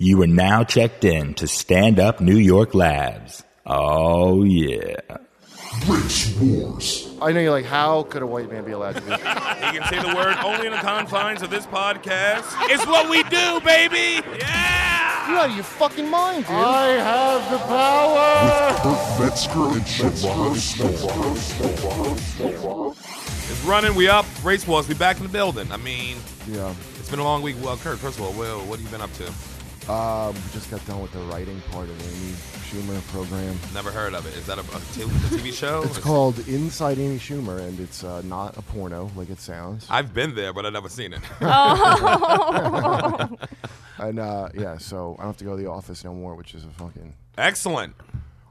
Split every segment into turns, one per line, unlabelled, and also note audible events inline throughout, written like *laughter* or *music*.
You are now checked in to Stand Up New York Labs. Oh, yeah.
Race Wars.
I know you're like, how could a white man be allowed to do this?
He can say the word only in the confines of this podcast. It's what we do, baby. Yeah.
You're out of your fucking mind, dude. I have the power.
Kurt Metzger and Shabazz Small.
It's running. We up. Race wars. We back in the building. I mean,
Yeah,
it's been a long week. Well, Kurt, first of all, well, what have you been up to?
um, just got done with the writing part of Amy Schumer program.
Never heard of it. Is that a, a t-
*laughs*
a TV show?
It's called Inside Amy Schumer, and it's uh, not a porno like it sounds.
I've been there, but I've never seen it. *laughs*
And uh, yeah, so I don't have to go to the office no more, which is a fucking.
Excellent.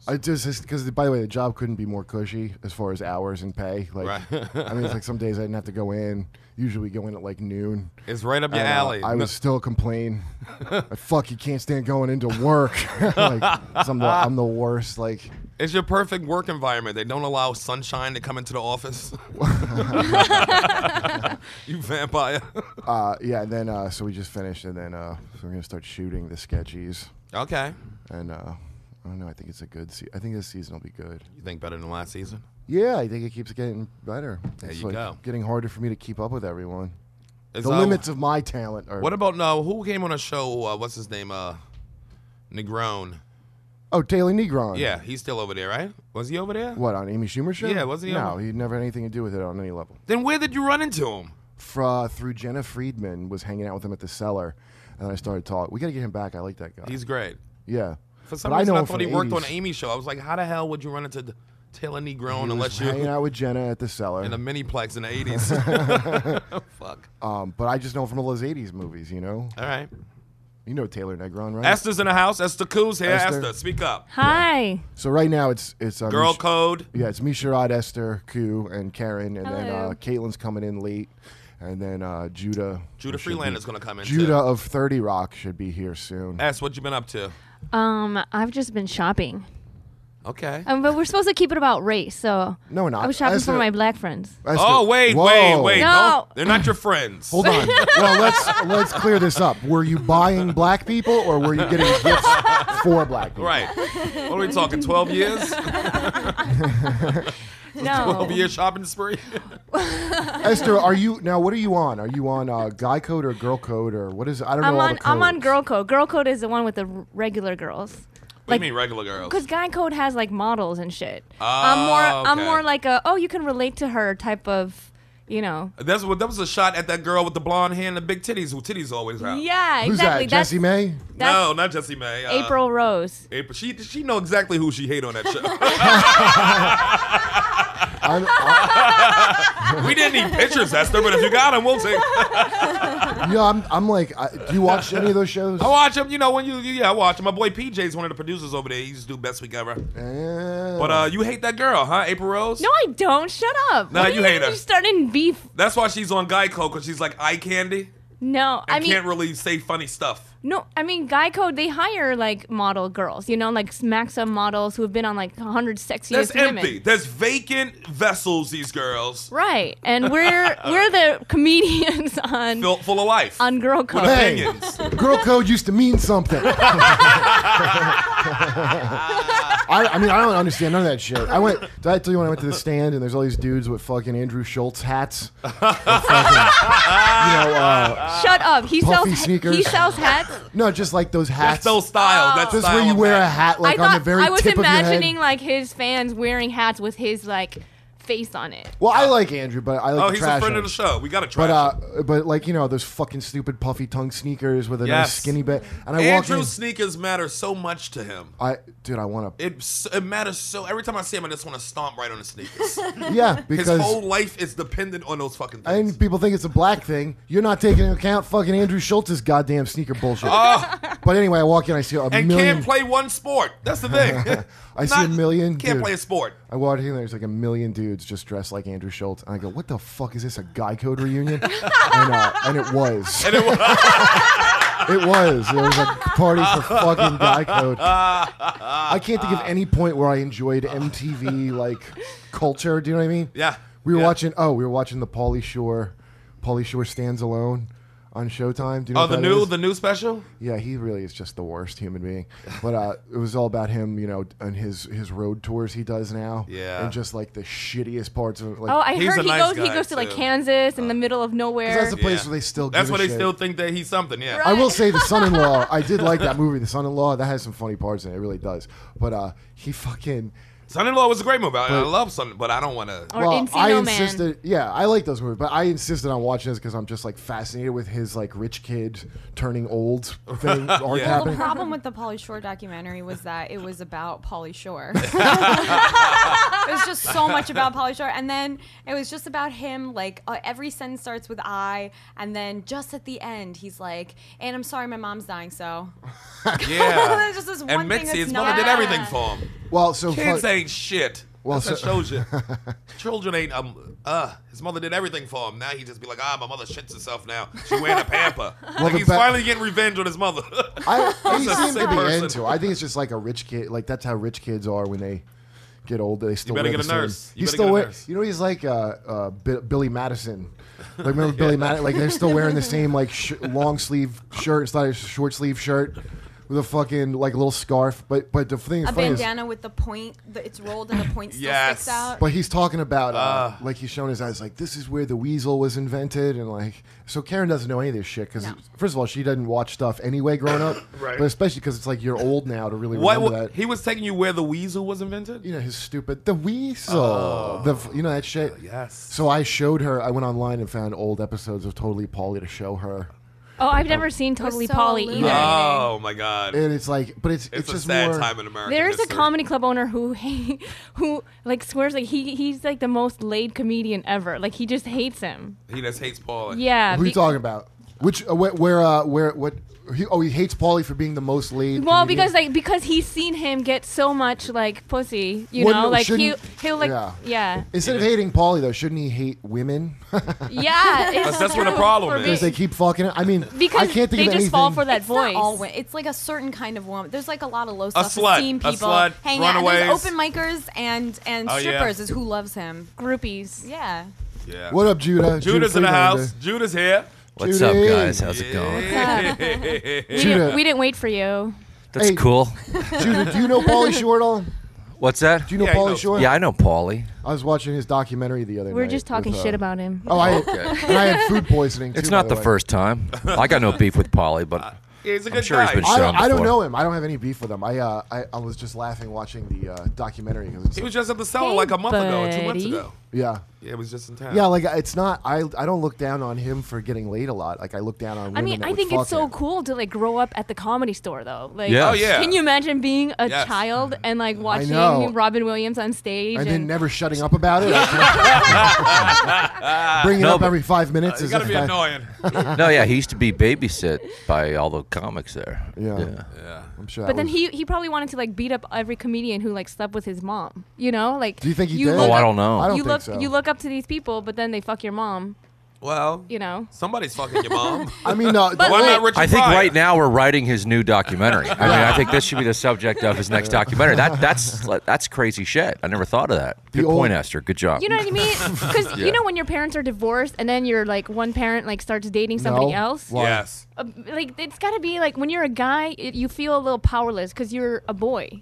I just because by the way, the job couldn't be more cushy as far as hours and pay. Like,
Right.
I mean, it's like some days I didn't have to go in. Usually go in at like noon.
It's right up your
And, uh,
alley.
I
No-
would still
*laughs*
complain. like, fuck, you can't stand going into work. *laughs* like, 'cause I'm, the, I'm
*laughs*
the worst. Like,
It's your perfect work environment. They don't allow sunshine to come into
*laughs*
the office. you vampire. *laughs*
uh, yeah. And then uh, so we just finished, and then uh, so we're gonna start shooting the sketchies.
okay.
And uh, I don't know. I think it's a good. Se- I think this season will be good.
You think better than last season?
Yeah, I think it keeps getting better. There it's
you
like
go.
Getting harder for me to keep up with everyone.
It's
The
all-
limits of my talent are.
What about no? Who came on a show? Uh, what's his name? Uh, Negron.
oh, Taylor Negron.
Yeah, he's still over there, right? Was he over there?
What on Amy Schumer show?
Yeah, wasn't he
No,
on-
he never had anything to do with it on any level.
Then where did you run into him?
Fra, through Jenna Friedman was hanging out with him at the cellar, and I started talking. We got to get him back. I like that guy.
He's great.
yeah.
For some
But
reason,
know
I,
him
thought
from
he worked
the
on
80s.
Amy's show. I was like, how the hell would you run into Taylor Negron
He was
unless you
hanging out with Jenna at the cellar.
in a
*laughs*
miniplex in the '80s? *laughs* Fuck.
um, but I just know him from all those '80s movies. You know,
All right.
you know Taylor Negron, right?
Esther's in the house. Esther Coos here.
Esther.
Esther, speak up.
Hi.
so right now it's it's um,
Girl code.
Yeah, it's Misharad, Esther, Ku, and Karen, and then
Hello.
uh, Caitlin's coming in late, and then uh, Judah.
Judah
should be-
Freeland is going to come in. too.
Judah of Thirty Rock should be here soon.
S, what you been up to?
Um, I've just been shopping.
Okay.
Um, but we're supposed to keep it about race, so
No, we're not.
I was shopping
Esther-
for my
*laughs*
black friends.
Esther-
Oh wait,
Whoa.
wait, wait!
No.
Don't- they're not your friends.
Hold on. well, let's let's clear this up. Were you buying black people, or were you getting gifts for black people?
*laughs*
Right. What are we talking? Twelve years? Twelve
No.
year shopping spree?
Esther, are you now? What are you on? Are you on uh, guy code or girl code or what is? I don't
I'm
know. all
on
the
I'm on
codes.
girl code. Girl code is the one with the r- regular girls.
What do you mean
Like-
regular girls?
Cuz guy code has like models and shit. I'm more I'm
Ah, okay.
more like a oh, you can relate to her type of, you know.
That's what that was a shot at that girl with the blonde hair and the big titties who titties always out.
Yeah,
Who's
exactly.
that?
That's
Jesse May.
that's
no, not Jesse May. uh,
April Rose.
April. She she know exactly who she hate on that
*laughs*
show.
I'm, I, *laughs*
we didn't need pictures, Esther, but if you got them, we'll
*laughs*
take.
you know, I'm, I'm like, I, do you watch any of those shows?
I watch them. You know when you, you yeah I watch 'em. My boy PJ's one of the producers over there. He used to do best week ever.
Eh.
But uh, you hate that girl, huh? April Rose.
No, I don't. Shut up.
Nah,
What do
you hate her.
You're starting beef.
That's why she's on Geico because she's like eye candy.
No,
I
I mean
can't really say funny stuff.
No, I mean Geico. They hire like model girls, you know, like Maxim models who have been on like 100 sexiest
That's
women.
empty. There's vacant vessels. These girls
Right, and we're
*laughs*
we're the comedians *laughs* on
built full of life.
on Girl Code.
Hey.
Opinions.
Girl code used to mean
*laughs*
something. I, I mean, I don't understand none of that shit. I went. Did I tell you when I went to the stand and there's all these dudes with fucking Andrew Schultz
*laughs*
hats? And fucking, you know, uh,
Shut up. He
Puffy
sells
sneakers.
he sells hats.
no, just like those
That's
hats.
those
Oh.
styles. That's
That's where
style
you wear
man.
a hat *laughs* like
I thought
on the very
I was
tip
imagining
of your head.
like his fans wearing hats with his like face on it.
Well, I like Andrew, but I like
Oh,
to
he's
trash
a friend
him.
of the show. We got to trash
But
him.
uh, but like you know those fucking stupid puffy tongue sneakers with a nice
Yes.
skinny bit, and I walk in.
Andrew's sneakers matter so much to him.
I dude, I want to.
It s- it matters so. Every time I see him, I just want to stomp right on
*laughs*
his sneakers.
Yeah,
His
because
whole life is dependent on those fucking things.
And people think it's a black thing. You're not taking into account fucking Andrew Schultz's goddamn sneaker bullshit. but anyway, I walk in, I see a
And
million.
can't play one sport. That's the thing.
*laughs* I see a million,
Can't
dude.
play a sport.
I walked in, there's like a million dudes just dressed like Andrew Schultz, and I go, "What the fuck is this? A guy code reunion?" and, uh, and it was.
And it was,
*laughs* It was. It was a party for fucking guy code. I can't think of any point where I enjoyed MTV like culture. Do you know what I mean?
Yeah.
We were
Yeah.
watching. Oh, we were watching the Pauly Shore. Pauly Shore stands alone. on Showtime. Do you know
Oh,
what
the
that
new
is?
the new special.
Yeah, he really is just the worst human being. But uh, it was all about him, you know, and his his road tours he does now.
Yeah.
and just like the shittiest parts of it. Like,
Oh, I
He's
heard
a
he
nice
goes. He
guy,
goes to like
too. Uh,
Kansas in the middle of
'cause
nowhere.
that's the place
Yeah.
where they still.
That's
give
where
a
they
shit.
still think that he's something. Yeah.
Right.
I will
*laughs*
say the son-in-law. I did like that movie, the son-in-law. That has some funny parts in it. It really does. But uh, he fucking.
Son-in-Law was a great movie. I, I love Son, but I don't want
*laughs*
to.
or
well,
Encino
I
Man.
insisted. Yeah, I like those movies, but I insisted on watching this because I'm just like fascinated with his like rich kid turning old
*laughs*
thing arc
Yeah.
Well, the
happening.
problem with the Polly Shore documentary was that it was about
*laughs*
Polly Shore. it was just so much about Polly Shore, and then it was just about him. Like uh, every sentence starts with "I," and then just at the end, he's like, "And I'm sorry, my mom's dying." So
Yeah.
There's just this
and
one thing
Mitzi,
that's
his mother
not-
did everything for him.
Well, so
Kids
fu-
ain't shit.
Well,
Well, that
so- *laughs*
shows you. Children ain't um uh. His mother did everything for him. Now he just be like, ah, my mother shits herself now. She wearing
*laughs*
a pamper. like
the
he's
be-
finally getting revenge on his mother. *laughs*
I, he
He's a
seemed to
sick
be
person.
into. it. I think it's just like a rich kid. Like that's how rich kids are when they get older. They still
better
wear
get
the
a
same-
nurse. You
he's
better
still
get a
wear-
nurse.
You know, he's like uh, uh, Bi- Billy Madison. Like
*laughs*
remember Billy Madison? Like they're still wearing the same like sh- long sleeve shirt. It's not a short sleeve shirt with a fucking like little scarf. But but the thing is
a
funny is-
bandana with the point. The, it's rolled and the point still
Yes.
sticks out.
But he's talking about uh, like he's showing his eyes, like this is where the weasel was invented, and like so Karen doesn't know any of this shit because
No.
first of all she doesn't watch stuff anyway growing up,
*coughs* Right.
But especially because it's like you're old now to really
what?
remember
what
that.
he was taking you where the weasel was invented.
you know his stupid the weasel, the f- you know that shit.
Oh. yes.
So I showed her. I went online and found old episodes of Totally Polly to show her,
Oh, I've never seen Totally
so
Polly
aloof.
either.
Yeah.
Oh my god.
and it's like, but it's it's,
it's a
just
sad
more.
time in America.
There's a comedy club owner who *laughs* he, who like swears like he he's like the most laid comedian ever. Like he just hates him.
He just hates Paul.
Yeah.
Who you
be-
talking about? Which uh, where where, uh, where what? He, oh, he hates Polly for being the most lead.
Well,
comedian.
because like because he's seen him get so much like pussy, you
Well,
know,
no,
like he
shouldn't-
he'll like
yeah. *laughs*
yeah
Instead of hating Paulie, though, shouldn't he hate women? *laughs*
yeah. it's
that's what the
true
problem
for
is.
Because they
me.
keep fucking it. I mean,
Because
I can't think
they
of
just
anything.
fall for that
It's
voice.
not all women. It's like a certain kind of woman. There's like a lot of low
slut.
self-esteem
A
people.
slut,
hang out. And There's
runaways.
open micers and and
Oh, yeah.
strippers is who loves him.
groupies.
Yeah.
yeah.
What up, Judah?
Judah's
Judah
in the
Friedlander.
house. Judah's here.
What's up,
Judy.
guys? How's it going?
We didn't,
Judah.
we didn't wait for you.
That's
Hey.
cool.
Judah, do you know Paulie Shore at all?
What's that?
Do you know
Yeah, he
Paulie
knows.
Shore?
Yeah, I know Paulie.
I was watching his documentary the other night.
We're just talking
with, uh,
shit about him.
Oh, I,
Okay.
*laughs* and I had food poisoning. Too,
It's
by
not the
way.
first time. *laughs* I got no beef with
*laughs*
Paulie, but
Yeah, he's a good
sure
guy.
he's been
I
shit
don't,
on
I don't
before.
know him. I don't have any beef with him. I uh, I, I was just laughing watching the uh, documentary because
he was just at the cellar
Hey,
like a month ago, or two months
buddy.
ago.
yeah,
Yeah, it was just in town.
yeah. Like it's not. I I don't look down on him for getting laid a lot. Like I look down on. Women
I mean,
that
I
would
think
fuck
it's so
him.
cool to like grow up at the comedy store, though. Like,
Yes.
Oh yeah.
can you imagine being a
Yes.
child and like watching
Mm-hmm. know.
Robin Williams on stage?
and then never shutting up about
*laughs*
it. Bringing
No,
up
but-
every five minutes
It's
is
gotta
a
be
fa- *laughs*
annoying.
no, yeah, he used to be babysit by all the comics there.
Yeah.
yeah.
I'm sure. that
but then
was-
he he probably wanted to like beat up every comedian who like slept with his mom. You know, like.
Do you think he did?
look
Oh, I
up-
don't know.
I don't
you
think
look
so.
you look up to these people, but then they fuck your mom.
Well,
You know.
somebody's fucking your *laughs* mom.
I mean, uh,
*laughs*
no,
Why not Richard
I think
Pryor?
right now we're writing his new documentary. I mean, I think this should be the subject of his next documentary. That that's that's crazy shit. I never thought of that.
The
Good
old-
point, Esther. Good job.
You
*laughs*
know what I mean?
*laughs*
Because you know when your parents are divorced and then your like one parent like starts dating somebody
No.
else.
Why?
Yes.
Uh, like it's got to be like when you're a guy, it, you feel a little powerless because you're a boy.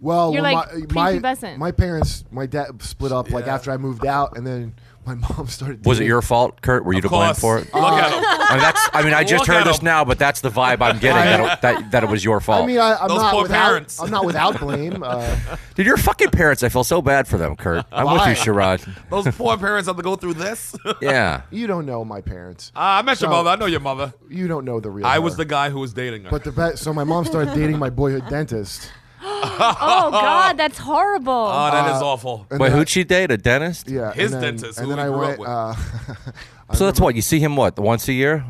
well,
You're
when
like
my, my
prepubescent.
my parents, my dad split up like
Yeah.
after I moved out, and then my *laughs* mom started.
was
dating-
it your fault, Kurt? Were you to blame
Plus,
for it?
Look at him.
I mean, that's. I mean, I just
Look at
heard this
him.
now, but that's the vibe I'm getting. that, it, that, that it was your fault.
I mean, I, I'm
Those
not
poor
without.
parents.
I'm not without
*laughs*
blame. Uh,
Dude, your fucking parents. I feel so bad for them, Kurt. I'm with
Why?
you, Sharad.
Those poor parents have to go through *laughs* this. uh,
*laughs*
Yeah.
you don't know my parents.
Ah, I met your
So-
mother. I know your mother.
You don't know the real.
I
her.
was the guy who was dating her.
But the bet. So my mom started dating my boyhood dentist. *laughs*
Oh God, that's horrible.
Uh,
oh, that is awful.
and
Wait,
then I-
who'd she date? A dentist?
Yeah,
His
and then,
dentist,
And
who
then
we
I
grew up
went.
with.
Uh,
so that's what you see him what once a year.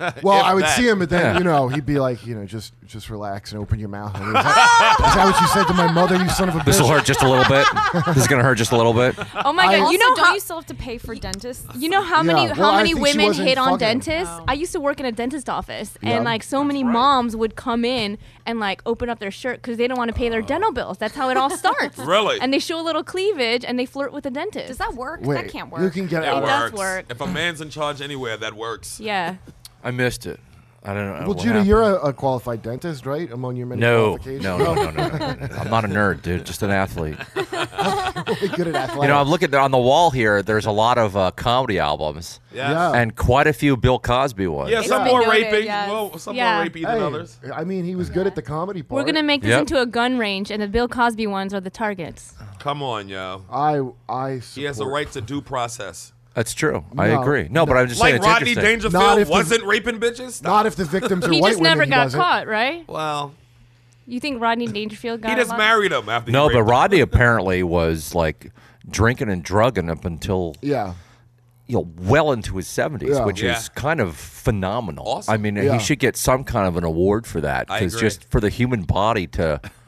Well,
If
I would
that.
see him, but then
Yeah.
you know he'd be like, you know, just just relax and open your mouth. And he was like, *laughs* is that what you said to my mother? You son of a
This will
bitch.
hurt just a little bit. This is gonna hurt just a little bit.
oh my God,
also,
you know
don't
how
you still have to pay for dentists?
you know how
Yeah,
many
well,
how
I
many
think she
women
wasn't
hit on
fucking him.
dentists?
No.
I used to work in a dentist office,
Yeah.
and like so many moms would come in and like open up their shirt because they don't want to pay their dental
Uh.
bills. That's how
*laughs*
it all starts.
Really?
And they show a little cleavage and they flirt with the dentist.
Does that work?
Wait,
that can't
You
work.
can get
That
out.
does
works.
work.
If a man's in charge anywhere, that works.
Yeah.
I missed it. I don't know.
Well,
what
Judah,
happened.
you're a, a qualified dentist, right? Among your many
no,
qualifications.
no, no, no, no, no, no,
*laughs*
no. I'm not a nerd, dude. Just an athlete.
Really good at athletics.
You know, I'm looking there on the wall here. There's a lot of uh, comedy albums,
yeah.
and quite a few Bill Cosby ones.
Yeah,
It's
some
been
more
noted,
raping.
yes.
Well, some
Yeah.
more rapey
Hey,
than others.
I mean, he was good at the comedy part.
We're gonna make this
Yep.
into a gun range, and the Bill Cosby ones are the targets.
Come on, yo.
I I. Support.
He has the right to due process.
That's true. I
No,
agree. No, but I'm just saying
Like
it's
Rodney
interesting.
Not if
Dangerfield
the-
wasn't raping bitches. Stop.
Not if the victims are
He
white
just
women.
never
he
got
wasn't.
caught, right?
Well,
You think Rodney Dangerfield got?
he just
a lot?
married him after.
No,
he
but
raped
Rodney apparently was like drinking and drugging up until
Yeah.
you know well into his 70s,
Yeah.
which
Yeah.
is kind of phenomenal.
Awesome.
I mean,
Yeah.
he should get some kind of an award for that
I
because
agree.
just for the human body to
*laughs*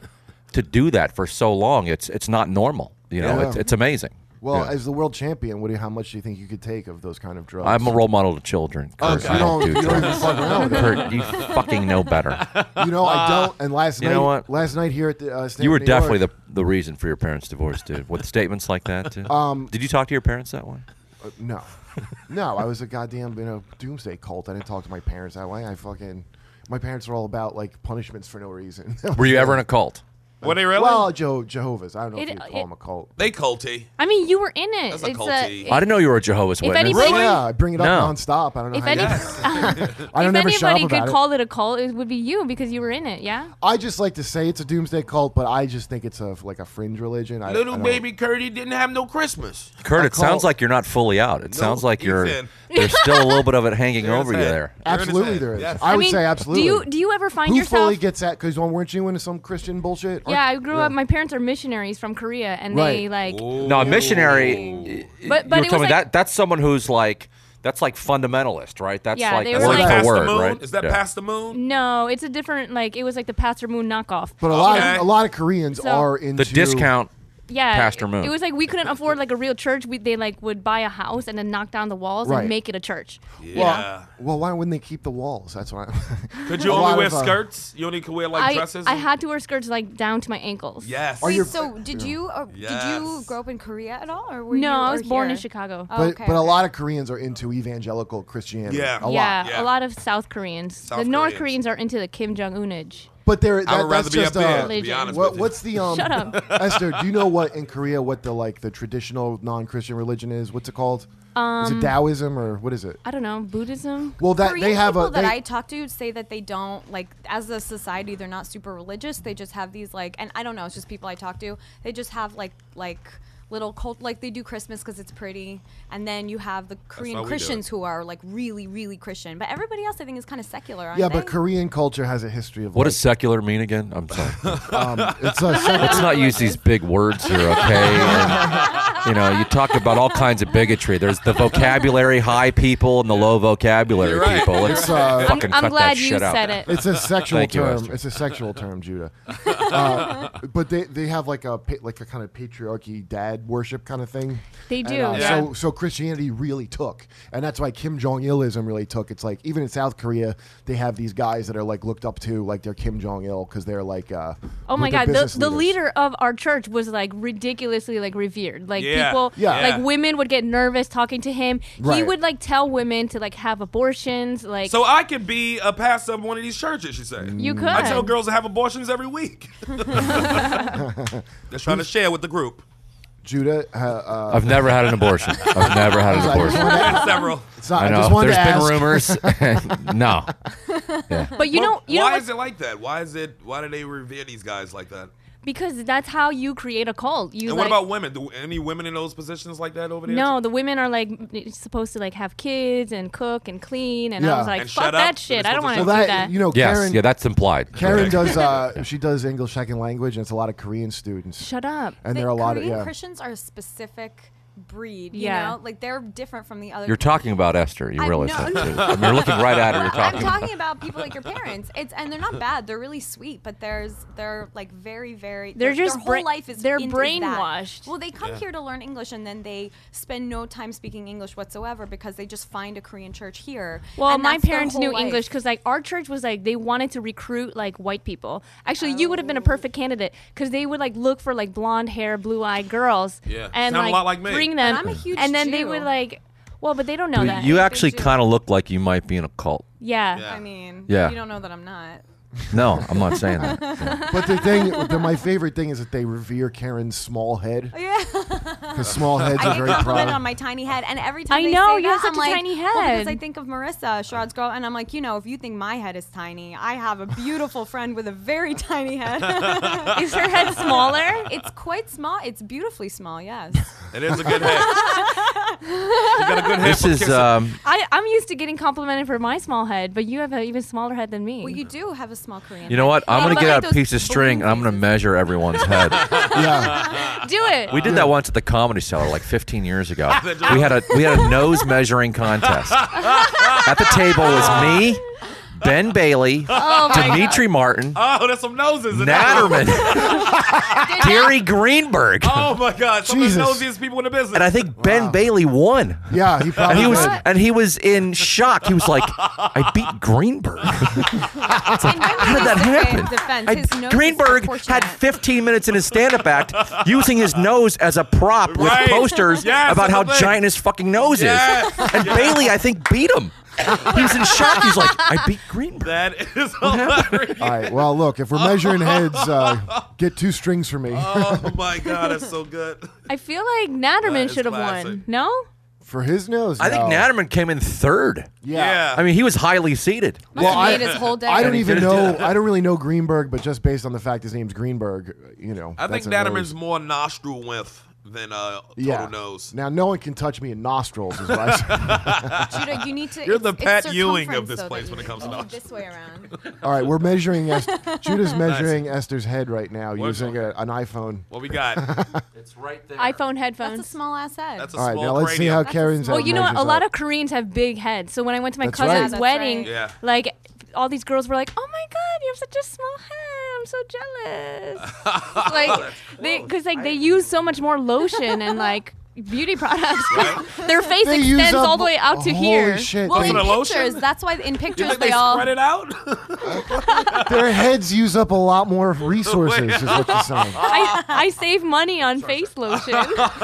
to do that for so long, it's it's not normal. You know,
Yeah.
it's, it's amazing.
Well,
Yeah.
as the world champion, what do you, how much do you think you could take of those kind of drugs?
I'm a role model to children. Kurt.
so Oh,
I
you
don't
don't-
do
you don't even
drugs.
fuck around with it.
Kurt, you fucking
*laughs*
know better.
You know, I don't. And last
*laughs* you
night,
know what?
last night here at the uh, State
You
of
were
New
definitely
York,
the, the reason for your parents' divorce, dude. With statements like that, too. Um, Did you talk to your parents that way?
the uh, no, no. I was a goddamn you know doomsday cult. I didn't talk to my parents that way. I fucking my parents were all about like punishments for no reason. *laughs*
Were you ever in a cult?
Were they really?
Well, Jeho- Jehovah's. I don't know
It-
if you call
it-
them a cult.
they culty.
I mean, you were in it.
That's a
it's
culty.
a,
I didn't know you were a Jehovah's
If
Witness.
anybody- Really?
Yeah, I bring it up
No.
nonstop. I don't know.
if
how
any,
you- I
if
don't ever shop
anybody
about
could
it.
call it a cult, it would be you because you were in it. Yeah.
I just like to say it's a doomsday cult, but I just think it's a like a fringe religion. I, I
Little
don't-
baby Curdy didn't have no Christmas.
Kurt,
a
it sounds
cult.
like you're not fully out. It sounds like
he's
you're
in.
*laughs* there's still a little bit of it hanging over you there.
Absolutely, there is.
Yes.
I, would
mean,
say absolutely.
Do you do you ever find
Who
yourself?
fully gets that? Because weren't you into some Christian bullshit?
yeah, I grew up. My parents are missionaries from Korea, and they like.
No, a missionary.
But but
you were
it was
telling me
like
that that's someone who's like that's like fundamentalist, right? That's
Yeah,
like
they
word
were like-
for
Past
word,
the moon?
right?
Is that
Yeah.
past the moon?
no, it's a different like it was like the Pastor Moon knockoff.
But a lot,
Okay.
of, a lot of Koreans
So-
are
the
into
discount?
yeah,
Pastor Moon.
It was like we couldn't afford like a real church. We they like would buy a house and then knock down the walls
Right.
and make it a church.
Yeah.
Well, why wouldn't they keep the walls? That's why.
Could you
A
only
lot
wear
of, uh,
skirts? You only could wear like
I
dresses?
I had to wear skirts like down to my ankles.
Yes.
Are
Wait,
you-
so did you uh, did you
Yes.
grow up in Korea at all, or were you?
No, I
or
was born in
here?
Chicago.
*laughs*
Oh,
but
okay,
but a
okay.
lot of Koreans are into evangelical Christianity.
Yeah.
a
yeah,
lot.
Yeah.
a lot of South Koreans.
South
the North
Koreans.
Koreans are into the Kim Jong Unage.
But there,
I
that,
would rather
that's
be up
just
there.
uh,
To be
Religion.
honest
what,
with you.
what's the
*laughs*
um?
Shut up.
*laughs* Esther, do you know what in Korea what the like the traditional non-Christian religion is? What's it called? is it Taoism or what is it?
I don't know Buddhism.
Well, that
Um, Korean
they have
people
a.
that
they-
I talk to say that they don't like as a society they're not super religious. They just have these like, and I don't know, it's just people I talk to. They just have like like little cult like they do Christmas because it's pretty, and then you have the
how
Korean
we do
Christians who are like really really Christian, but everybody else I think is kind of secular. Aren't
yeah,
they?
but Korean culture has a history of
What
like,
does secular mean again?
*laughs*
I'm sorry.
um, it's a sect-
Let's not use these big words here, okay? And, you know, you talk about all kinds of bigotry. There's the vocabulary high people and the low vocabulary
You're right.
people. Let's
it's uh,
fucking
I'm
cut
glad
that
you
shit out.
said it.
It's a sexual
Thank you,
term.
Esther.
it's a sexual term,
*laughs*
Judah. Uh, but they, they have like a pa- like a kind of patriarchy dad worship kind of thing.
They
And,
do.
uh,
Yeah.
So so Christianity really took, and that's why Kim Jong Ilism really took. It's like even in South Korea, they have these guys that are like looked up to, like they're Kim Jong Il because they're like. Uh,
Oh my
they're
God! The,
business
the
leaders.
leader of our church was like ridiculously like revered. Like
Yeah.
people,
Yeah.
like women would get nervous talking to him. He
Right.
would like tell women to like have abortions. Like
so I could be a pastor of one of these churches, you say.
you
Mm.
could.
I tell girls to have abortions every
*laughs*
week. *laughs* They're trying to share with the group.
Judah. Uh, uh,
I've never had an abortion. I've
*laughs*
never had an
I just
abortion.
wanted
*laughs*
to-
Several.
it's not-
I
I
know.
just wanted
There's
to ask.
been
*laughs*
rumors. *laughs* no.
but you know, you know
why
what-
is it like that? Why is it? Why do they revere these guys like that?
because that's how you create a cult. You
And
like,
what about women? Do any women in those positions like that over there?
No, the women are like supposed to like have kids and cook and clean, and
Yeah.
I was like,
And
fuck
shut
that
up.
shit.
They're
I don't want
supposed
to
Well,
do
that,
that.
you know,
Yes.
Karen.
yeah, that's implied.
Karen
Correct.
does.
*laughs*
Uh, she does English second language, and it's a lot of Korean students.
Shut up.
and
The
there are a lot
Korean
of yeah.
Christians are a specific breed. You
Yeah.
know, like they're different from the other.
You're talking about Esther. You
I
realize
know.
that. too. I mean, you're looking right at her. You're
*laughs* I'm
talking. about-
talking about people like your parents. It's and they're not bad. They're really sweet, but there's they're like very very.
They're
their-
just
their
bra-
whole life is
they're
in- is that.
brainwashed.
Well, they come here to learn English and then they spend no time speaking English whatsoever because they just find a Korean church here.
Well,
and
my
that's their
parents
whole
knew
life.
English because like our church was like they wanted to recruit like white people. Actually, you would have been a perfect
Oh.
candidate because they would like look for like blonde hair, blue eyed girls.
Yeah.
and
Sound a
like,
lot like me.
bring them.
But I'm a huge
and then they
Jew.
would like. Well, but they don't know that.
You actually
do.
kind of look like you might be in a cult.
yeah.
Yeah.
I mean,
Yeah.
you don't know that I'm not. *laughs*
No, I'm not saying that.
But the thing, the, my favorite thing is that they revere Karen's small head.
Yeah.
Because small heads
I
are
get
very proud.
complimented
of-
on my tiny head, and every time
I
they
know,
say
you have
that,
such
I'm
a
like,
tiny
Well,
head."
because I think of Marissa, Sherrod's girl, and I'm like, you know, if you think my head is tiny, I have a beautiful friend with a very tiny head. *laughs*
*laughs* Is her
*laughs*
head smaller?
it's quite small. It's beautifully small. Yes.
It is a good
*laughs*
head. you got a good head
This
for
is
kissing.
um,
I, I'm used to getting complimented for my small head, but you have an even smaller head than me.
well, you do have a small Korean.
you know what? I'm
Yeah,
gonna
but
get
like
out a
those
piece of string and I'm gonna
balloon
measure everyone's head.
yeah.
do
*laughs*
it.
We did that once at the Comedy Cellar like 15 years ago. We had a we had a nose
*laughs*
measuring contest. At the table was me, Ben Bailey,
Oh
Dimitri Martin,
Oh, there's some noses. in there.
Natterman, *laughs* Gary Greenberg,
Oh my God! Some of
Jesus.
the nosiest people in the business.
and I think Ben Bailey won.
*laughs* Yeah, he probably
And he was
did.
and he was in shock. He was like, "I beat Greenberg. How
And
did that happen?"
Defense.
I-
His nose is
Greenberg
proportionate.
had 15 minutes in his stand-up act using his nose as a prop with
Right.
posters
*laughs* Yes,
about
that's
how
the thing.
giant his fucking nose
Yes.
is.
*laughs*
And Bailey, I think, beat him. He was in shock. He's like, "I beat Greenberg."
that is hilarious.
All right. Well, look, if we're
*laughs*
measuring heads, uh, get two strings for me.
Oh my God, that's so good.
I feel like Natterman
is
should have won.
classic.
No?
*laughs* for his nose.
I think
no.
Natterman came in third.
Yeah.
Yeah.
I mean, he was highly seated.
Must have
Well, I-
made his whole day.
I don't
he
even
did it.
know. I don't really know Greenberg, but just based on the fact his name's Greenberg, you know.
I think
that's a
Natterman's
nose.
more nostril width than uh, total nose.
Now no one can touch me in nostrils. Is what I say.
*laughs*
Judah, you need to.
You're the
it's-
Pat
it's
Ewing of
circumference,
this
though,
place
that
when
you
it comes to nose.
move This way
*laughs*
around.
All right, we're measuring. Esther, Judah's measuring Esther's head right now using a, an iPhone.
What
*laughs*
we got?
It's right there.
iPhone
That's a
headphones.
small ass head.
That's a
All right,
small
now let's see
cranium.
how
a
Karen's.
small-
Well,
head
you know what? A
measures
lot
up.
of Koreans have big heads. So when I went to my
That's right. Yeah,
cousin's
that's
wedding,
right.
Yeah.
like all these girls were like, "Oh my god, you have such a small head. I'm so
*laughs*
jealous." like they cuz like they use so much more lotion and like
*laughs*
beauty products. 'cause *laughs* Their face
They use
extends
up-
all the way out to
holy
here.
shit,
Well,
they-
in
Put a lotion?
*laughs*
pictures, that's why in
You
pictures
think they
they all
spread it out?
their heads use up a lot more resources. is what you're
*laughs*
saying.
*laughs*
I, I save money on face lotion *laughs*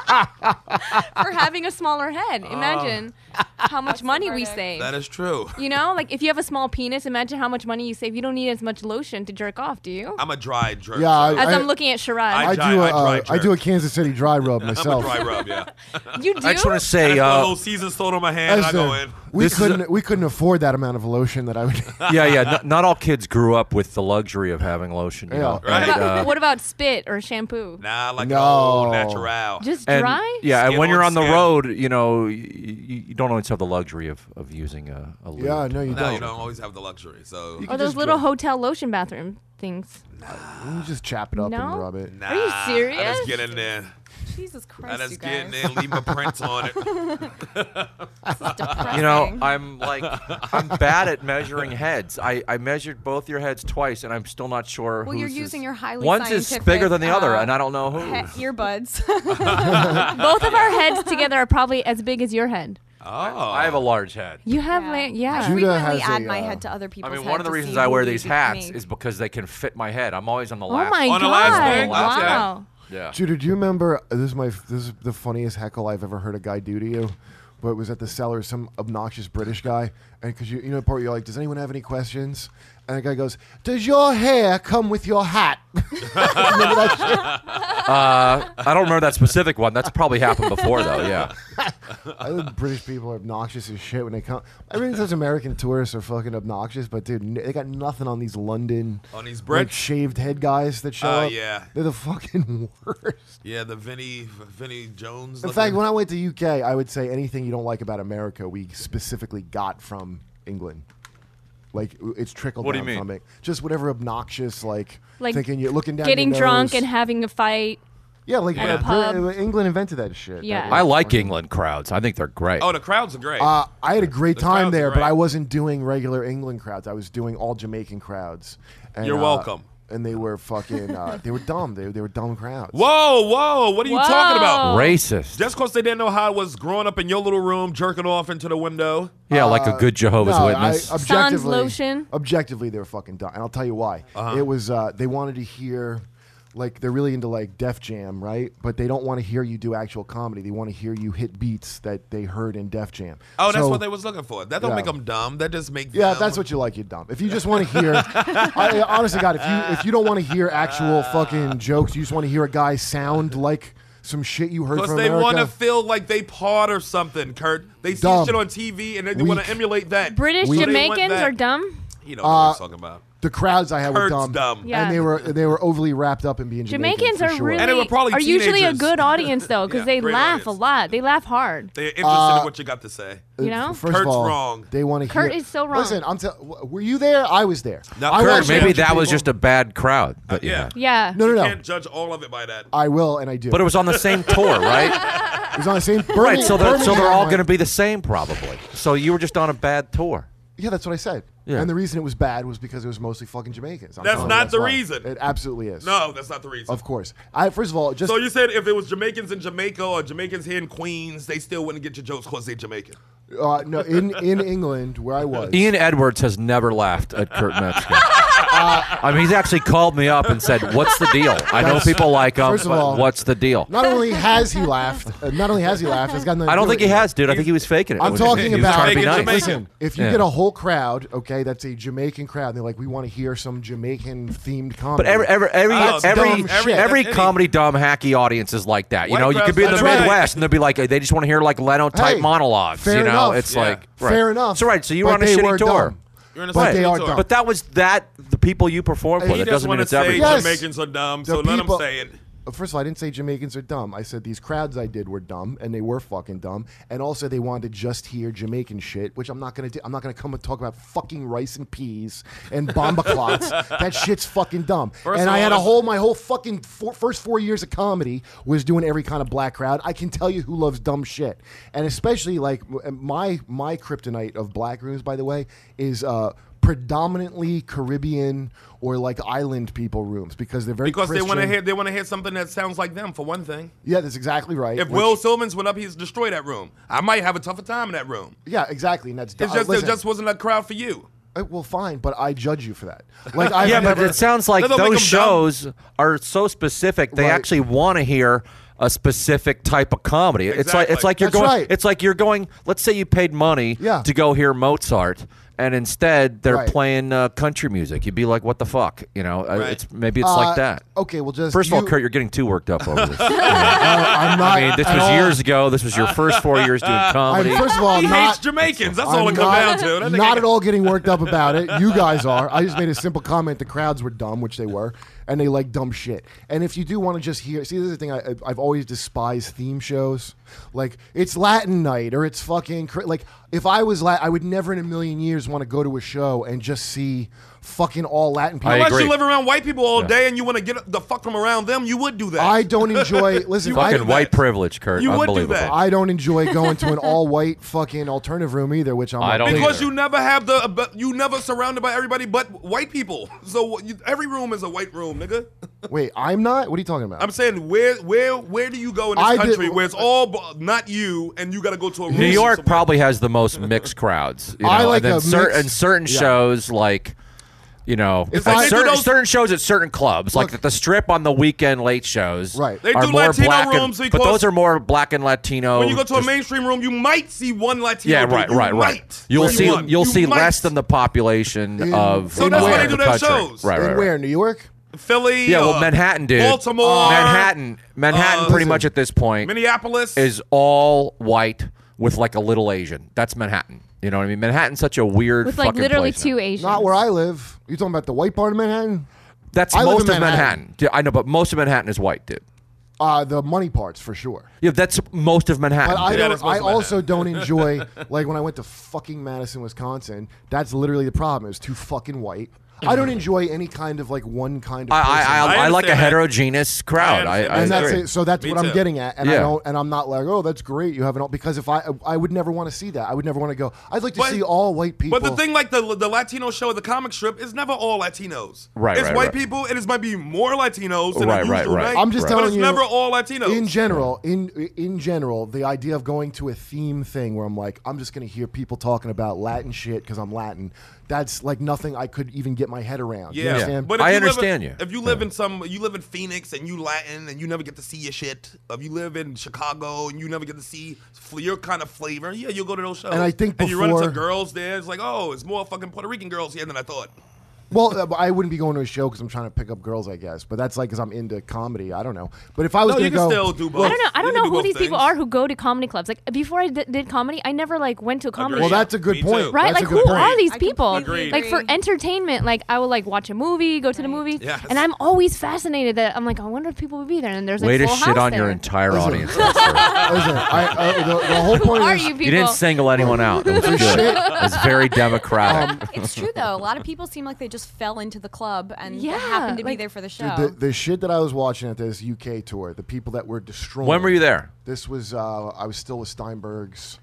for having a smaller head.
Oh.
Imagine how much money we
verdict.
save.
that is true.
You know, like if you have a small penis, imagine how much money you save. You don't need as much lotion to jerk off, do you?
I'm a dry jerk.
Yeah, I-
As I, am looking at Sherrod,
I
dry-
do a,
I dry
uh, I do a
jerk.
Kansas City dry rub
I'm a
myself.
dry rub. Yeah.
*laughs*
you do.
I just want to say,
That's the
uh,
whole season sold on my hand. and I go
Esther,
in.
we
This is
couldn't
a-
we couldn't afford that amount of lotion that I
*laughs*
would.
yeah, yeah. Not, not all kids grew up with the luxury of having lotion. You
Yeah.
know?
Right.
what,
And, uh,
about, what about spit or shampoo?
Nah, I like
No.
no. old natural.
Just
and
dry?
yeah, and
Skin
when
on
you're on the
skin.
road, you know, you, you don't always have the luxury of, of using a, a lube.
yeah, no, you
no,
don't.
you don't always have the luxury. So
You
Or
can
those
just
little
dry-
hotel lotion bathroom things.
You just chap it up
No?
and rub it.
nah,
Are you
I
serious?
just get in there.
Jesus
I
Christ, you
just get in
guys.
there, leave my prints on it.
*laughs*
You know, I'm like,
*laughs*
I'm bad at measuring heads. I, I measured both your heads twice, and I'm still not sure.
Well, you're
whose
using
is-
your highly
One's is
scientific,
bigger than the other,
uh,
and I don't know who.
Pet earbuds. *laughs*
Both of our heads together are probably as big as your head.
Oh,
I have a large head.
You have, yeah.
Yeah.
yeah.
Judah
frequently
has
add
a,
my
uh,
head to other
I
people's
mean,
head
one of the
to
reasons
see
I
who
wear
would
these
be
hats
me.
is because they can fit my head. I'm always on the
Oh
last.
my
On a last
god!
thing, last thing.
Wow.
Yeah.
Judah, do you remember? uh, This is my this is the funniest heckle I've ever heard a guy do to you. But it was at the cellar, some obnoxious British guy, and because you you know the part where you're like, does anyone have any questions? And the guy goes, does your hair come with your hat? *laughs* remember that shit?
Uh, I don't remember that specific one. That's probably happened before, though. Yeah.
I think British people are obnoxious as shit when they come. Everything says American tourists are fucking obnoxious, but dude, n- they got nothing on these London,
On these
like,
Brits?
shaved head guys that show
Oh,
up.
yeah.
they're the fucking *laughs* worst.
yeah, the Vinny, Vinny Jones.
In
looking-
fact, when I went to UK, I would say anything you don't like about America, we specifically got from England. Like w- it's trickled
What do
down
you mean?
from it. Just whatever obnoxious, like,
Like
thinking you're looking down, your
Getting drunk
nose.
and having a fight.
yeah, like
at a
Brit- uh,
pub.
England invented that shit. That
Yeah.
was
I like
fucking-
England crowds. I think they're great.
oh, the crowds are great.
Uh, I had a great
The
time
crowds are
there, but
great.
I wasn't doing regular England crowds. I was doing all Jamaican crowds. And,
You're
uh,
welcome.
And they were fucking. Uh, they were dumb. They, they were dumb crowds.
whoa, whoa, what are you
Whoa.
talking about?
Racist.
Just because they didn't know how it was growing up in your little room, jerking off into the window.
yeah, like a good Jehovah's
Uh, No,
Witness.
I, objectively,
lotion.
Uh-huh.
Objectively, they were fucking dumb, and I'll tell you why. It was uh, they wanted to hear like they're really into like Def Jam, right? But they don't want to hear you do actual comedy. They want to hear you hit beats that they heard in Def Jam.
Oh, that's
So-
what they was looking for. That don't
Yeah.
make them dumb. That just make
Yeah,
them-
that's what you like, you dumb. If you just want to hear, *laughs* I, honestly, God, if you if you don't want to hear actual fucking jokes, you just want to hear a guy sound like some shit you heard
Because
from
they want to
America.
feel like they part or something, Kurt. They see
Dumb.
shit on TV and then they want
Weak.
to emulate that.
British
So they want
Jamaicans
that.
are dumb.
You know what
Uh,
he's talking about.
the crowds I had were
Kurt's
dumb,
dumb.
Yeah.
and they were they were overly wrapped up in being Jamaican,
Jamaicans
for
are
sure.
really
And they were probably
are usually a
teenagers.
good audience though because
Yeah,
they
great
laugh
audience.
a lot. They laugh hard.
They're interested
uh,
in what you got to say.
You know,
First
Kurt's
of all,
wrong.
They want to.
Kurt
hear,
is so wrong.
Listen, I'm. Tell, w- were you there? I was there.
Now,
I
Kurt,
watched a
Maybe
bunch of
that was
people-
just a bad crowd. But
yeah.
yeah.
Yeah.
No, no, no.
Can't judge all of it by that.
I will, and I do.
But it was on
*laughs*
the same tour, right?
It was on
*laughs*
the same.
right.
Birmingham-
So they're, so they're
Birmingham
all
went-
going to be the same, probably. So you were just on a bad tour.
Yeah, that's what I said.
Yeah.
And the reason it was bad was because it was mostly fucking Jamaicans. I'm
That's
telling you,
not the
why.
reason.
It absolutely is.
No, that's not the reason.
Of course. I first of all just
So you said if it was Jamaicans in Jamaica or Jamaicans here in Queens, they still wouldn't get your jokes because they're Jamaican.
uh, no in in England where I was.
Ian Edwards has never laughed at Kurt
*laughs*
Metzger.
Uh,
I mean, he's actually called me up and said, "What's the deal? I know
That's-
people like him,
first of
but
all-
what's the deal?"
Not only has he laughed, uh, not only has he laughed, it's got nothing
I don't
to do
think he
with it.
has, dude. I think he was faking it.
I'm
He was-
talking
he was
about
trying to be
Jamaican,
nice.
Jamaican.
Listen, if you
Yeah.
get a whole crowd, okay, that's a Jamaican crowd, and they're like, we want to hear some Jamaican themed comedy.
But every every every
Oh, that's
every,
dumb
every,
shit.
That's
comedy dumb hacky audience is like that. You
White
know, you
crowds
could be in the
like that.
Midwest and they'll be like, they just want to hear like Leno type
Hey,
monologues.
fair
you know,
enough.
it's
Yeah.
like right.
Fair enough.
So right, so you were
But
on a
they
shitty
were
tour.
dumb.
You're in a
But
state
they are
tour.
dumb.
But that was that the people you performed for.
He
That
doesn't
doesn't mean
want to
it's
say
everything.
Yes.
Jamaicans are dumb,
The
so let
people-
him say it.
Uh, First of all, I didn't say Jamaicans are dumb. I said these crowds I did were dumb, and they were fucking dumb. And also, they wanted to just hear Jamaican shit, which I'm not gonna do. I'm not gonna come and talk about fucking rice and peas and bomba clots.
*laughs*
that shit's fucking dumb.
First
and
of
I
all,
had a
that's-
whole my whole fucking four, first four years of comedy was doing every kind of black crowd. I can tell you who loves dumb shit, and especially like w- my my kryptonite of black rooms, by the way, is. uh Predominantly Caribbean or like island people rooms because they're very
Because they want to
Christian.
hear they want to hear something that sounds like them for one thing.
Yeah, that's exactly right.
If
which-
Will Silvans went up, he's destroyed that room. I might have a tougher time in that room.
yeah, exactly, and that's
It's
uh,
just
listen,
it just wasn't a crowd for you.
uh, well, fine, but I judge you for that. Like, I've
yeah, but
never,
it sounds like
That'll make
those
'em dumb.
shows are so specific. They
Right.
actually want to hear a specific type of comedy. It's like it's
Exactly.
like you're
That's
going.
right.
It's like you're going. Let's say you paid money
Yeah.
to go hear Mozart, and instead they're
Right.
playing uh, country music. You'd be like, "What the fuck?" You know, uh,
Right.
it's maybe it's
Uh,
like that.
Okay, well, just
First of all,
you-
Kurt, you're getting too worked up
*laughs*
over this.
uh, I'm not.
I mean, this
at
was
all-
years ago. This was your first four years
*laughs*
doing
I'm,
comedy.
first of all,
he hates
not.
Jamaicans. That's all
I'm
it comes down
not,
to. That nigga-
not at all getting worked up about it. You
*laughs*
guys are. I just made a simple comment. The crowds were dumb, which they were, and they like dumb shit. And if you do want to just hear, see, this is the thing. I, I- I've always despised theme shows. Like it's Latin night or it's fucking cra- like if I was Latin, I would never in a million years want to go to a show and just see fucking all Latin people.
I
Unless
agree.
you live around white people all day and you want to get the fuck from around them, you would do that.
I don't
*laughs*
enjoy. listen, I,
Fucking white privilege, Kurt.
You would do
Unbelievable.
that.
I don't enjoy going
*laughs*
to an all-white fucking alternative room either, which I'm.
I
a
don't
big-
either.
because you never have the but you never surrounded by everybody but white people. So you, every room is a white room, nigga.
Wait, I'm not. What are you talking about?
I'm saying where where where do you go in this
I did-
country where it's all bu- not you and you got to go to a room?
New York
somewhere?
probably has the most mixed crowds. You know?
I like
and then
a
cer-
mixed-
and certain
yeah.
shows like. You know,
If
at
I-
certain,
They do those-
certain shows at certain clubs, like
Look.
the strip on the weekend late shows,
Right.
They
are
do
more
Latino
black. and-
rooms
but
because-
those are more black and Latino.
When you go to a
just-
mainstream room, you might see one Latino.
yeah,
dude.
right,
You
right, right.
might.
You'll
Right.
see,
One.
you'll
You
see
might.
less than the population
In-
of.
So that's why
of
they
the
do
those
country.
shows.
Right,
In
right, right.
where? New York?
Philly.
Yeah, well,
uh,
Manhattan, dude.
Baltimore,
Manhattan, Manhattan,
uh,
pretty
listen,
much at this point
Minneapolis
is all white with like a little Asian. That's Manhattan. You know what I mean? Manhattan's such a weird
With like
fucking
literally
place now.
two Asians.
Not where I live. You talking about the white part of Manhattan?
That's
I live
most
in
of
Manhattan.
Manhattan. Yeah, I know, but most of Manhattan is white, dude.
Uh, the money parts for sure.
Yeah, that's most of Manhattan.
But I,
dude.
Yeah,
don't,
that's most
I
of Manhattan.
also
*laughs*
don't enjoy like when I went to fucking Madison, Wisconsin. That's literally the problem. It was too fucking white. I don't enjoy any kind of like one kind of.
I,
person.
I,
I
I, I like a
understand that.
heterogeneous crowd.
I understand
I, I,
that.
and that's
agree.
it. So that's
Me
what I'm
too.
getting at, and I
Yeah.
don't, and I'm not like, oh, that's great. You haven't all because if I, I would never want to see that. I would never want to go. I'd like to
But-
see all white people.
But the thing, like the the Latino show at the comic strip, is never all Latinos.
Right,
It's
right,
white
right.
people, and it might be more Latinos than a
Right, right,
usual
right.
night.
I'm just
but
telling
it's
you,
never all Latinos.
in general, in in general, the idea of going to a theme thing where I'm like, I'm just gonna hear people talking about Latin shit because I'm Latin. that's like nothing I could even get my head around. You
Yeah,
understand?
but if
I
you live in-
understand you.
If you live in some, you live in Phoenix and you Latin and you never get to see your shit. If you live in Chicago and you never get to see fl- your kind of flavor, yeah, you'll go to those shows.
And I think
and you run into
before-
girls there. It's like, oh, it's more fucking Puerto Rican girls here than I thought.
Well, uh, I wouldn't be going to a show because I'm trying to pick up girls, I guess. But that's like because I'm into comedy. I don't know. But if I was
No, you
going
can
to go,
still do both.
I don't know. I
You can
don't know
do
who
both
these people
things.
are who go to comedy clubs. Like before I di- did comedy, I never like went to a comedy.
Agreed.
well,
club.
that's a good
Me
point.
too.
Right,
That's
like
a good
who
point.
are these
I
people?
completely
Like for
agree.
entertainment, like I would like watch a movie, go to the movie,
Yes.
and I'm always fascinated that I'm like, I wonder if people would be there. And there's like
Way to
full
shit
house
on
there.
your entire
Listen.
*laughs*
audience. Lester.
Listen, I, uh, the, the whole
Who
point
are
is
you people?
you didn't single anyone out. It was good.
shit. Um,
It was very democratic.
*laughs* it's true though. A lot of people seem like they just fell into the club and
Yeah,
happened to be
like-
there for the show.
Dude, the, the shit that I was watching at this UK tour, the people that were destroyed.
when were you there?
This was uh, I was still with Steinberg's.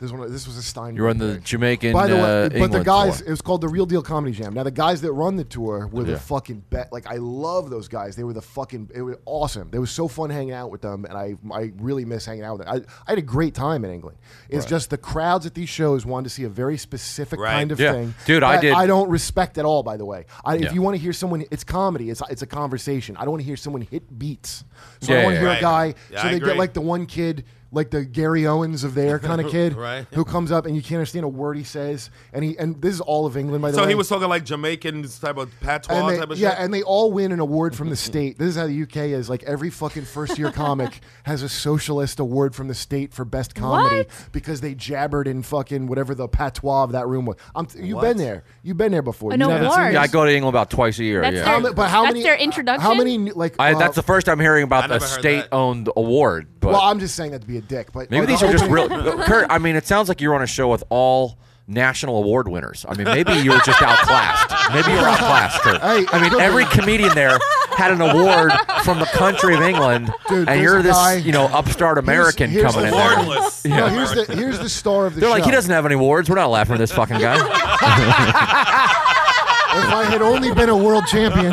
This one, this was a Steinberg.
You were on the
thing.
Jamaican.
By the way,
uh,
but the
England
guys,
tour.
it was called the Real Deal Comedy Jam. Now the guys that run the tour were
Yeah.
the fucking bet. Like I love those guys. They were the fucking. It was awesome. It was so fun hanging out with them, and I I really miss hanging out with them. I, I had a great time in England. It's just the crowds at these shows wanted to see a very specific
Right.
kind of
Yeah.
thing.
Dude, I
that
did-
I don't respect at all. By the way, I,
Yeah.
if you want to hear someone, it's comedy. It's it's a conversation. I don't want to hear someone hit beats. So
Yeah,
I want
yeah,
to hear
right.
a guy.
Yeah,
so
I
they
agree.
get like the one kid. Like the Gary Owens of their kind
*laughs*
of kid,
Right.
who comes up and you can't understand a word he says, and he and this is all of England by the
So
way.
he was talking like Jamaican type of patois
and they,
type of
yeah,
shit.
and they all win an award from the state. This is how the UK is. Like every fucking first year
*laughs*
comic has a socialist award from the state for best comedy
What?
because they jabbered in fucking whatever the patois of that room was. I'm you've been there. You've been there before.
An
You haven't seen
award.
this?
Yeah, I go to England about twice a year.
That's
yeah.
their-
How ma- but how
That's
many?
their
How
introduction?
many? Like
I,
uh,
that's the first I'm hearing
I
about a
never heard that.
state-owned award. But
Well, I'm just saying that to be a dick, but
Maybe
uh,
these
the
are just
opening-
real. Kurt, I mean, it sounds like you're on a show with all national award winners. I mean, maybe you were just outclassed. Maybe you were outclassed, Kurt.
Hey,
I mean,
look,
every comedian there had an award from the country of England,
Dude,
and
there's
you're
a
this,
guy-
you know, upstart American
here's
Oh,
coming in
the
there.
award
They're
*laughs*
Wordless.
No, here's
*laughs*
the here's the star of the show.
like, he doesn't have any awards. We're not laughing at this fucking guy.
If I had only been a world
*laughs*
champion.
You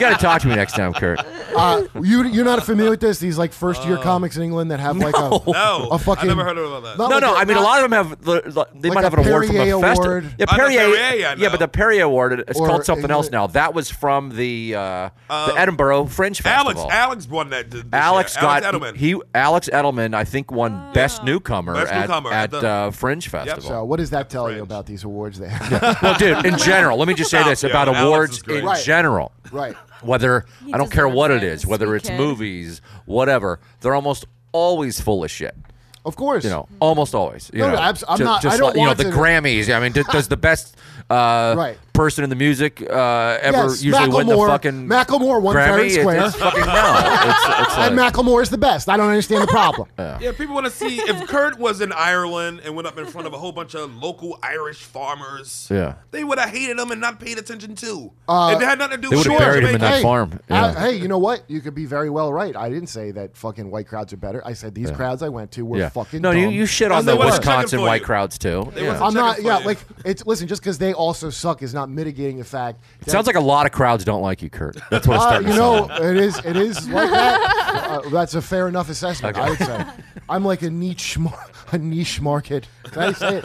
got to talk to me next time, Kurt.
Uh, you you're not familiar with this? These like first year comics in England that have like a
Oh. No.
a fucking.
I never heard about that.
Not
No,
like
no.
a-
I mean, a
not-
lot of them have. the- They
Like
might
a
have an award from
Perrier
a festival.
award.
Yeah,
Oh, the
Perrier.
Perrier, I
yeah,
know.
but the Perrier award it's
Or
called something
England-
else now. That was from the uh, the Edinburgh Fringe
Um, Alex,
Festival.
Alex won that. th- this
Alex
year.
got
Alex Edelman. Ah.
he Alex Edelman I think won best newcomer
Best
at,
newcomer
at
at the-
uh, Fringe Festival.
So what does that tell you
Fringe.
about these awards? There,
*laughs*
*laughs*
well, dude, in general, let me just say this
Yeah,
about
Alex
awards
is great.
in
Right.
general.
right?
Whether I don't care
deserves
what it
it.
is, whether
Sweet
it's
kid.
movies, whatever, they're almost always full of shit.
Of course,
You know, almost always. You
Mm-hmm. No, no,
know,
abs- I'm
Ju-
not-
Just
I don't
like, you know
want
the
to-
Grammys. I mean, d- does
*laughs*
the best uh,
Right.
person in the music uh, ever
Yes,
usually win the
Macklemore-
fucking
Macklemore won fair and
Grammy? It's-
square.
It's, fucking no. It's, it's
*laughs* and
like-
Macklemore is the best. I don't understand the
*laughs*
problem.
Yeah, people want to see if Kurt was in Ireland and went up in front of a whole bunch of local Irish farmers.
Yeah.
they would have hated him and not paid attention to. it had nothing to do.
They
with Sure,
would've buried him in
Jamaica.
that farm,
uh,
yeah.
hey, you know what? You could be very well right. I didn't say that fucking white crowds are better. I said these crowds I went to were
yeah.
fucking.
no, you,
dumb.
you shit on
And they
the
wasn't
Wisconsin
checking for
white
you.
crowds too.
They
Yeah.
wasn't-
I'm not.
Checking for
Yeah,
you.
like it's listen. Just because they also suck is not mitigating the fact.
It
that-
sounds like a lot of crowds don't like you, Kurt. That's what it's
Uh,
starting
you
to
know,
sound like.
it is. It is like
*laughs*
that. Uh, that's a fair enough assessment.
Okay.
I would say. I'm like a niche, mar- a niche market. Can I
*laughs*
say it?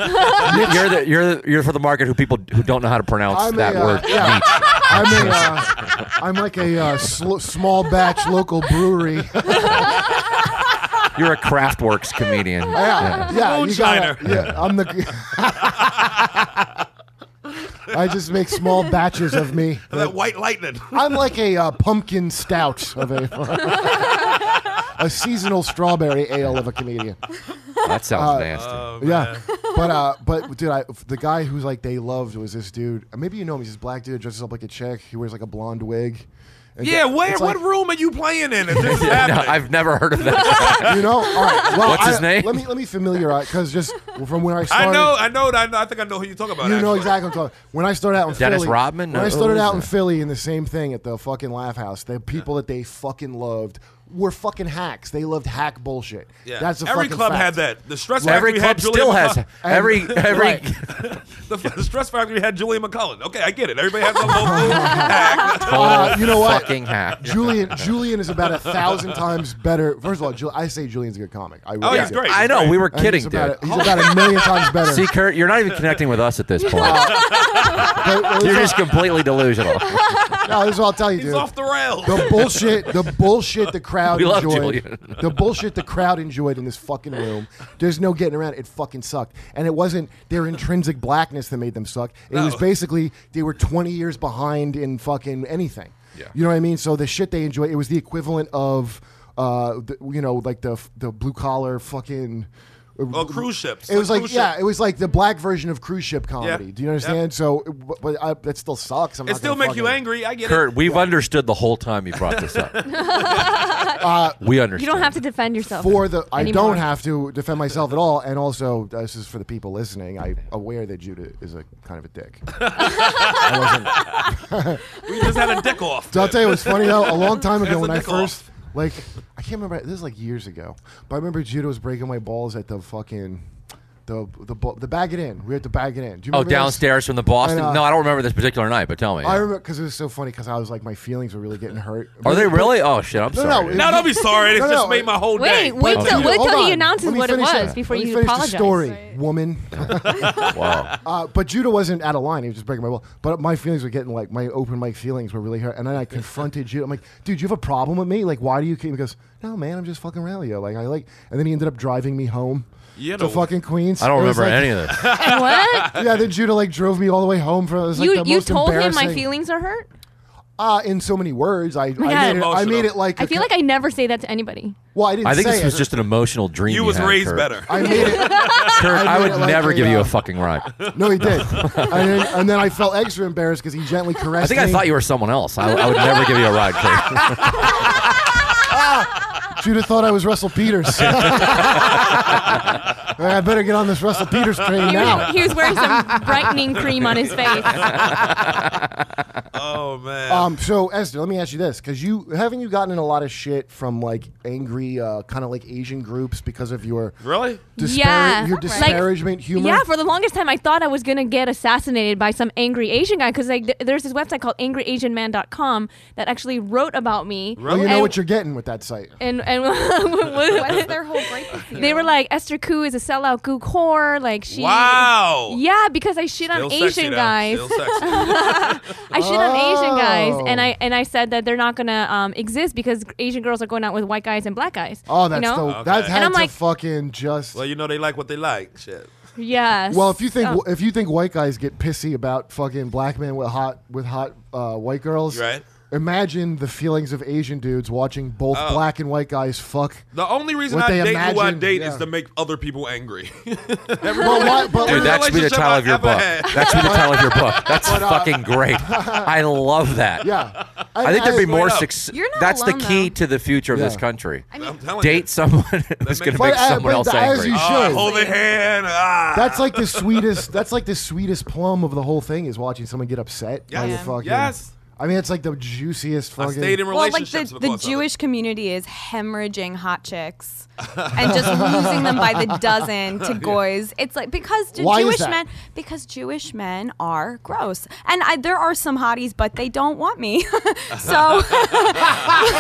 You're the you're the, you're for the market who people who don't know how to pronounce
I'm
that
a, uh,
word.
yeah.
*laughs*
I'm a. Uh, I'm like a uh, sl- small batch local brewery.
*laughs*
yeah,
You're a Kraftwerks comedian.
*laughs* yeah. you gotta-
Moonshiner.
yeah, I'm the. *laughs* I just make small batches of me.
And that white
*laughs*
lightning.
I'm like a uh, pumpkin stout of a. *laughs* A seasonal strawberry ale of a comedian.
That sounds
Uh,
nasty. *laughs*
Yeah, but uh, but dude, I the guy who's like they loved was this dude. Maybe you know him. He's this black dude dresses up like a chick. He wears like a blonde wig. And
yeah, where?
it's
what
like-
room are you playing
*laughs*
in? If this is
No,
happening,
I've never heard of that.
You know, all right. Well,
*laughs* What's
I-
his name?
Let me let me familiarize because just from when I started,
I know, I know, I know. I think I know who you're talking about.
You know
actually.
exactly what I'm talking When I started out in
Dennis
Philly,
Rodman?
When I
No,
started
who
out
is
in
that?
Philly in the same thing at the fucking Laugh House, the people that they fucking loved were fucking hacks. They loved hack bullshit.
Yeah.
That's a
every
fucking
club
fact.
had that. The stress
Every
factory
club
had Julia
still
McCullough.
has *laughs* every every.
Right.
*laughs*
*laughs*
*laughs* The, the stress factory had Julian McCullen. Okay, I get it. Everybody
*laughs*
has a local hack.
Uh, you know what?
Fucking hack.
Julian Julian is about a thousand times better. First of all, Jul- I say Julian's a good comic. I really
Oh, he's
do.
great.
I know. We were
I think
kidding,
he's
dude.
about, a, he's about a million times better.
*laughs* See, Kurt, you're not even connecting with us
*laughs*
at this point.
But
You're
this,
just
*laughs*
completely delusional.
no, this is what I'll tell you,
He's
dude.
off the rails.
the bullshit, the bullshit the crowd
We love
enjoyed.
Julian.
The bullshit the crowd enjoyed in this fucking room. There's no getting around. it. It fucking sucked. And it wasn't their intrinsic blackness that made them suck. It was basically they were 20 years behind in fucking anything.
Yeah.
You know what I mean? So the shit they enjoyed, it was the equivalent of, uh, the, you know, like the the blue collar fucking. uh,
Oh, cruise ships.
It was like,
cruise
yeah,
ship.
it was like the black version of cruise ship comedy.
Yeah.
Do you understand? So, but, but I, that still sucks. I'm
It
not
still
gonna
make you
fucking-
angry. I get it.
Kurt, we've understood the whole time you brought
*laughs*
this up.
Uh,
we understand.
You don't have to defend
*laughs*
yourself.
for the I
anymore.
don't have to defend myself at all, and also this is for the people listening. I'm aware that Judah is a kind of a
*laughs*
dick. I wasn't-
We just had a dick off.
So I'll tell you what's funny though. A long time
That's
ago,
a
when I
dick
first like, I can't remember. This is like years ago, but I remember Judah was breaking my balls at the fucking the the bu- the bag it in. We had to bag it in. Do you
Oh,
remember this?
downstairs from the Boston.
And, uh,
no, I don't remember this particular night, but tell me.
I remember because it was so funny because I was like my feelings were really getting hurt.
Are they really? Oh shit, I'm
No,
sorry.
no,
dude.
Now don't be sorry. It
No,
just
no,
made my whole day.
Wait, wait
But
till,
you-
wait
Hold
till he
on.
announces
Let me
what it
finish
was before
Let me
you
finish
apologize.
The story, woman.
*laughs* wow.
Uh, but Judah wasn't out of line. He was just breaking my wall. But my feelings were getting like my open mic feelings were really hurt. And then I confronted Judah. I'm like, dude, you have a problem with me? Like, why do you keep? He goes, no, man, I'm just fucking around with you. Like, I like. And then he ended up driving me home
You
to
know.
fucking Queens.
I don't
It was
remember
like-
any of this. *laughs*
*laughs*
what?
Yeah, then Judah like drove me all the way home from. It was, like,
you
the
you
most
told him my
embarrassing-
feelings are hurt.
Uh, in so many words, I, I
God.
made it. I made
Emotional.
it like
I
a
feel
co-
like I never say that to
*laughs*
anybody.
Well, I didn't.
I think
say
this was
it.
just an emotional dream.
You was
had,
raised
Kurt.
better.
I made
*laughs*
it.
Kurt,
I
I,
made
would
it like
never
a,
give you
uh,
a fucking ride.
No, he did. and, then, and then I felt extra embarrassed because he gently
I
caressed
think I
me.
thought you were someone else. I, I would never give you a ride, Kurt.
Judah thought I was Russell Peters. *laughs* I better get on this Russell Peters train
He
now.
was, he was wearing
*laughs*
some brightening cream on his face.
Oh man.
Um, so Esther, let me ask you this: because you haven't you gotten in a lot of shit from like angry, uh, kind of like Asian groups because of your
really?
dispar-
yeah,
your
Like,
disparagement humor.
Yeah, for the longest time, I thought I was gonna get assassinated by some angry Asian guy because like th- there's this website called AngryAsianMan.com that actually wrote about me.
well, you know
and,
what you're getting with that site.
and *laughs* and
What's their whole break with you?
they were like Esther Koo is a sellout gook whore. Like she.
Wow.
Yeah, because I shit
Still
on
sexy,
Asian
though.
guys.
Still
*laughs*
sexy.
I shit on Asian guys, and
Oh.
I and I said that they're not gonna um, exist because Asian girls are going out with white guys and black guys.
Oh, that's
you know?
the that
Okay.
had
And I'm
to
like-
fucking just.
well, you know they like what they like. Shit.
yes.
Well, if you think
Um,
if you think white guys get pissy about fucking black men with hot with hot uh, white girls,
Right.
Imagine the feelings of Asian dudes watching both
Oh.
black and white guys fuck.
The only reason
What
I
they
date who I
imagine,
date
yeah.
is to make other people angry. *laughs*
But why- but
Dude,
the
that should be the
relationship
title of your
I've
book.
ever had.
That should be the title of your book. That's fucking great. I love that.
Yeah.
*laughs* I think there'd be more
up.
success.
You're not
That's
alone,
the key
though.
to the future of this
Yeah.
country.
I
I'm
mean,
telling
Date someone *laughs* who's going
makes-
to make
But, uh,
someone
but
else
as
angry. Oh.
you
you.
should.
Ah, hold their hand. Ah.
That's like the sweetest. That's like the sweetest plum of the whole thing is watching someone get upset. by
Yes.
the fucking-
Yes.
I mean, it's like the juiciest
I
fucking.
stayed in
well, like
relationships
the, the
because of it.
Jewish community is hemorrhaging hot chicks and
*laughs*
just losing them by the dozen to goys. It's like because the
Why is
Jewish
that?
men because Jewish men are gross, and I, there are some hotties, but they don't want me. *laughs*
*laughs*
so
And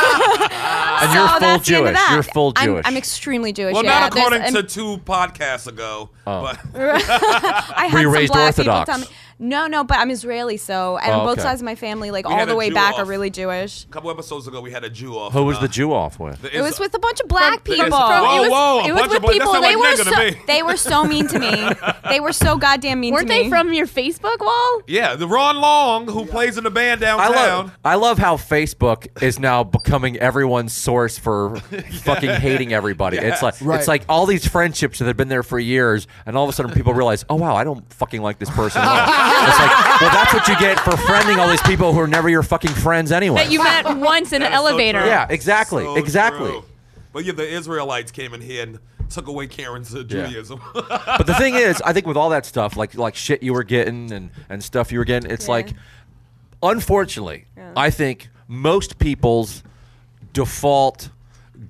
you're
so
full
Oh, that's the end of
Jewish.
that.
You're full
I'm-
Jewish.
I'm, extremely Jewish.
Well,
yeah.
not
There's-
according
I'm-
to two podcasts ago,
Oh.
but
I had
you
some
raised
black people
Orthodox?
tell me- No, no, but I'm Israeli, so and
Oh,
both
okay.
sides of my family, like
We
all
had
the
a
way
Jew
back,
off.
are really Jewish.
a couple episodes ago we had a Jew off.
Who was
uh,
the Jew off with?
the
It was
Isra-
with a bunch of black
from-
people.
Whoa,
it was,
whoa,
it
a
was
bunch
with
of boys-
people.
that's not
They
what
were
nigga to me.
so,
*laughs* They were so mean to me. They were so goddamn mean
weren't
to me.
they from your Facebook wall?
Yeah, the Ron Long who plays in the band
I
downtown.
love, I love how Facebook is now becoming everyone's source for fucking hating everybody. It's like
Right.
it's like all these friendships that have been there for years, and all of a sudden people realize, oh wow, I don't fucking like this person. at all." it's like, well, that's what you get for friending all these people who are never your fucking friends anyway.
That you
*laughs*
met once in an
That's so
elevator.
true.
yeah, exactly,
So
exactly.
true. But yeah, the Israelites came in here and took away Karen's uh,
Yeah.
Judaism.
But the thing is, I think with all that stuff, like like shit you were getting and and stuff you were getting, it's
Yeah.
like, unfortunately, I think most people's default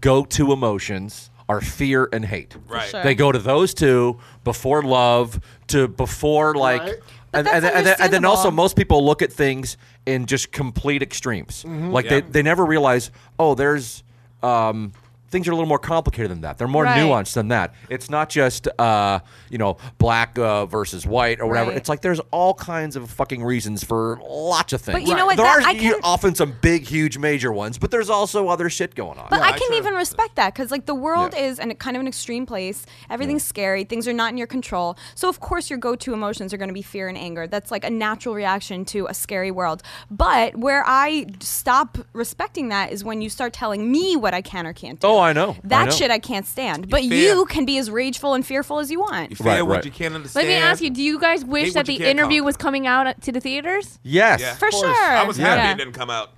go-to emotions are fear and hate.
Right.
Sure.
They go to those two before love to before like.
Right.
And,
But
and,
that's
and, and then also,
understandable.
most people look at things in just complete extremes. Like they, they never realize, oh, there's um, things are a little more complicated than that. They're more
Right.
nuanced than that. It's not just uh, you know black uh, versus white or whatever.
Right.
It's like there's all kinds of fucking reasons for lots of things.
you know Right. what?
There
That-
are
I
e
can-
often some big, huge, major ones, but there's also other shit going on.
But I
I
can
try-
even respect that because, like, the world
Yeah.
is an, kind of an extreme place. Everything's scary. Things are not in your control. So, of course, your go to emotions are going to be fear and anger. That's like a natural reaction to a scary world. But where I stop respecting that is when you start telling me what I can or can't do.
Oh, I know. I
That
know.
shit I can't stand. But
fear-
you can be as rageful and fearful as you want.
You fear
Right,
what
right.
you can't understand.
Let me ask you: Do you guys
Hate
wish
what
that
you
the
can't
interview
conquer.
was coming out at- to the theaters?
yes.
Yeah.
For sure.
I was happy
Yeah.
it didn't come out.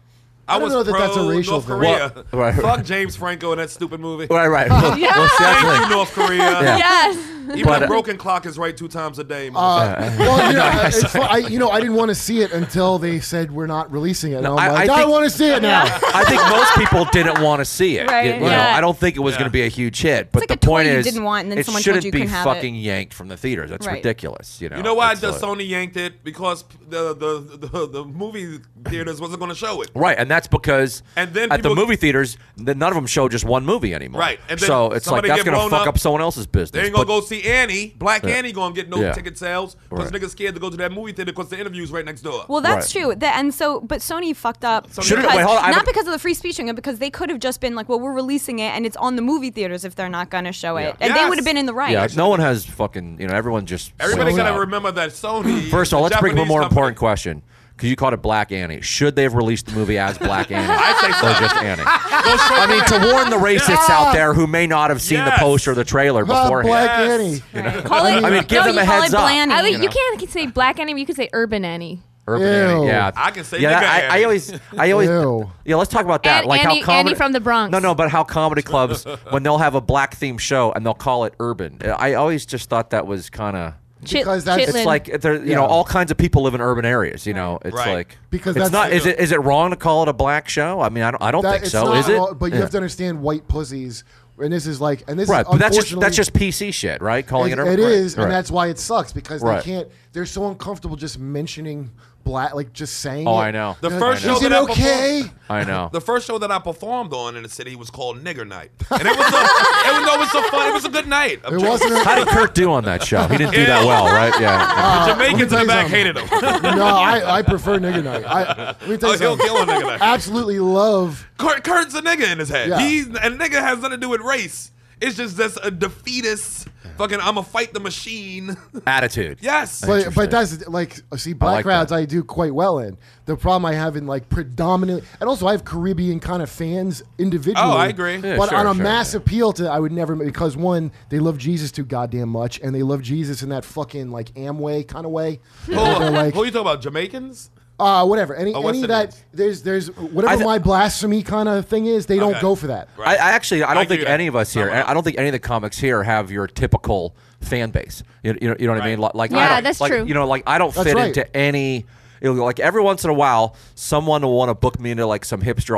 I,
don't
was
know that
pro
that's a racial
North
thing.
Korea.
Well, right.
Fuck James Franco in that stupid movie.
Right, right.
Oh,
Well,
Yeah.
well, see, that's the
Thank
thing.
you, North Korea.
Yes.
Even
But,
a
uh,
broken clock is right two times a day.
Uh, well, you know, it's
*laughs*
fu- I, you know, I didn't want to see it until they said we're not releasing it. And
No,
I'm
I-
like,
I
I,
think-
want to see it now.
I think most people didn't want to see it.
Right,
You know,
yeah.
I don't think it was going to be a huge hit. But
like a
the
toy
point
you
is,
didn't want and then
it
someone told
shouldn't
you
be
couldn't have it.
fucking yanked from the theaters. That's
Right.
ridiculous. You know.
you know why
It's
the
like-
Sony yanked it? Because the the the, the movie theaters wasn't going to show it.
Right, and that's because
And then
at the
people-
movie theaters, th- none of them show just one movie anymore.
Right, and then
so it's like
somebody
that's
get
going to
blown
fuck up,
up.
someone else's business.
They ain't gonna
But-
go see Annie. Black Annie gonna get no
Yeah.
ticket sales because
Right.
niggas scared to go to that movie theater because the interview's right next door.
Well, that's
Right.
true. That, and so, but Sony fucked up.
Should've-
because-
wait, hold on, I have
not
a-
because of the free speech thing, but because they could have just been like, well, we're releasing it and it's on the movie theaters if they're not going to show it. And
Yes.
they would have been in the right.
yeah, no one has fucking. You know, everyone just.
Everybody
flakes
gotta
out.
remember that Sony.
*clears throat* First of all,
is a
let's bring up a
Japanese
more
company.
important question. Because you called it Black Annie. Should they have released the movie as Black
*laughs*
Annie? Or just Annie? I mean, to warn the racists out there who may not have seen
Yes.
the poster or the trailer
Uh,
beforehand.
Black
Yes.
Annie.
Call it-
I mean, give
no,
them
you
a
call
heads
it
up.
Blanny.
I
You
mean, you,
know.
can't say black Annie, but you can say urban Annie.
Urban
Ew.
Annie, yeah.
I can say
yeah,
nigga
that- I, I
Annie.
always, I always,
Ew.
yeah. Let's talk about that.
And
like
Annie-
how comedy
Annie from the Bronx.
No, no, but
*laughs*
how comedy clubs when they'll have a black themed show and they'll call it urban. I always just thought that was kind of.
Chit-
Because that's-
chitlin.
It's like there, you know,
Yeah.
all kinds of people live in urban areas. You know, it's
Right.
like
Because
it's
that's-
not. Is it is it wrong to call it a black show? I mean, I don't. I don't
That-
think
it's
so.
not
Is it?
all- But you
Yeah.
have to understand white pussies, and this is like, and this
Right,
is
but that's just that's
unfortunately-
just PC shit, right? Calling it,
It-
urban.
it
right.
is,
Right.
and that's why it sucks because
Right.
they can't. They're so uncomfortable just mentioning black, like just saying.
Oh,
it.
I know.
The
They're
first
like,
show
is it
that I
okay?
performed-
I know.
The first show that I performed on in the city was called Nigger Night, and it was a, it was, it was a fun, it was a good night.
It wasn't. A,
How did Kirk do on that show? He didn't do that
*laughs* Yeah.
well, right? Yeah.
The Jamaicans in
tell
the
you
back
something.
hated
*laughs*
him.
no, I, I prefer nigger night. I, let me tell you
Oh, He'll
something.
kill a nigga. Night.
Absolutely love.
Kurt, Kurt's a nigga in his head.
Yeah.
He's a nigga has nothing to do with race. It's just that's a defeatist. Fucking, I'ma fight the machine. *laughs*
Uh,
Attitude.
yes.
But, but that's like uh, see black
like
crowds
that.
I do quite well in. The problem I have in like predominantly, and also I have Caribbean kind of fans individually.
Oh, I agree. Yeah,
but
sure,
on a
sure,
mass
yeah.
appeal to I would never because one they love Jesus too goddamn much, and they love Jesus in that fucking like Amway kind of way.
*laughs* Who,
They're *laughs* like,
who you talking about? Jamaicans?
uh, whatever. Any,
Oh,
any
Western
of that
Indians.
there's there's whatever
I th-
my blasphemy kind of thing is, they don't
Okay.
go for that.
Right.
I, I actually, I
I
don't
can
think
do that.
any of us here,
Sum it up.
I don't think any of the comics here have your typical fan base. You, you know, you know what I mean? Like, like, I
Yeah,
don't-
that's
like,
true.
You know, like I don't
That's
fit
right.
into any. you know, like every once in a while, someone will want to book me into like some hipster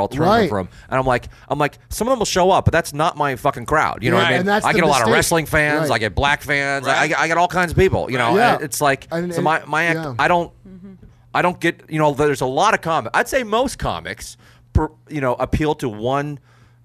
Right.
alternative room, and I'm like, I'm like, some of them will show up, but that's not my fucking crowd. You know what
Right.
I mean?
And that's
I
the
get a lot of
mistake.
wrestling fans,
Right.
I get black fans, I-
Right.
I, I get all kinds of people. You know,
Yeah.
And it's like
And-
so my
and-
my act,
yeah.
I don't.
Mm-hmm.
I don't get you know. There's a lot of comics. I'd say most comics, per, you know, appeal to one,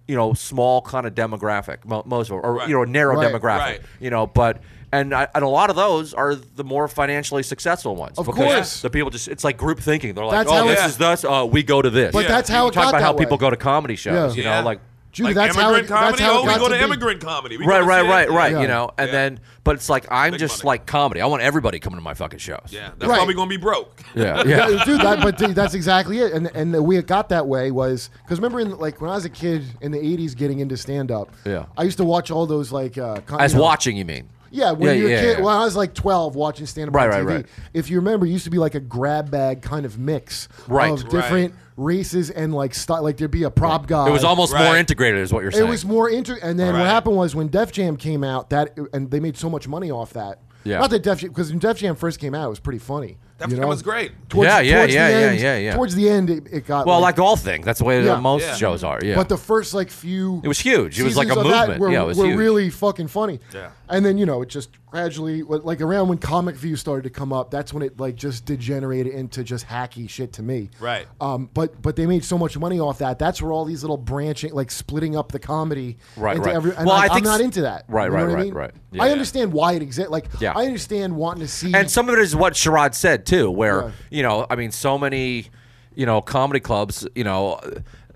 you know, small kind of demographic. Mo- most of 'em, or
Right.
you know, narrow
Right.
demographic.
Right.
You know, but and I, and a lot of those are the more financially successful ones.
Of
because
course.
the people just it's like group thinking. They're like,
That's
oh,
how
this
it-
is thus. Uh, we go to this.
But
Yeah.
that's how
You
it
talk
got
about
that
how
way.
people go to comedy shows.
Yeah.
You know, like.
Judy,
Like
that's how it,
immigrant comedy.
that's how it
oh,
got
we go to,
be.
immigrant comedy. We go
Right,
to
right,
shit.
right, right.
Yeah.
You know, and
Yeah.
then, but it's like I'm
Big
just
money.
like comedy. I want everybody coming to my fucking shows.
Yeah, that's why
Right.
we're gonna be broke. *laughs*
yeah, *laughs* yeah.
Yeah, dude, that, but dude, that's exactly it. And and the way it got that way was because remember, in, like when I was a kid in the '80s, getting into stand up.
Yeah.
I used to watch all those like uh, con-
As
you know-
watching, you mean?
Yeah, when you were a kid,
yeah.
when I was like 12, watching stand up
Right,
on
right,
TV.
right.
If you remember, it used to be like a grab bag kind of mix
Right.
of
Right.
different races and like stu- like there'd be a prop guy.
It was almost more
Right.
integrated, is what you're saying.
It was more inter. And then
Right.
what happened was when Def Jam came out, that and they made so much money off that.
Yeah.
Not that Def Jam, because when Def Jam first came out, it was pretty funny.
That
you know?
was great.
Towards,
Yeah, yeah,
towards
yeah,
the
yeah,
end,
yeah, yeah.
Towards the end, it, it got
Well, like all things, that's the way
Yeah.
that most
Yeah.
shows are. Yeah.
But the first like few,
It was huge. It was like a
seasons of that
movement.
Were,
Yeah, it was
were
huge.
really fucking funny.
Yeah.
And then you know it just gradually, like around when Comic View started to come up, that's when it like just degenerated into just hacky shit to me.
Right.
Um. But but they made so much money off that. That's where all these little branching, like splitting up the comedy.
Right,
into
right.
Every, and
Well,
like,
I think
I'm not
s-
into that.
Right,
You know
right,
what I
right,
mean?
right.
I
Yeah.
understand why it exists. Like,
Yeah.
I understand wanting to see.
and some of it is what Sherrod said too, where
Yeah.
you know, I mean, so many, you know, comedy clubs, you know,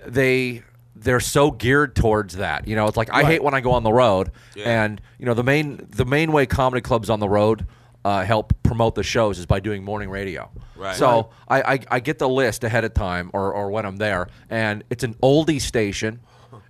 they they're so geared towards that. You know, it's like I hate when I go on the road, and you know, the main the main way comedy clubs on the road. Uh, help promote the shows is by doing morning radio.
Right.
So I, I, I get the list ahead of time or, or when I'm there, and it's an oldie station,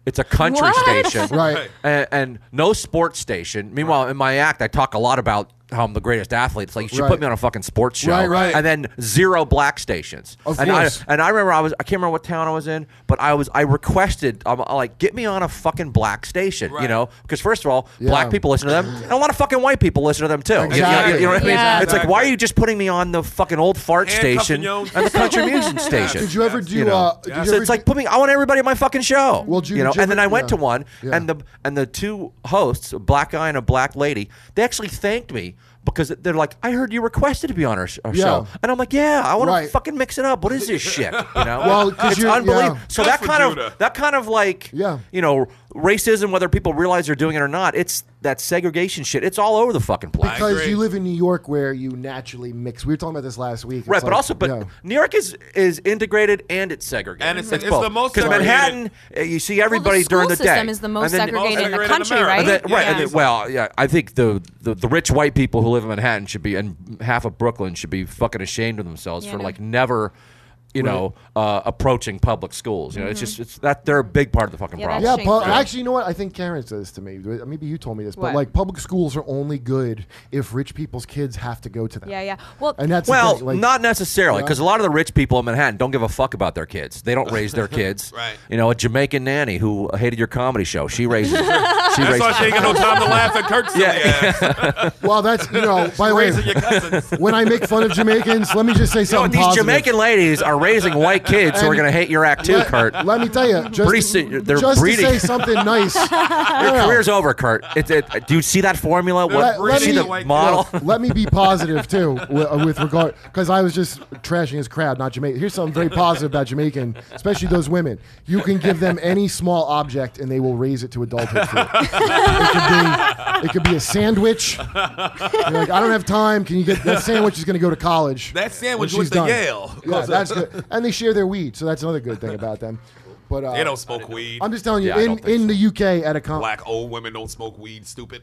it's a country
What?
station,
*laughs* Right.
and, and no sports station. Meanwhile, in my act, I talk a lot about how I'm the greatest athlete. It's like you should
Right.
put me on a fucking sports show,
Right, right.
And then zero black stations.
Of
and
course.
I and I remember I was I can't remember what town I was in, but I was I requested I'm like get me on a fucking black station, you
Right.
know? Because first of all,
Yeah.
black people listen to them, and a lot of fucking white people listen to them too. You- you- You,
Exactly.
know what I mean?
Yeah.
It's like why are you just putting me on the fucking old fart
Handcuffing
station
your own-
and the country music station?
Did you ever do?
you know.
uh, did you
so
ever
it's like put me. I want everybody on my fucking show.
Well, did you-
you know.
did you
and then
ever-
I went
yeah.
to one,
Yeah.
and the and the two hosts, a black guy and a black lady, they actually thanked me because they're like, "I heard you requested to be on our, sh- our
Yeah.
show," and I'm like, "Yeah, I want
Right.
to fucking mix it up. What is this shit? You
*laughs*
know?
Well, 'cause
it's
you're-
unbelievable.
yeah.
So
Good
that
for
kind
Judah.
of that kind of like
Yeah.
you know racism, whether people realize they're doing it or not, it's that segregation shit. It's all over the fucking place.
because
agree.
you live in New York where you naturally mix. We were talking about this last week. It's
Right, but
like,
also, but
yeah.
New York is is integrated and it's segregated,
And it's- it's
both.
the most
'Cause
segregated-
Manhattan, uh, you see
Well,
everybody
the school
during the
system
day.
is the most
And then-
segregated in the
Segregated in
country,
America.
right?
and then-
Yeah.
right, and
Yeah.
then- well, yeah, I think the, the the rich white people who live in Manhattan should be, and half of Brooklyn should be fucking ashamed of themselves
Yeah, I
for
know.
like never, you know, uh, approaching public schools. You know,
Mm-hmm.
it's just it's that they're a big part of the fucking
Yeah,
problem.
Yeah,
Shame
pu-
for it.
actually, you know what? I think Karen said this to me. Maybe you told me this, but
What?
like public schools are only good if rich people's kids have to go to them.
Yeah, yeah. Well,
And that's the
Well,
thing, like,
not necessarily, because a lot of the rich people in Manhattan don't give a fuck about their kids. They don't raise
*laughs*
their kids.
Right.
You know, a Jamaican nanny who hated your comedy show, she raises. she raises.
That's why she ain't got no time to laugh at Kirk's silly ass.
*laughs* Well, that's you
*laughs*
know. by the way,
Raising your cousins.
when I make fun of Jamaicans, let me just
*laughs*
say
You know,
something
these
positive.
Jamaican ladies are raising white kids who are
And-
going to hate your act too, Kurt.
Let me tell you, just,
Pretty soon, they're
just to
breeding.
say something
*laughs*
nice. I
Your
don't know.
career's over, Kurt. It, it, do you see that formula?
Let-
What,
let
see
me-
the
White
model?
Let me be positive too with, with regard because I was just trashing his crowd, not Jamaican. Here's something very positive about Jamaican, especially those women. You can give them any small object and they will raise it to adulthood. For you. it, could be, it could be a sandwich. You're like, I don't have time. Can you get that sandwich? Is going to go to college.
That sandwich
when
with
she's
the
done.
Yale.
Yeah, that's good. And they share their weed, so that's another good thing about them. But uh,
They don't smoke weed.
I'm just telling you,
Yeah, I
in,
don't
in
think so.
the UK at a con-
Black old women don't smoke weed, stupid.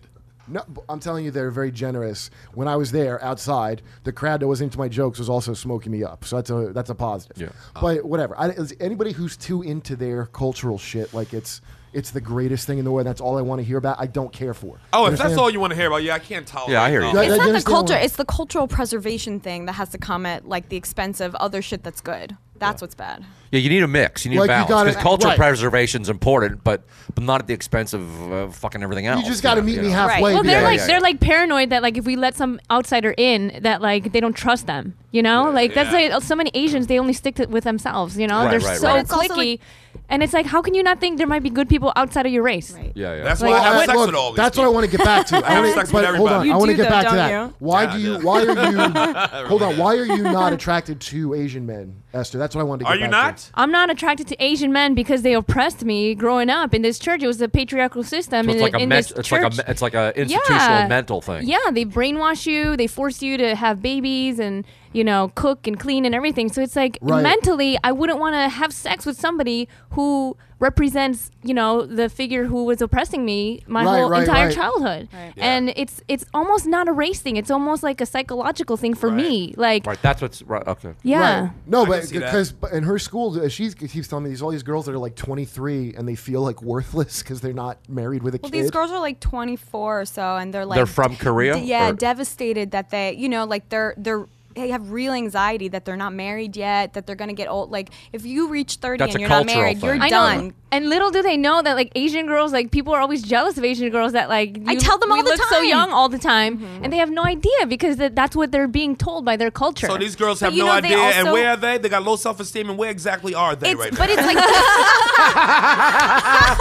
no, b- I'm telling you, they're very generous. When I was there outside, the crowd that was into my jokes was also smoking me up. So that's a that's a positive.
Yeah.
But whatever. I, is anybody who's too into their cultural shit, like it's it's the greatest thing in the world. That's all I want to hear about. I don't care for.
Oh,
You
if that's
understand?
all you want to hear about, yeah, I can't tolerate.
Yeah, I hear
no.
you.
Yeah,
it's
yeah, you
not the
understand
culture;
why-
it's the cultural preservation thing that has to come at like the expense of other shit that's good. That's what's bad.
*laughs* Yeah, you need a mix. You need
Like, you
balance
gotta-
because cultural
right.
preservation's important, but but not at the expense of uh, fucking everything else.
You just got to
know,
meet
you
me
know.
halfway.
Well, they're
because-
yeah,
like
yeah,
they're
yeah.
like paranoid that like if we let some outsider in, that like they don't trust them. You know, like that's
Yeah.
like so many Asians they only stick to, with themselves. You know,
Right,
they're
right,
so
right.
It's also,
clicky, and it's like how can you not think there might be good people outside of your race?
Right.
Yeah, yeah.
That's
Well,
why I have
I-
sex
look,
with all these.
that's what I want to get
*laughs*
back to. I
have
wanna-
sex with
but hold
everybody.
on,
You
I want to
do,
get
though,
back to
don't
that.
you?
Why
Yeah, I
do you?
do.
Why
*laughs*
are you? hold on. Why are you not attracted to Asian men, Esther? That's what I wanted to. Get
Are you
back
not?
To.
I'm not attracted to Asian men because they oppressed me growing up in this church. It was a patriarchal system
So
in,
it's like
the-
a
in
men-
this
it's
church.
like a me- it's like a institutional mental thing.
Yeah, they brainwash you. They force you to have babies and you know cook and clean and everything. So it's like
Right.
mentally, I wouldn't want to have sex with somebody who represents you know the figure who was oppressing me my
Right,
whole
right,
entire
right.
childhood.
Right.
And it's it's almost not a race thing. It's almost like a psychological thing for me. Like
Right. That's what's right. Okay.
yeah.
Right. No,
I
but
can see that.
because but in her school, uh, she keeps telling me these all these girls that are like 23 and they feel like worthless because they're not married with a
Well,
kid.
these girls are like 24 or so, and they're like
They're from Korea,
d- yeah,
or-
devastated that they, you know, like they're they're they have real anxiety that they're not married yet, that they're gonna get old. Like if you reach thirty
That's a
and you're not
cultural
married,
thing.
you're
I
done.
And little do they know that like Asian girls, like people are always jealous of Asian girls that like
I tell them all
we
the
look so
time. Mm-hmm.
young all the time, and they have no idea because that, that's what they're being told by their culture.
So these girls
But
have
you
no
know, they
idea, and
also-
where are they? They got low self esteem, and where exactly are they
It's,
right
but
now?
it's
*laughs*
like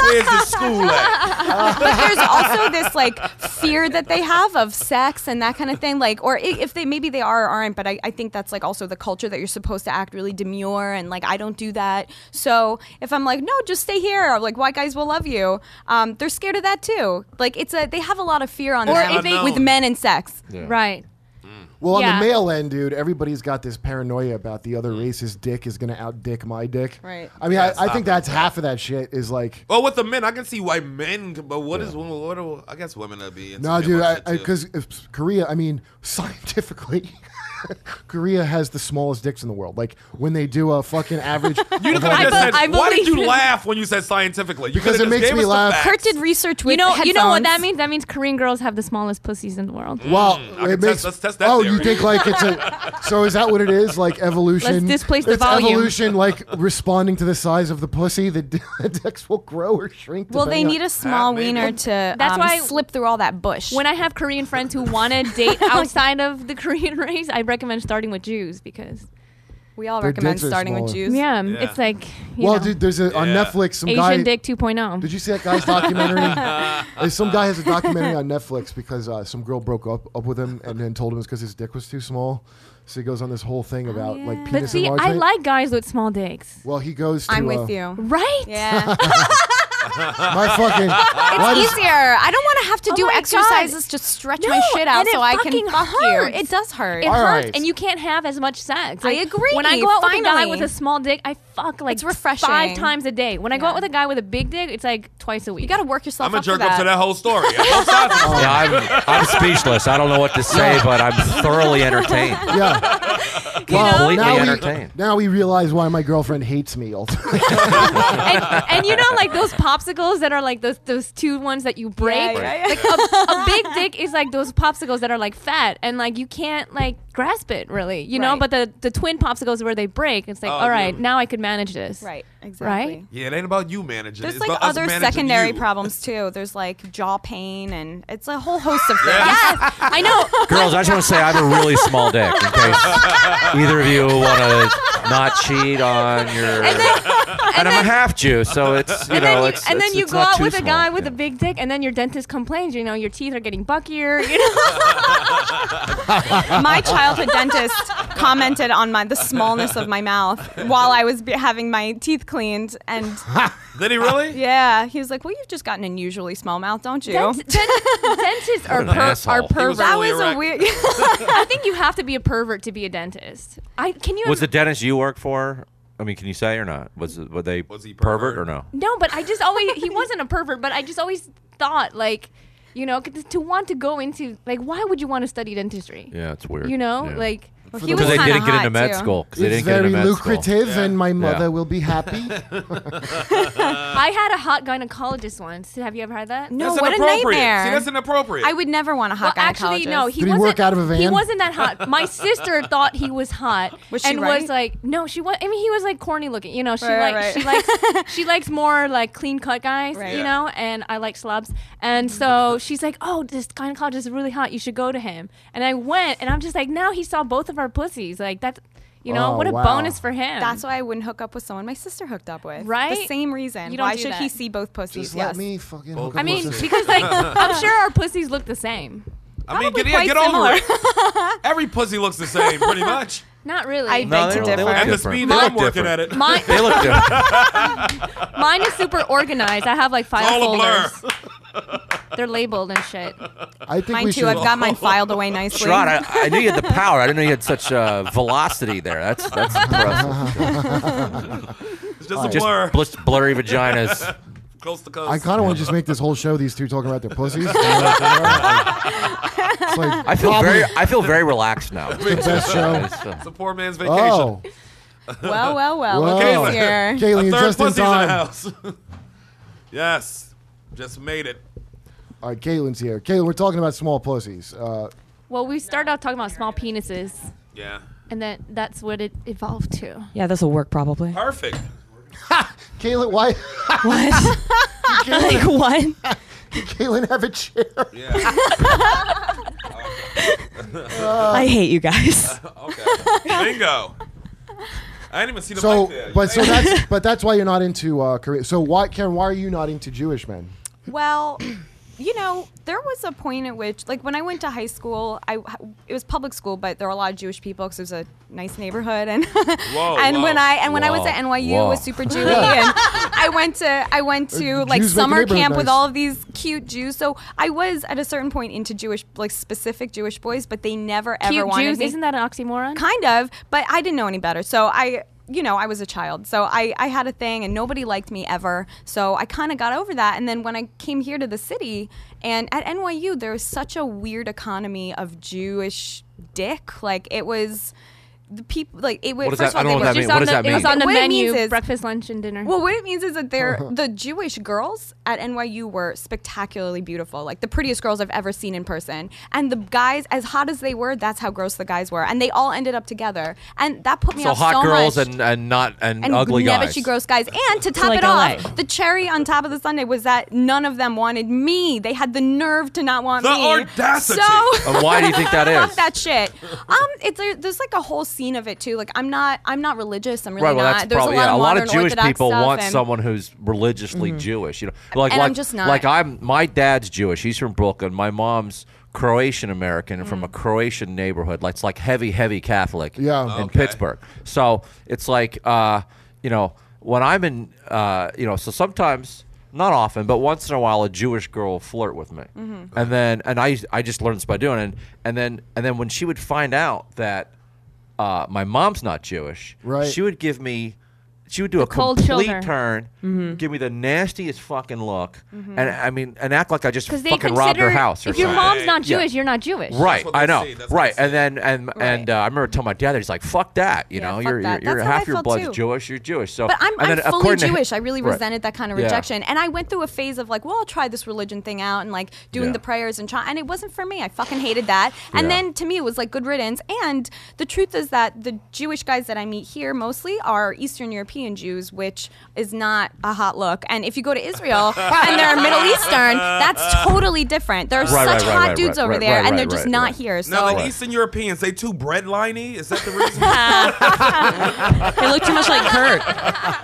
Where's
*laughs*
the school at?
but there's also this like fear that they have of sex and that kind of thing like or i- if they maybe they are or aren't but I, I think that's like also the culture that you're supposed to act really demure and like i don't do that so if i'm like no just stay here I'm like white guys will love you um, they're scared of that too like it's a they have a lot of fear on
Or
them
if they-
with men and sex
right.
Well, on
Yeah.
the male end, dude, everybody's got this paranoia about the other race's dick is going to out dick my dick.
Mm. Right.
I mean, I, I
stop
think
it.
that's half of that shit is like.
Well, Oh, with the men, I can see why men, but what is women? What do, I guess women are being.
No, dude, because Korea, I mean, *laughs* scientifically, *laughs* Korea has the smallest dicks in the world. Like, when they do a fucking
*laughs*
average.
You
of
could
all-
I
have
be-
just
I
said, why did
believe-
you laugh when you said scientifically? You
Because
could've
it
just
makes
gave
me
us the
laugh.
facts.
kurt did research with
You know, you know what that
headphones.
means? That means Korean girls have the smallest pussies in the world.
Mm.
Well,
Hmm, I
it
can
makes.
test- let's test that
oh, you
theory.
think like it's
*laughs*
a. So is that what it is? Like evolution?
Let's displace the
it's
volume.
evolution, like responding to the size of the pussy. The, d- *laughs* the dicks will grow or shrink.
well they
depending
need
on-
a small
maybe.
wiener to
That's
um,
why-
slip through all that bush
When I have Korean friends who want
*laughs*
to date
Oh
outside of the Korean *laughs* race, I recommend starting with Jews because
we all
Their
recommend
dicks are
starting with
smaller.
jews
yeah,
Yeah.
it's like you
Well,
know,
dude, there's a on
Yeah.
Netflix some
Asian
guy.
dick oh. 2.0.
Did you see that guy's documentary?
*laughs*
Uh, some guy has a documentary on Netflix because uh, some girl broke up, up with him and then told him it's because his dick was too small. So he goes on this whole thing about like penis
Oh, but see, I
enlargement.
like guys with small dicks.
Well, he goes. To,
i'm
uh,
with you
Right?
yeah
My fucking.
*laughs*
why does-
It's easier. I don't want to have to
Oh
do
my
exercises to stretch my
No,
shit out
and it
so I can
fucking
fuck
hurts.
you. It does hurt.
It
All
hurts,
right.
and you can't have as much sex.
I agree,
When I go out with a guy
finally.
with a small dick, I fuck like
It's refreshing.
five times a day. When I go
Yeah.
out with a guy with a big dick, it's like twice a week.
you got to work yourself.
I'm a
up for
jerk up to that whole
*laughs*
story. Both sides of the
*laughs* Yeah, I'm, I'm speechless. I don't know what to say, but I'm thoroughly entertained.
Yeah.
*laughs*
Completely
now we,
entertained.
now we realize why my girlfriend hates me. Ultimately,
*laughs* and, and you know, like those popsicles that are like those those two ones that you break.
Yeah, yeah, yeah.
Like a, a big dick is like those popsicles that are like fat, and like you can't like grasp it really, you know.
Right.
But the the twin popsicles where they break, it's like,
Oh,
all right,
yeah.
now I could manage this.
Right. Exactly.
Right?
Yeah, it ain't about you managing.
There's
it's
like
about us
other
managing
secondary
you.
problems too. There's like jaw pain and it's a whole host of things.
Yeah.
I know.
Girls, I just want to say I have a really small dick. In case either of you want to not cheat on your, and, I'm a half Jew, so it's you
and
know
then you,
it's
and
it's-
then you
it's
go
not
out
too
with a
small.
guy with
Yeah.
a big dick, and then your dentist complains. You know, your teeth are getting buckier. You know,
*laughs* my childhood dentist commented on my the smallness of my mouth while I was be- having my teeth cleaned,
*laughs*
and
Did he really?
yeah, he was like, "Well, you've just got an unusually small mouth, don't you?"
Dent- dent- dentists are
an
per-
asshole.
are
He
was
perverts.
that
Totally
was a
erect.
weird.
*laughs* I think you have to be a pervert to be a dentist. I can you
Was the dentist you work for? I mean, can you say or not? Was it- were they
Was he
pervert
pervert?
or no?
No, but I just always he wasn't a pervert, but I just always thought like, you know, 'cause to want to go into like, why would you want to study dentistry?
Yeah, it's weird.
You know,
Yeah.
like
*laughs* Well,
he
he
was
because they
kinda
didn't get into
hot,
med
too.
school. Because they
it's
didn't get
very
into med school.
lucrative, and my mother
Yeah.
will be
*laughs*
happy.
I had a hot gynecologist once. Have you ever had that?
No,
That's
what a
inappropriate.
nightmare.
See, that's inappropriate.
I would never want a
Well,
hot
actually, no.
gynecologist.
He
Did he
wasn't.
work out of a
He
van?
wasn't that hot.
*laughs*
My sister thought he was hot,
*laughs* Was she
and was
right?
like, no, she was. I mean, he was like corny looking. You know, she
Right,
like she
right, *laughs*
likes she likes more like clean cut guys.
Right.
You
Yeah.
know, and I like slobs. And so she's like, oh, this gynecologist is really hot. You should go to him. And I went, and I'm just like, now he saw both of our pussies. Like that's, you know,
Oh,
what a
wow.
bonus for him.
That's why I wouldn't hook up with someone my sister hooked up with.
Right?
The same reason.
You don't
why
do
should
that.
he see both pussies?
Just let
yes.
me fucking.
Well,
hook
I
up with
I mean,
this-
because
*laughs*
like I'm sure our pussies look the same.
I mean, get,
Probably
yeah,
quite
get over
similar.
it.
*laughs*
Every pussy looks the same, pretty much.
Not really.
I
No,
beg
they
to
don't- they
differ.
look
At the
different.
speed
They
that
look
I'm working at
different.
it,
*laughs*
My,
They look different.
Mine is super organized. I have like five
all a blur.
folders. They're labeled and shit.
I think
Mine
we
too.
should.
I've got mine filed away nicely.
Sherrod, I, I knew you had the power. I didn't know you had such uh, velocity there. That's that's impressive.
it's just a
Just
blur.
blus- blurry vaginas.
Coast to coast.
I kind of want to just make this whole show these two talking about their pussies. it's like
I feel
probably
very I feel very relaxed *laughs* now.
the best show.
It's, uh,
it's a poor man's vacation.
Oh,
*laughs* well, well, well.
Whoa.
Look
Kayla.
who's here.
a
Kaylee,
third
just in
pussy's in the
time.
house. *laughs* yes, just made it.
All right, Caitlin's here. Caitlin, we're talking about small pussies. Uh,
Well, we started out talking about small penises.
Yeah.
and then that's what it evolved to.
Yeah, this will work probably.
Perfect.
Caitlin, why? *laughs*
What? *laughs* like what?
Caitlin, have a chair.
Yeah.
I hate you guys.
Okay. Bingo. I didn't even see the
So,
mic there.
but
*laughs*
so that's but that's why you're not into uh, Korea. So why, Karen? Why are you not into Jewish men?
Well, you know, there was a point at which, like, when I went to high school, I it was public school, but there were a lot of Jewish people because it was a nice neighborhood, and *laughs* and
whoa.
when I and when I was
Whoa,
at NYU, it
whoa.
was
*laughs*
super Jewy, and I went to I went to
Uh,
like
Jews make
summer
neighborhood
camp with
nice.
all of these cute Jews, so I was at a certain point into Jewish, like specific Jewish boys, but they never ever
Cute
wanted
Jews,
me.
isn't that an oxymoron?
Kind of, but I didn't know any better. So I, you know, I was a child. So I, I had a thing and nobody liked me ever. So I kind of got over that. And then when I came here to the city and at NYU, there was such a weird economy of Jewish dick. Like it was the people, like it was,
What does
first
that-
of
I
all, they were
don't know what that
just
means.
on
does
the,
that
It was
mean?
on the
What it means
menu,
is-
breakfast, lunch, and dinner.
well, what it means is that they're the Jewish girls at NYU were spectacularly beautiful, like the prettiest girls I've ever seen in person. And the guys, as hot as they were, that's how gross the guys were, and they all ended up together. And that put me
So
off
hot
so
girls
much.
and, and not and,
and
ugly
never
guys.
she gross guys. And to top
like
it
LA.
off, the cherry on top of the Sunday was that none of them wanted me. They had the nerve to not want
The
me.
audacity.
So
and why do you think
*laughs*
that is?
Fuck that shit. Um, it's there, there's like a whole scene of it too. Like I'm not, I'm not religious. I'm really
right. Well,
not.
that's
there's a
probably
lot
yeah.
of
a lot
modern
of Jewish
Orthodox
people
stuff
want
and- Mm-hmm.
someone who's religiously Jewish. You know, like
And
like
I'm just not.
like I'm. My dad's Jewish. He's from Brooklyn. My mom's Croatian American and
Mm.
from a Croatian neighborhood. Like it's like heavy, heavy Catholic.
Yeah.
in Pittsburgh. So it's like uh, you know when I'm in uh, you know so sometimes. Not often, but once in a while, a Jewish girl will flirt with me, and then and I I just learned this by doing it, and then and then when she would find out that uh, my mom's not Jewish,
Right.
She would give me, she would do a
cold
complete
shoulder.
turn, give me the nastiest fucking look, and I mean, and act like I just
Mm-hmm. because
fucking
they consider
robbed her house or
if
something.
your mom's not
Yeah.
Jewish, you're not Jewish.
Right,
what they
I know.
say, that's what
right,
they
and then and
Right.
and uh, I remember telling my dad, he's like, "Fuck that," you
Yeah,
know,
fuck
you're
that.
you're, you're
That's how I
half your
felt
blood's
too.
Jewish, you're Jewish. So,
But I'm,
and then uh,
I'm fully
according to hi-
Jewish. I really
Right.
resented that kind of
Yeah.
rejection. And I went through a phase of like, well, I'll try this religion thing out and like doing
Yeah.
the prayers and try. And it wasn't for me. I fucking hated that. And
Yeah.
then to me, it was like good riddance. And the truth is that the Jewish guys that I meet here mostly are Eastern European Jews, which is not a hot look. And if you go to Israel
*laughs*
and they're Middle Eastern, that's totally different. There are
Right,
such
right, right,
hot
right,
dudes
right,
over
right,
there,
right,
and they're
right,
just
right,
not
right.
here.
*laughs*
So
now, like Eastern Europeans, they too breadliney. Is that
*laughs*
the reason?
They look too much like Kurt.
*laughs*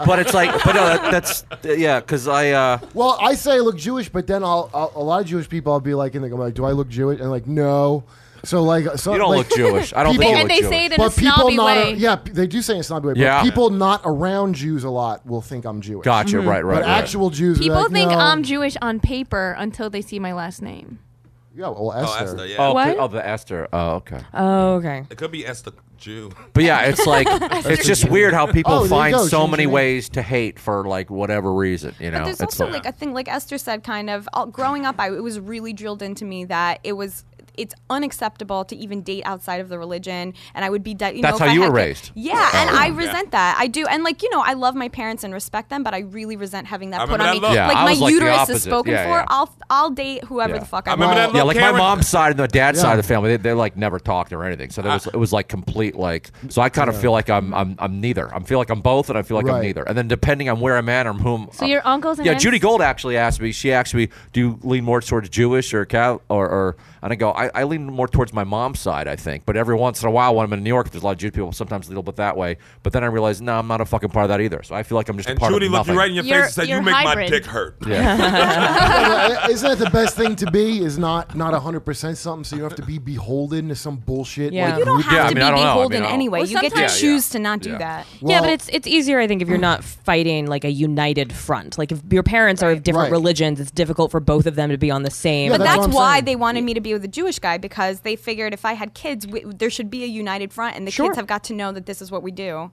But it's like, but no, that, that's yeah, because I uh,
Well, I say I look Jewish, but then I'll, I'll a lot of Jewish people I'll be like, and they go like, "Do I look Jewish?" And like, no. So like, so
you don't
like,
look Jewish. I don't
People-
think you
And
look
they
Jewish.
say it in a
*laughs* But people
snobby
not,
way.
yeah, p- they do say in a snobby way. But
Yeah.
people not around Jews a lot will think I'm Jewish.
Gotcha. Right. Right.
Mm-hmm. But
right.
actual Jews are
People
like,
think
"No."
I'm Jewish on paper until they see my last name.
Yeah, well,
Oh,
Esther. *laughs*
Esther. Yeah.
Oh,
What?
okay. oh, the Esther. Oh, okay.
Oh, okay.
It could be Esther Jew.
But
*laughs*
yeah, it's like it's just weird how people
Oh, there you
find
go,
so
change
many
your name.
ways to hate for like whatever reason. You know,
But there's
it's
also like, a thing, like Esther said, kind of all, growing up. I, it was really drilled into me that it was it's unacceptable to even date outside of the religion, and I would be. Di- you
That's
know, if
how
I
you
had
were
to-
raised. Oh,
Yeah, and I resent that. I do, and like you know, I love my parents and respect them, but I really resent having that
I
put
remember
on
that
me.
look. Yeah,
like
I
my
was, like, the
uterus is
opposite.
spoken
Yeah,
for.
yeah.
I'll I'll date whoever
Yeah.
the fuck
I
I,
remember
want.
that
yeah,
Look,
like
Karen-
my mom's side and the dad's
Yeah.
side of the family, they, they like never talked or anything. So there was, it was like complete like. So I kind of feel like I'm I'm I'm neither. I feel like I'm both, and I feel like I'm
Right.
neither. And then depending on where I'm at or whom. uh,
So your uncles and
yeah,
aunts-
Judy Gold actually asked me. She asked me, "Do you lean more towards Jewish or Catholic?" Or, or and I go, I, "I lean more towards my mom's side, I think." But every once in a while, when I'm in New York, if there's a lot of Jewish people. Sometimes a little bit that way. But then I realize, no, I'm not a fucking part of that either. So I feel like I'm just
And
a part
Judy
of
looked
nothing.
you right in your
You're-
face and said,
you're
"You make my
hybrid."
dick hurt."
Yeah.
Yeah, Isn't that the best thing to be? Is not not hundred percent something, so you don't have to be beholden to some bullshit.
Yeah.
like,
You
You don't
group.
have
Yeah, I
to
mean, I
be
don't know. I
beholden
mean, I don't-
anyway.
Well,
you get to
sometimes-
choose
Yeah,
to not do
yeah.
that.
yeah,
Well-
but it's it's easier, I think, if you're not fighting like a united front. Like if your parents are of different
Right.
religions, it's difficult for both of them to be on the same.
Yeah,
But
that's
that's,
what I'm
why
saying.
they wanted me to be with a Jewish guy because they figured if I had kids, we, there should be a united front, and the
Sure.
kids have got to know that this is what we do.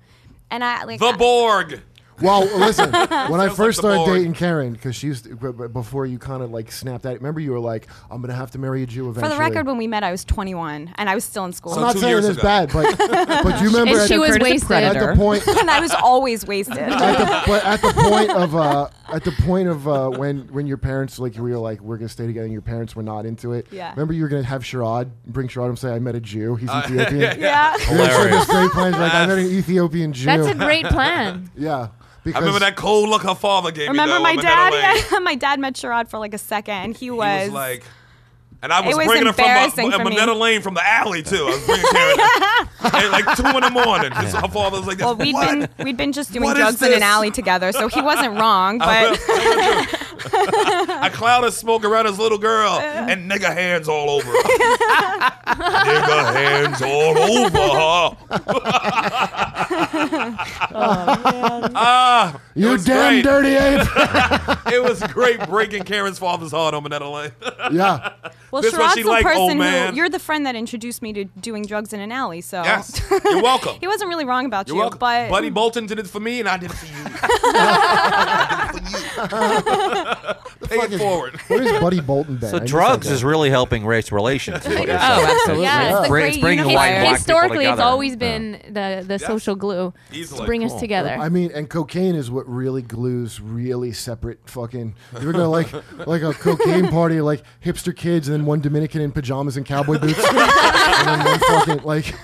And I like
The
I-
Borg.
Well,
*laughs*
listen, when I
like
first
the
started
board.
dating Karen, because she used to, b- b- before you kind of like snapped at. Remember, you were like, "I'm gonna have to marry a Jew
For
eventually."
the record, when we met, I was 21 and I was still in school,
I'm not
two
saying
years
it's
ago.
bad,
*laughs*
but but you remember
And
at
she
the,
was
Curtis the
wasted.
*laughs*
at
Predator.
the point *laughs*
*laughs*
and I was always wasted.
at the, but at the point of uh, at at the point of uh, when when your parents like we were like we're gonna stay together and your parents were not into it.
Yeah.
Remember you were gonna have Sherrod bring Sherrod and say I met a Jew. He's
Uh, *laughs*
Ethiopian. *laughs*
*laughs* Yeah.
You know, so
Hilarious.
this great plans like I met an Ethiopian Jew.
That's
*laughs*
a great plan.
yeah. Because
I remember that cold look her father gave me.
Remember
though,
my
in the
dad? *laughs*
LA.
Yeah, my dad met Sherrod for like a second, and he was,
He was like, and I was,
was
bringing her from
embarrassing
uh,
for me.
Minetta Lane from the alley too. I was bringing Karen
*laughs*
at like two in the morning. Just, her father was like,
well, we'd
"What?"
been we'd been just doing
What is
drugs in
this?
an alley together, so he wasn't
*laughs*
wrong. But
a cloud of smoke around his little girl and nigga hands all over her. *laughs* nigga hands all over
*laughs*
her.
Oh,
ah, it
you
was
damn
great.
dirty ape.
*laughs* It was great breaking Karen's father's heart on Minetta
*laughs*
Lane.
Oh.
yeah.
well,
This what
Sherrod's
she
the
like, old
person
man.
who you're the friend that introduced me to doing drugs in an alley. So
yes, you're welcome.
*laughs* he wasn't really wrong about
You're
you,
welcome.
but
Buddy Bolton did it for me, and I did it for
*laughs*
you.
*laughs*
I did it for you. Pay it forward.
What is Buddy Bolton been? I
So
just
drugs
said
is really helping
*laughs*
race relations. is what you're
Oh,
saying.
absolutely.
Yeah,
Yeah.
it's the
Bring-
great
it's bringing
unifier.
white and black people
Historically, it's
together.
always been the, the social glue
Easily.
to bring us
Cool.
together.
I mean, and cocaine is what really glues really separate fucking. You're gonna like like a cocaine party, like hipster kids, and then one Dominican in pajamas and cowboy boots, and then one fucking like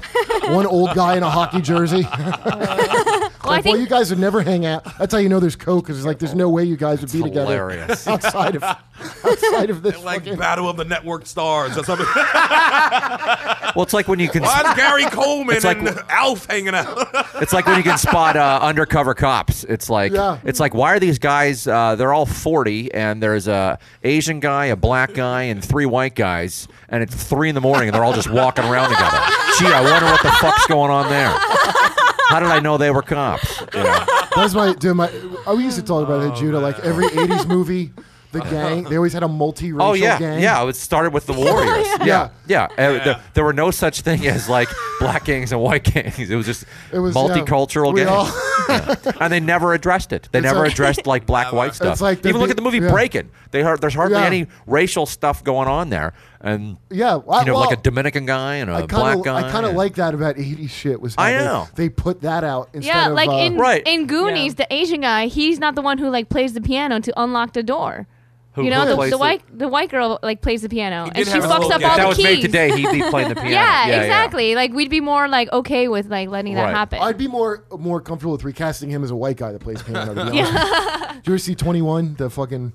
*laughs* one old guy in a hockey jersey.
well, I
Like, well, you
think
guys would never hang out. That's how you know there's coke, because like there's no way you guys would be together
Hilarious.
outside of outside of this.
Like
fucking,
Battle of the Network Stars or something. *laughs*
well, it's like when
*laughs*
you can.
Why is Gary Coleman
It's like-
Oh, and Alf hanging out?
It's like when you can spot uh, undercover cops. It's like
Yeah.
it's like why are these guys? Uh, they're all forty, and there's a Asian guy, a black guy, and three white guys, and it's three in the morning, and they're all just walking around together. Gee, I wonder what the fuck's going on there. How did I know they were cops? You know?
That's my dude. My I we used to talk about it, Judah. Like every '80s movie, the gang they always had a multiracial
Oh yeah,
gang. Oh,
yeah. It started
*laughs*
with the Warriors.
Yeah.
yeah, yeah. Uh, there, there were no such thing as like black gangs and white *laughs* gangs. It was just
It was, yeah,
multicultural
we
gangs,
all-
*laughs* Yeah. and they never addressed it. They
It's
never
like-
*laughs*
addressed like black white stuff.
like the
Even look
big-
at the movie
yeah.
Breaking. They har- there's hardly
Yeah.
any racial stuff going on there, and
Yeah, well,
you know,
well,
like a Dominican guy and a
I
black
kind of
guy.
I kind of
and-
like that about 80s shit was how
I
they-
know.
they, put that out instead
yeah,
of
like
uh,
in
Right.
in Goonies,
Yeah.
the Asian guy, he's not the one who like plays the piano to unlock the door.
Who-
you know,
who
the,
plays
the
the-
white the white girl like plays the piano and she
have a
fucks
little
up
gap.
all
if that
the
was
keys.
made today, he'd be
*laughs*
playing the piano.
yeah, exactly. Like we'd be more like okay with like letting that
Right.
happen.
I'd be more more comfortable with recasting him as a white guy that plays piano.
*laughs*
to be
Yeah.
honest. Did you ever see 21? The fucking,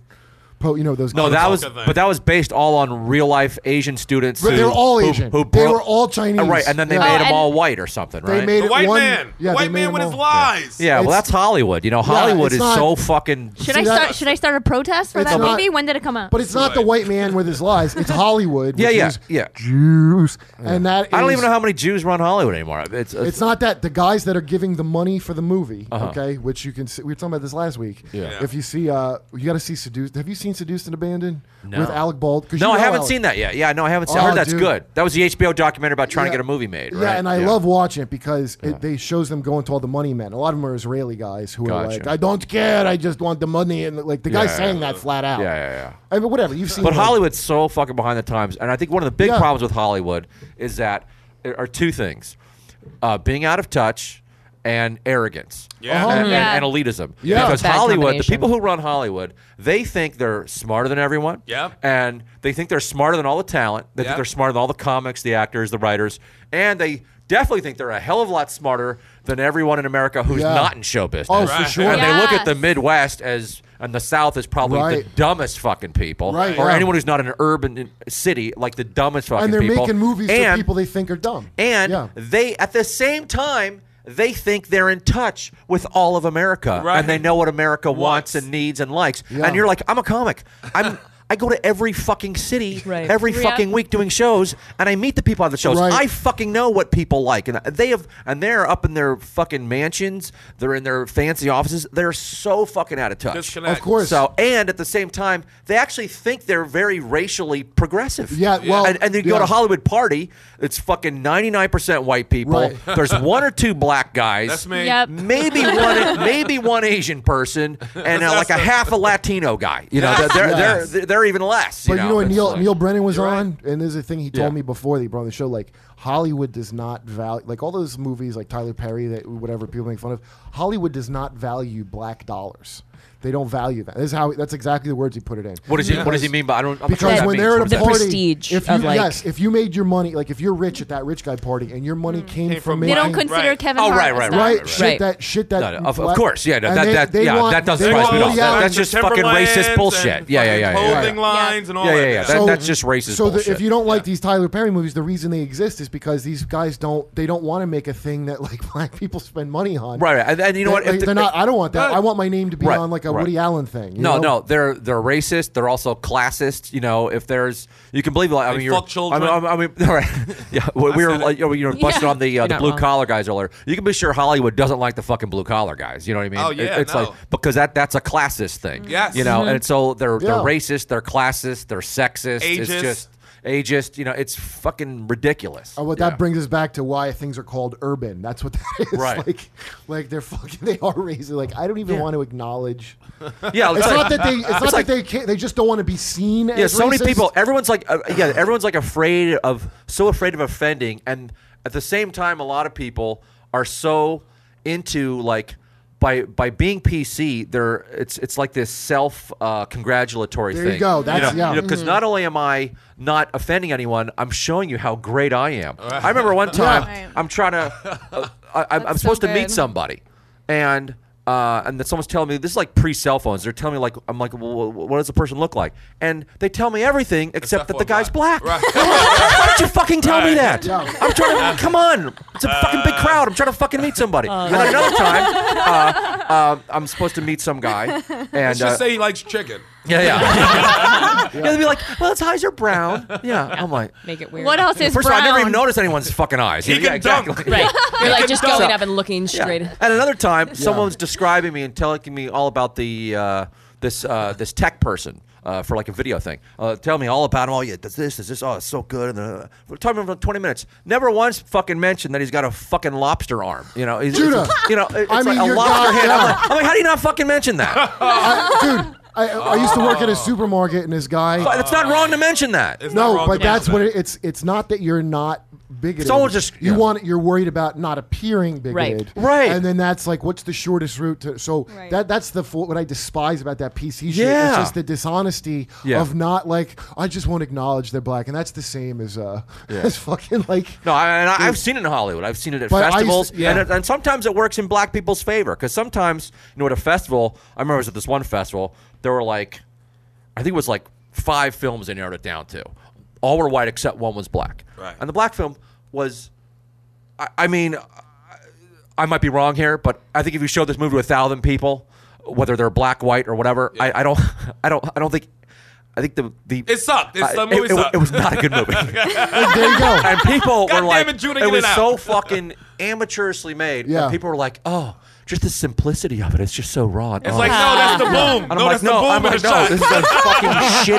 po- you know those.
No,
kids?
that was,
thing.
but that was based all on real life Asian students.
But
who,
they were all
who-
Asian.
Who
They
broke-
were all Chinese.
Uh, right? And then they
Yeah.
made
Oh,
them
and-
all white or something,
They
right? *laughs*
made
The
it
white
one-
man.
Yeah,
the
they made
white man
them
with his
all-
lies.
Yeah, well,
It's-
that's Hollywood. You know, Hollywood
it's
is
not-
so fucking.
should
See
I
that-
start should I start a protest for
It's
that
not-
movie? When did it come out?
But it's not the white man with his lies. It's Hollywood.
*laughs* Yeah,
which
yeah,
is
yeah.
Jews, and that.
I don't even
is-
know how many Jews run Hollywood anymore. It's, it's, Uh-huh.
It's not that the guys that are giving the money for the movie, okay, which you can see. We were talking about this last week.
Yeah.
If you see, uh, you got to see Seduced. Have you seen Seduced and Abandoned
No.
with Alec Bald? 'Cause
no,
you
I
know
haven't
Alec.
seen that yet. Yeah, no, I haven't seen. I
Oh,
heard that's
dude.
good. That was the HBO documentary about trying
Yeah.
to get a movie made.
Yeah,
Right?
and I love watching it because it, they shows them going to all the money men. A lot of them are Israeli guys who are
Gotcha.
like, "I don't care, I just want the money," and like the guy
Yeah.
saying that flat out.
Yeah, yeah, yeah.
I mean, whatever you've seen,
But
like-
Hollywood's so fucking behind the times, and I think one of the big
Yeah.
problems with Hollywood is that there are two things: uh, being out of touch and arrogance.
Yeah.
And, and-
Yeah.
and elitism.
Uh-huh. Yeah.
Because
Bad
Hollywood, the
combination.
people who run Hollywood, they think they're smarter than everyone.
Yep.
And they think they're smarter than all the talent. They
Yep.
think they're smarter than all the comics, the actors, the writers. And they definitely think they're a hell of a lot smarter than everyone in America who's
Yeah.
not in show business.
Oh, for sure.
And they look at the
Yes.
Midwest as and the South is probably the
Right.
dumbest fucking people,
Right,
or
yeah.
anyone who's not in an urban in- city, like the dumbest fucking
and they're
people.
making movies for
and,
people they think are dumb.
And
yeah,
they, at the same time, they think they're in touch with all of America,
Right.
and they know what America wants,
Wants.
and needs and likes.
Yeah.
And you're like, I'm a comic.
*laughs*
I'm. I go to every fucking city
Right.
every
Yeah.
fucking week doing shows, and I meet the people on the shows.
Right.
I fucking know what people like, and they have, and they're up in their fucking mansions. They're in their fancy offices. They're so fucking out of touch.
Disconnect.
Of course.
So, and at the same time, they actually think they're very racially progressive.
Yeah, Yeah. well,
and, and you go
yeah.
to Hollywood party, it's fucking ninety nine percent white people.
Right.
*laughs* There's one or two black guys.
That's me.
Yep.
Maybe one, maybe one Asian person, and uh, like a half a Latino guy. You know,
Yes.
they're,
Yes.
they're they're even less.
but
you know,
what
It's
Neil
like-
Neil Brennan was
You're right.
on, and there's a thing he told
Yeah.
me before they brought on the show. Like Hollywood does not value like all those movies like Tyler Perry that whatever people make fun of. Hollywood does not value black dollars. They don't value that. This is how that's exactly the words he put it in.
What does he What does he mean? by I don't. I'm not sure what
Because
that
when
means.
they're at
What
a
does
The
that mean?
party,
prestige
if you,
of, like-
yes, if you made your money, like if you're rich at that rich guy party and your money
Came
came, from
from
me,
They don't
Right.
consider
Right.
Kevin
Oh,
Hart.
right,
as
right,
that.
right,
right.
shit, that shit, that
No, no, of, of course, yeah, no, that, that, yeah, that doesn't
does
surprise me at all.
want
That-
Timberlands
that's just fucking
and
racist bullshit. Yeah, yeah, yeah,
fucking
yeah, yeah.
Clothing
Yeah.
lines and all
Yeah,
that.
yeah, yeah. That- that's just racist
So
bullshit.
if you don't like these Tyler Perry movies, the reason they exist is because these guys don't they don't want to make a thing that like *laughs* black people spend money on.
Right, right. And- and you know
They-
what? If
They,
the-
are not. I don't want that. I want my name to be
Right,
on like a
right.
Woody Allen thing. you
No,
know?
no, they're they're racist. They're also classist. You know, if there's, you can believe. Like, I
They
mean, you're,
fuck children.
I mean, I mean, *laughs* I mean, all right.
*laughs*
yeah, we, we were like, you know, you were busting
Yeah.
on the uh,
You're
the
not
blue
wrong.
collar guys earlier. You can be sure Hollywood doesn't like the fucking blue collar guys. You know what I mean?
Oh,
It-
yeah,
it's
no. Mm-hmm.
like because that that's a classist thing.
Yes.
you know, and so they're
Yeah.
they're racist. They're classist. They're sexist.
Ageist.
It's just ageist. You know, it's fucking ridiculous.
Uh, well, that brings us back to why things are called urban. That's what that is.
Right.
*laughs* Like, like they're fucking. They are racist. Like, I don't even want to
*laughs*
acknowledge.
yeah,
It's
like-
not that
*laughs*
they. It's, not
like-
that they. Can't, they just don't want to be seen.
yeah,
as
so many
racist.
people. Everyone's like, uh, yeah, everyone's like afraid of, so afraid of offending, and at the same time, a lot of people are so into like. By, by being PC, they're it's it's like this self uh, congratulatory
There you
thing.
go. That's-
you know,
yeah. Mm-hmm.
you know, 'cause not only am I not offending anyone, I'm showing you how great I am. I remember one time
Right.
I'm trying to, uh, I, I'm, I'm
That's so
supposed to meet
good.
somebody, and uh, and then someone's telling me this is like pre cell phones. They're telling me like I'm like, well, wh- what does the person look like? And they tell me everything except that the guy's black. *laughs* Why don't you fucking tell me that?
Yeah.
I'm trying to come on. It's a fucking big crowd. I'm trying to fucking meet somebody. and then another time, uh, uh, I'm supposed to meet some guy, and uh,
Just say he likes chicken.
yeah, yeah. yeah. *laughs* They'd be like, well, his eyes are brown. Yeah, I'm like.
Make it weird.
What else is
First of all,
brown?
I never even noticed anyone's fucking eyes. He yeah,
can
exactly. *laughs*
dunk.
Right. You're like just
So-
going up and looking straight.
And another time, someone's describing me and telling me all about the uh, this uh, this tech person. Uh, for like a video thing, uh, tell me all about him. Oh yeah, does this? Is this? Oh, it's so good. And uh, we're talking about twenty minutes. Never once fucking mentioned that he's got a fucking lobster arm. You know, he's,
Judah,
it's- you know, it's
I mean,
like a
you're
lobster
God-
hand. I'm
yeah.
like, I'm like, how do you not fucking mention that?
I, dude, I, I used to work
*laughs*
at a supermarket, and this guy.
But it's not wrong to mention that.
It's not
no,
wrong
but
to mention
that's
that.
what it, it's. It's not that you're not bigoted.
It's all just-
you
yeah.
want. You're worried about not appearing bigoted,
Right.
And then that's like, what's the shortest route to? So
Right.
that that's the fo- what I despise about that PC shit. It's
Yeah.
just the dishonesty
Yeah.
of not like I just won't acknowledge they're black, and that's the same as uh *laughs* as fucking like.
No, I, and I, I've seen it in Hollywood. I've seen it at
But I used
festivals,
to- yeah.
and, it- and sometimes it works in black people's favor because sometimes you know at a festival. I remember I was at this one festival. There were like, I think it was like five films they narrowed it down to. All were white except one was black.
Right.
And the black film was, I, I mean, I might be wrong here, but I think if you showed this movie to a thousand people, whether they're black, white, or whatever, I, I don't, *laughs* I don't, I don't think. I think the the
It sucked. It's-
I-
the
it-
movie
it,
sucked.
it was not *laughs* a
*laughs*
good movie
There you go.
and people
God
were like,
damn it, Judah,
it
get
was
it out.
so fucking amateurishly made.
Yeah.
And people were like, oh, just the simplicity of it. It's just so raw. and
It's
honest."
like, no, that's the boom.
And I'm
no,
like,
that's the
no,
boom
I'm
of
like,
the
no,
shot.
this is a fucking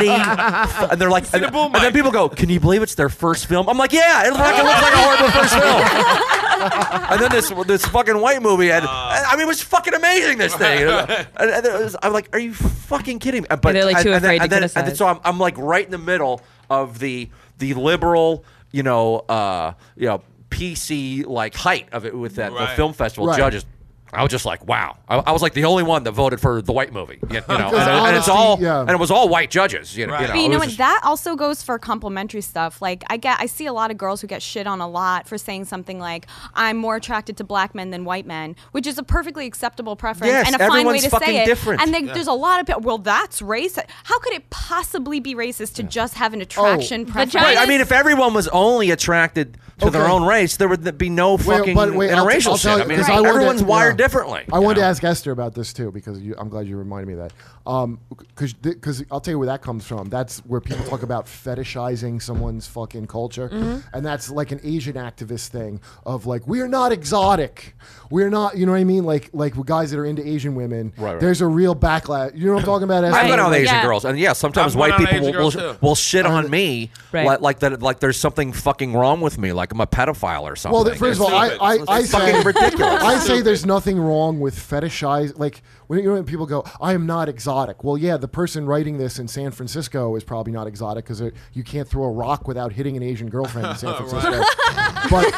shitty. And they're like, and,
the boom
and then
mic.
people go, can you believe it's their first film? I'm like, yeah, it fucking looks like a horrible first film. *laughs* and then this this fucking white movie, and
Ah.
I mean, it was fucking amazing. This thing,
*laughs*
and, and it was- I'm like, are you fucking kidding me? And- But
they're, like, too
and,
afraid to
and then, and then, and then,
criticize.
so so I'm, I'm like right in the middle of the the liberal, you know, uh, you know, PC like height of it with that the
Right.
film festival
Right.
judges. I was just like, wow. I, I was like the only one that voted for the white movie,
*laughs*
you, you know, and,
Because
and it's
honesty,
all
yeah.
and it was all white judges, you know. You know,
But you
it
know
was
what? That also goes for complimentary stuff. Like I get, I see a lot of girls who get shit on a lot for saying something like, "I'm more attracted to black men than white men," which is a perfectly acceptable preference
Yes,
and a fine way
everyone's
to
fucking
say it.
different.
And then there's a lot of people. Well, that's racist. How could it possibly be racist to just have an attraction preference?
Vagina-
Oh, Right, I mean, if everyone was only attracted to their
Okay.
own race, there would be no fucking
but wait, I'll-
interracial
I'll
shit.
tell you,
I mean,
'cause I wanted-
everyone's wired
yeah.
differently.
I
you
wanted to
know?
ask Esther about this too because you, I'm glad you reminded me of that. Um, because because I'll tell you where that comes from. That's where people talk about fetishizing someone's fucking culture, and that's like an Asian activist thing of like we are not exotic, we're not. You know what I mean? Like like with guys that are into Asian women,
Right, right.
there's a real backlash. You know what I'm talking about? Esther?
I've been on
Right.
Asian
Yeah.
girls, and yeah, sometimes
I've
white
gone on
people
Asian
will,
girls,
will
too.
shit on me,
Right.
like, like that, like there's something fucking wrong with me, like I'm a pedophile or something.
Well, th- first of all, I,
stupid.
I,
It's
I say
fucking ridiculous.
I say there's nothing wrong with fetishize. Like when you know when people go, "I am not exotic." Well, yeah, the person writing this in San Francisco is probably not exotic because you can't throw a rock without hitting an Asian girlfriend in
*laughs*
San Francisco. but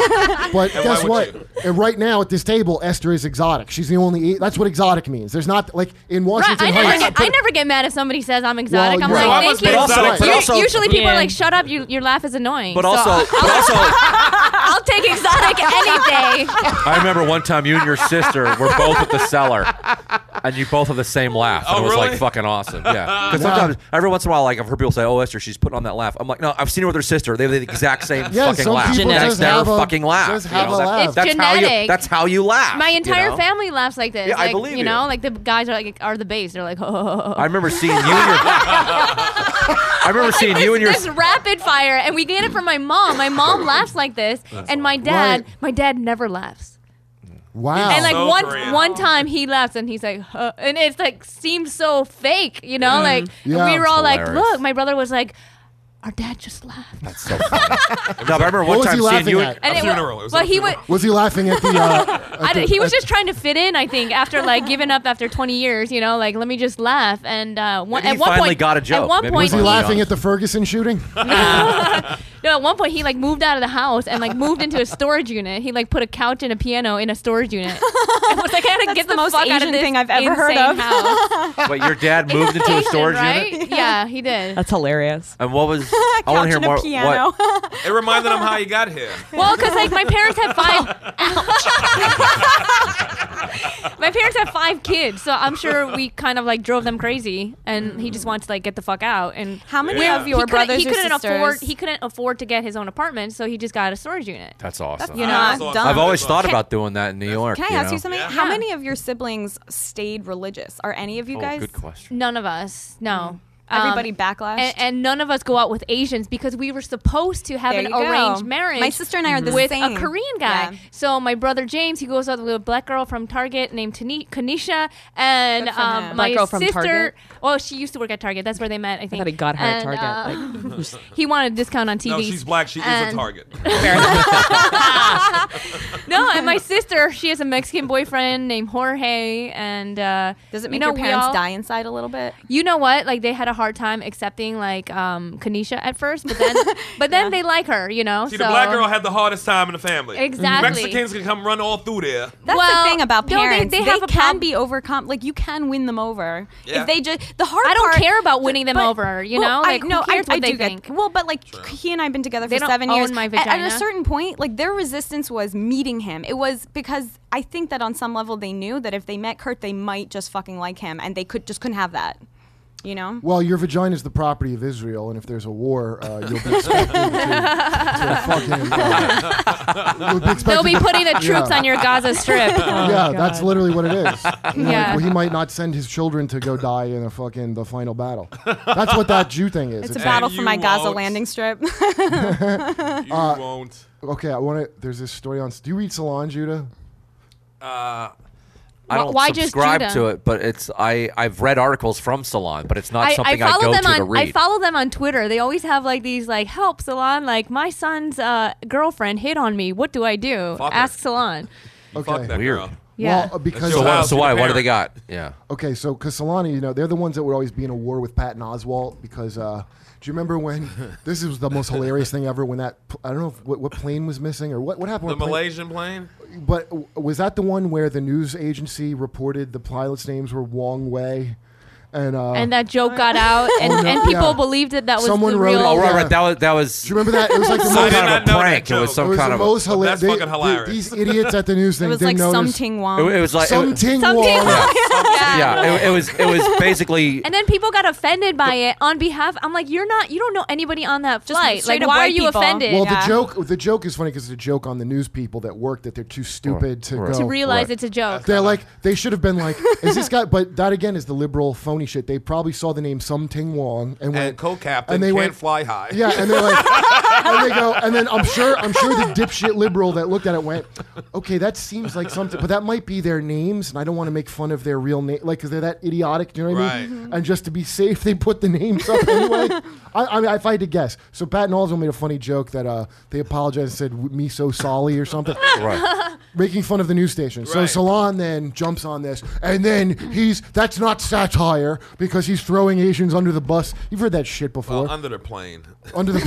but guess
would
what?
you?
And right now at this table, Esther is exotic. She's the only. That's what exotic means. There's not like in
Right,
Washington
I never
Heights.
get I never get mad if somebody says I'm exotic.
Well,
I'm
yeah. Well, I
like,
must
thank
be
you.
exotic,
but
You-
also-
usually people
Yeah.
are like, shut up, you, your laugh is annoying.
But
So *laughs*
also, but also,
I'll take exotic any day.
I remember one time you and your sister were both at the cellar, and you both had the same laugh. and
Oh,
it was
really?
like fucking awesome. Yeah,
*laughs*
because sometimes every once in a while, like I've heard people say, "Oh, Esther, she's putting on that laugh." I'm like, no, I've seen her with her sister. They have the exact same
Yeah,
fucking
some
laugh.
people
That's
just
their
have a-
fucking laugh.
just
you
have
know?
a
That-
laugh. It's
That's how you.
genetic.
That's how you laugh.
My
you
entire
know?
family laughs like this.
Yeah, I
like,
believe
you know,
you.
like the guys are like are the base. They're like, *laughs* oh.
I remember seeing you. And your, I remember seeing you and your.
this rapid fire, and we get it from my mom. My
*laughs*
mom laughs like this, and my dad,
Right.
my dad never laughs.
Oh.
wow.
And like
So
one
great.
one time he laughs, and he's like, huh. and it's like seems so fake, you know? Like
Yeah.
we were all like,
Mm. Hilarious.
look, my brother was like, our dad just laughed,
That's so funny. no, but I remember
what
one
was he
time seeing
laughing
you.
at?
and-
and
A
wa-
funeral. It was
well,
a
he
funeral.
would.
was he laughing at the? Uh,
*laughs* I don't- he was just trying to fit in, I think, after like giving up after 20 years, you know, like let me just laugh. And uh, one,
Maybe
at
he
one
finally
point,
got a joke.
At one
Maybe he
point,
was he
Funny.
laughing at the Ferguson shooting?
*laughs* no, at one point he like moved out of the house and like moved into a storage unit. He like put a couch and a piano in a storage unit. And was like, I gotta get the,
the most
fuck out of
Asian
this
thing I've ever heard
insane
of.
*laughs*
house.
Wait, your dad moved into a
Asian,
storage
right?
unit.
Yeah, he did.
*laughs* That's hilarious.
And what was? I want to hear
and a
more.
piano.
What?
It reminded him how you got here.
Well, because like my parents have five.
Oh,
*laughs* my parents have five kids, so I'm sure we kind of like drove them crazy, and he just wants to like get the fuck out. And
How many
Yeah.
of your
he
brothers
couldn't, he
or
couldn't
sisters?
afford he couldn't afford to get his own apartment, so he just got a storage unit.
That's awesome.
you know,
That's
I've
awesome.
I've always thought
Can-
about doing that in New York.
Can I
you
ask
know?
you something?
Yeah.
How
Yeah.
many of your siblings stayed religious? Are any of you
Oh,
guys?
good question.
None of us, no. Um,
Mm. Everybody backlashed.
and, and none of us go out with Asians because we were supposed to have
There
an
you go.
arranged marriage.
My sister and I are the
with
same.
a Korean guy.
Yeah.
So my brother James, he goes out with a black girl from Target named Tani- Kanisha, and
Good for
um,
him.
my
Black girl from
sister.
Target?
Well, she used to work at Target. That's where they met. I think.
thought he got her at
And,
Target,
uh, he wanted a discount on TV.
No,
*laughs*
she's black. She is a
And-
target.
No, and my sister, she has a Mexican boyfriend named Jorge, and uh,
Does it
you
make
know,
your
we
parents
all-
die inside a little bit?
you know what? Like they had a hard time accepting like um Kanisha at first, but then but then they like her, you know.
See,
so
the black girl had the hardest time in the family.
Exactly.
Mexicans can come run all through there.
That's
Well,
the thing about
no, they-
parents.
they
they
have a
can
prob-
be overcome. Like you can win them over
Yeah.
if they just the hard.
I don't
part-
care about winning them
but-
over, you know?
well,
Like,
I,
who
no,
cares
I,
what
I
they
do get-
think?
well, but like he and I have been together
They
for
don't
seven
own
years.
my
A- At,
vagina.
a certain point, like their resistance was meeting him. It was because I think that on some level they knew that if they met Kurt, they might just fucking like him, and they could just couldn't have that. You know.
Well, your vagina is the property of Israel, and if there's a war, uh, you'll be expected to, to fucking. Uh, you'll be
They'll
expected
be putting the troops
Yeah.
on your Gaza
*laughs*
Strip.
yeah, that's literally what it is.
Yeah.
yeah. he might not send his children to go die in a fucking the final battle. That's what that Jew thing is.
It's a
It's-
battle
And
for my
you
Gaza
won't.
landing strip. *laughs*
You
Uh,
won't.
okay, I want to. There's this story on. Do you read Salon Judah?
I don't
Why just
subscribe
Judah?
to it, but it's I I've read articles from Salon, but it's not
I, I
something I,
follow
go
them
to to
on I
read.
follow them on Twitter. They always have like these like help Salon like my son's uh, girlfriend hit on me. What do I do?
Fuck her.
Ask Salon.
Okay.
Fuck that
Weird.
girl.
Yeah.
Well, uh, because
so
your
why,
house,
so
you're
why?
the
What do they got?
parent.
Yeah.
Okay, so Castellani, you know, they're the ones that would always be in a war with Patton Oswalt because uh, do you remember
*laughs*
when this was the most hilarious thing ever when that pl- I don't know if, what, what plane was missing or what what happened
The
when a plane-
Malaysian plane? Uh,
but w- was that the one where the news agency reported the pilots' names were Wong Wei and uh,
And that joke got out, and,
no,
and people
yeah.
believed that that was
Someone
the
wrote
real.
it.
Oh right,
Yeah.
right. That was that was
do you remember that? It was like the
*laughs*
some
I
most
did
kind
not
of a
know that
prank. It was
joke.
it
some
was
kind
the
of.
most
A,
hilarious.
That's fucking hilarious.
These idiots at the news
it
thing
was like
didn't
some
notice. uh,
Ting
it,
Wong.
it was like it was-
Something Wong.
Some ting *laughs* wong.
yeah. It, it was it was basically.
And then people got offended by it on behalf. I'm like, you're not. You don't know anybody on that
Just
flight.
straight
Like,
up
why
white
are you
people.
offended?
Well,
Yeah.
the joke the joke is funny because it's a joke on the news people that work that they're too stupid to
Right.
go.
to realize
Right.
it's a
*laughs*
joke.
They're like they should have been like, is this guy? But that again is the liberal Sony shit, they probably saw the name Something Wong and went
and co-captain
and they
can't
went
fly high.
Yeah, and they're like, and they go, and then I'm sure, I'm sure the dipshit liberal that looked at it went, okay, that seems like something, but that might be their names, and I don't want to make fun of their real name, like, because they're that idiotic, you know what I
Right.
mean? And just to be safe, they put the names up
*laughs*
anyway. I, I mean, if I had to guess, so Patton also made a funny joke that uh, they apologized and said, "W- "Me so solly" or something.
Right.
Making fun of the news station. So
Right.
Salon then jumps on this, and then he's that's not satire because he's throwing Asians under the bus. You've heard that shit before
Well, under the plane.
under the.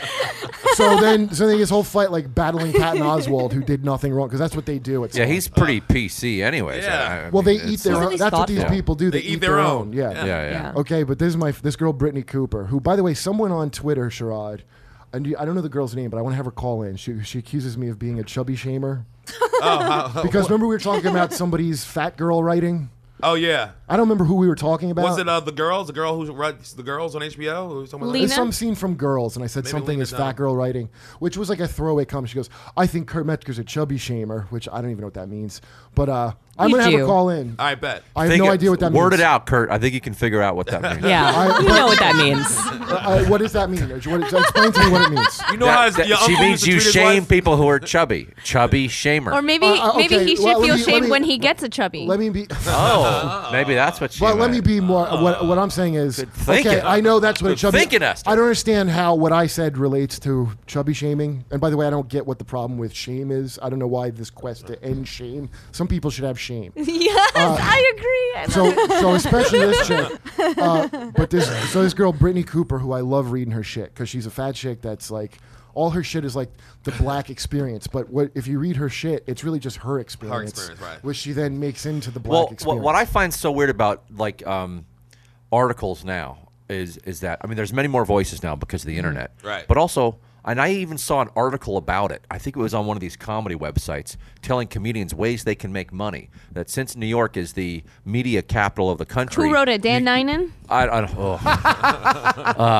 *laughs*
so then, so then his whole fight, like battling Patton Oswald, who did nothing wrong, because that's what they do. At
Yeah,
Salon.
he's pretty PC, anyways.
yeah.
I- I
Well, they
mean,
eat
it's-
their.
Isn't
own.
he
That's what these
thoughtful?
people do. They, eat, their, own. Yeah.
Yeah, yeah.
Okay, but this is my this girl Brittany Cooper, who by the way, someone on Twitter, Sherrod, and you- I don't know the girl's name, but I want to have her call in. She she accuses me of being a chubby shamer.
Oh,
*laughs* because remember we were talking
*laughs*
about somebody's fat girl writing.
Oh yeah.
I don't remember who we were talking about.
Was it uh, the girls? The girl who writes the girls on HBO? Or something like
Lena?
There's some scene from Girls, and I said
Maybe
something
Lena
is
Dunham.
fat girl writing, which was like a throwaway comment. She goes, "I think Kurt Metzger's a chubby shamer," which I don't even know what that means. But uh, I'm
You
gonna have
do.
her call in.
that? I bet.
I have
Think
no
it-
idea what that
Word
means.
it out, Kurt. I think you can figure out what
*laughs*
that means.
Yeah,
I-
you know what that means.
*laughs* Uh, uh, what does that mean? What, explain to me what it
*laughs*
means.
You know
That-
how his,
that-
your
she
uncle used
means
to
you
treat his
shame
wife?
people who are chubby.
*laughs*
Chubby shamer.
Or maybe
Uh, uh,
maybe
okay,
he should
well, let
feel
me- let
shamed
me-
when he gets a chubby.
Let me
*laughs*
be. *laughs*
oh, maybe that's what she.
Well, let me
meant.
be more. what, what I'm saying is,
thinking.
okay, I know that's what a
Good
chubby.
thinking, Esther.
I don't understand how what I said relates to chubby shaming. And by the way, I don't get what the problem with shame is. I don't know why this quest to end shame. Some people should have shame.
*laughs* yes, I agree. I
*laughs* So,
love it.
so especially this chick. Uh, but this, so this girl Brittany Cooper, who I love reading her shit because she's a fat chick that's like. All her shit is like the black experience, but what if you read her shit? It's really just her experience,
experience, right.
which she then makes into the black
well, wh-
experience.
what I find so weird about like um, articles now is is that I mean, there's many more voices now because of
Mm-hmm.
the internet,
Right.
But also, and I even saw an article about it. I think it was on one of these comedy websites telling comedians ways they can make money. That since New York is the media capital of the country,
Who wrote it? Dan Ninen?
I, I don't.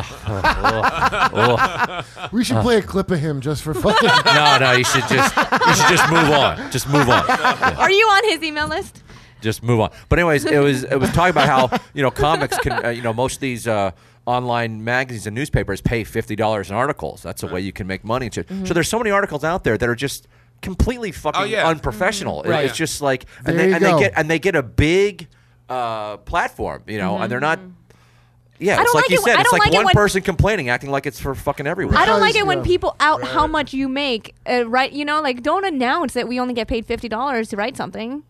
*laughs* Oh.
we
Uh.
should play a clip of him just for *laughs*
*laughs*
fucking.
no, no, you should just you should just move on. Just move on. Yeah,
Are you on his email list?
just move on. But anyways, it was it was talking about how you know comics can uh, you know most of these. Uh, Online magazines and newspapers pay fifty dollars an article. So that's a way you can make money. and shit.
Mm-hmm.
So there's so many articles out there that are just completely fucking
Oh, yeah. Mm-hmm.
unprofessional. It-
Right.
It's just like and,
There
they,
you
and they
go.
get and they get a big uh, platform, you know, and they're not. Yeah,
Mm-hmm. I
it's
don't
like,
like
you
it-
said,
I
it's
don't
like,
like it
one
when-
person complaining, acting like it's for fucking everyone.
I don't like
Because,
it when
yeah.
people out how much you make, uh, right? You know, like don't announce that we only get paid fifty dollars to write something.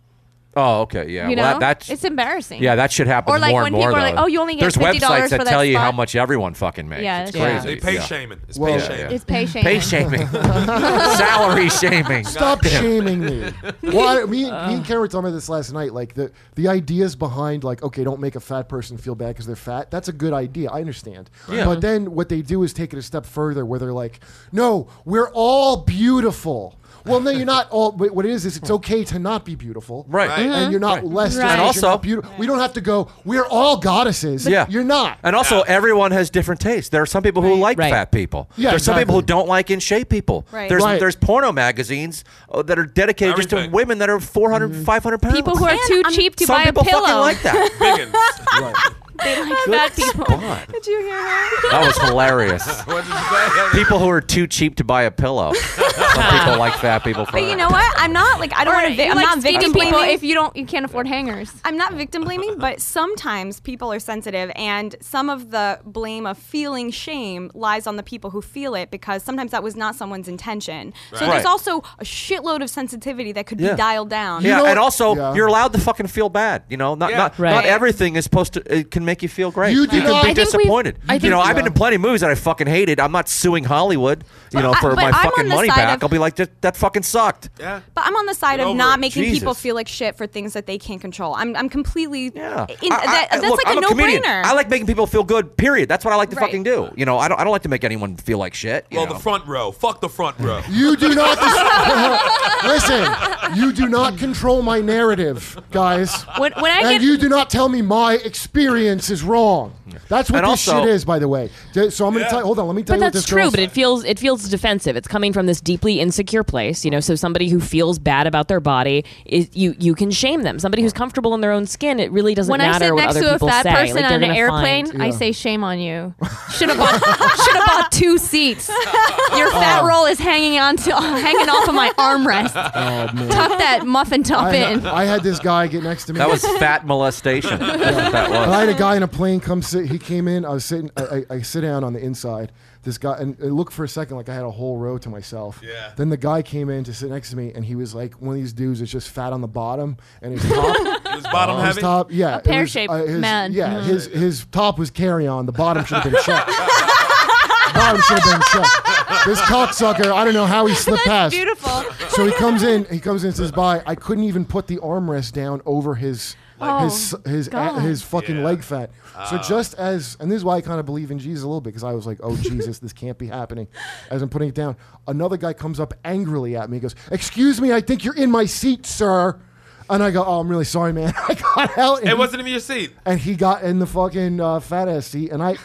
oh, okay, yeah.
You
well,
know,
that, that's
it's embarrassing.
Yeah, that should happen
Or, like,
more
when
and more.
people are
though.
like, "Oh, you only get
There's
$50
websites
for that
that tell you how
spot."
much everyone fucking makes.
Yeah,
it's
that's
crazy.
true.
They pay
yeah.
shaming. It's
Well,
pay
*laughs*
shaming.
It's pay shaming.
Pay shaming, *laughs* salary shaming.
Stop shaming
*laughs*
me. Well, I, me, and-
Uh.
me and Karen were talking about this last night. Like the the ideas behind like okay, don't make a fat person feel bad because they're fat. That's a good idea. I understand.
Yeah.
But then what they do is take it a step further, where they're like, no, we're all beautiful. Well, no, you're not all. But what it is is it's okay to not be beautiful,
Right. Right.
And you're not less. just
Right.
And
because you're
also-
not beautiful. we don't have to go. We're all goddesses.
Yeah,
you're not.
And also, everyone has different tastes. There are some people who like
Right.
fat people.
Yeah,
there's some
exactly.
people who don't like in shape people.
Right.
There's
Right.
there's porno magazines uh, that are dedicated just
Everything.
to women that are 400, 500 pounds.
Mm-hmm. People who are
And
too
I'm-
cheap to
some
buy a
people
pillow. *laughs*
fucking like that. *laughs*
Biggins.
Fat people.
God,
Did you hear her?
that was hilarious.
What did you say?
People who are too cheap to buy a pillow. Some people like fat people. For
But you
that.
know what? I'm not like I don't want to.
You
I'm
like
not
skinny
victim
people
blaming.
if you don't you can't afford hangers.
I'm not victim blaming, but sometimes people are sensitive, and some of the blame of feeling shame lies on the people who feel it because sometimes that was not someone's intention. So
Right.
there's also a shitload of sensitivity that could
Yeah.
be dialed down.
Yeah,
know what-
and also
Yeah.
you're allowed to fucking feel bad. You know, not not,
Right.
not everything is supposed to. It can make you feel great.
You
You,
do
can
not-
be
I
think we've-
disappointed.
I
you
think-
know, I've been in plenty of movies that I fucking hated. I'm not suing Hollywood. You know,
I-
for
but
my
I'm
fucking
on the
money
side
back.
of-
I'll be like, that, that fucking sucked.
Yeah.
But I'm on the side
Get
of
over
not
it.
making people
Jesus.
feel like shit for things that they can't control. I'm, I'm completely.
Yeah,
in-
I- I-
that,
I-
that's
look,
like
I'm
a, no
comedian.
brainer.
I like making people feel good. Period. That's what I like to
Right.
fucking do. You know, I don't. I don't like to make anyone feel like shit. you
Well,
know.
the front row. Fuck the front
*laughs*
row.
You do not. Dis- *laughs* Listen, you do not control my narrative, guys.
When when I
and
get
you do not tell me my experience Ignorance is wrong. That's what
And
this
also-
shit is, by the way. D- So I'm gonna
Yeah.
tell. Hold on, let me tell
But
you. what
that's
this
true.
girl
But
said.
it feels it feels defensive. It's coming from this deeply insecure place, you know. So somebody who feels bad about their body, is, you you can shame them. Somebody who's comfortable in their own skin, it really doesn't
when I
matter
sit
what
next
other
to a
people
fat
say.
person
like, they're
on an
gonna
airplane,
find-
I say, "Shame on you. Should have bought *laughs* should have bought two seats. Your
Oh.
fat roll is hanging on to hanging off of my armrest. Tuck that muffin top in.
I, I had this guy get next to me.
That was fat molestation. That's what that
And
was.
I had a guy in a plane come sit. He came in. I was sitting. I, I, I sit down on the inside. This guy and it looked for a second like I had a whole row to myself.
Yeah.
Then the guy came in to sit next to me, and he was like one of these dudes that's just fat on the bottom, and his
*laughs*
top,
His bottom
his
heavy.
top, yeah, it Oh, was, uh,
pear-shaped
his,
man. Mm-hmm.
Yeah, his his top was carry on. The bottom should have been
*laughs*
checked. bottom should have been checked. This cocksucker, I don't know how he slipped past.
Beautiful.
So he comes in. He comes in and says, "Bye." I couldn't even put the armrest down over his his his
Oh, God.
his fucking leg fat. So just as, and this is why I kind of believe in Jesus a little bit because I was like, "Oh Jesus, this can't be happening." As I'm putting it down, another guy comes up angrily at me. He goes, "Excuse me, I think you're in my seat, sir." And I go, "Oh, I'm really sorry, man. *laughs* I got out." And
It
he-
wasn't even your seat.
and he got in the fucking uh, fat ass seat, and I, I was
*laughs*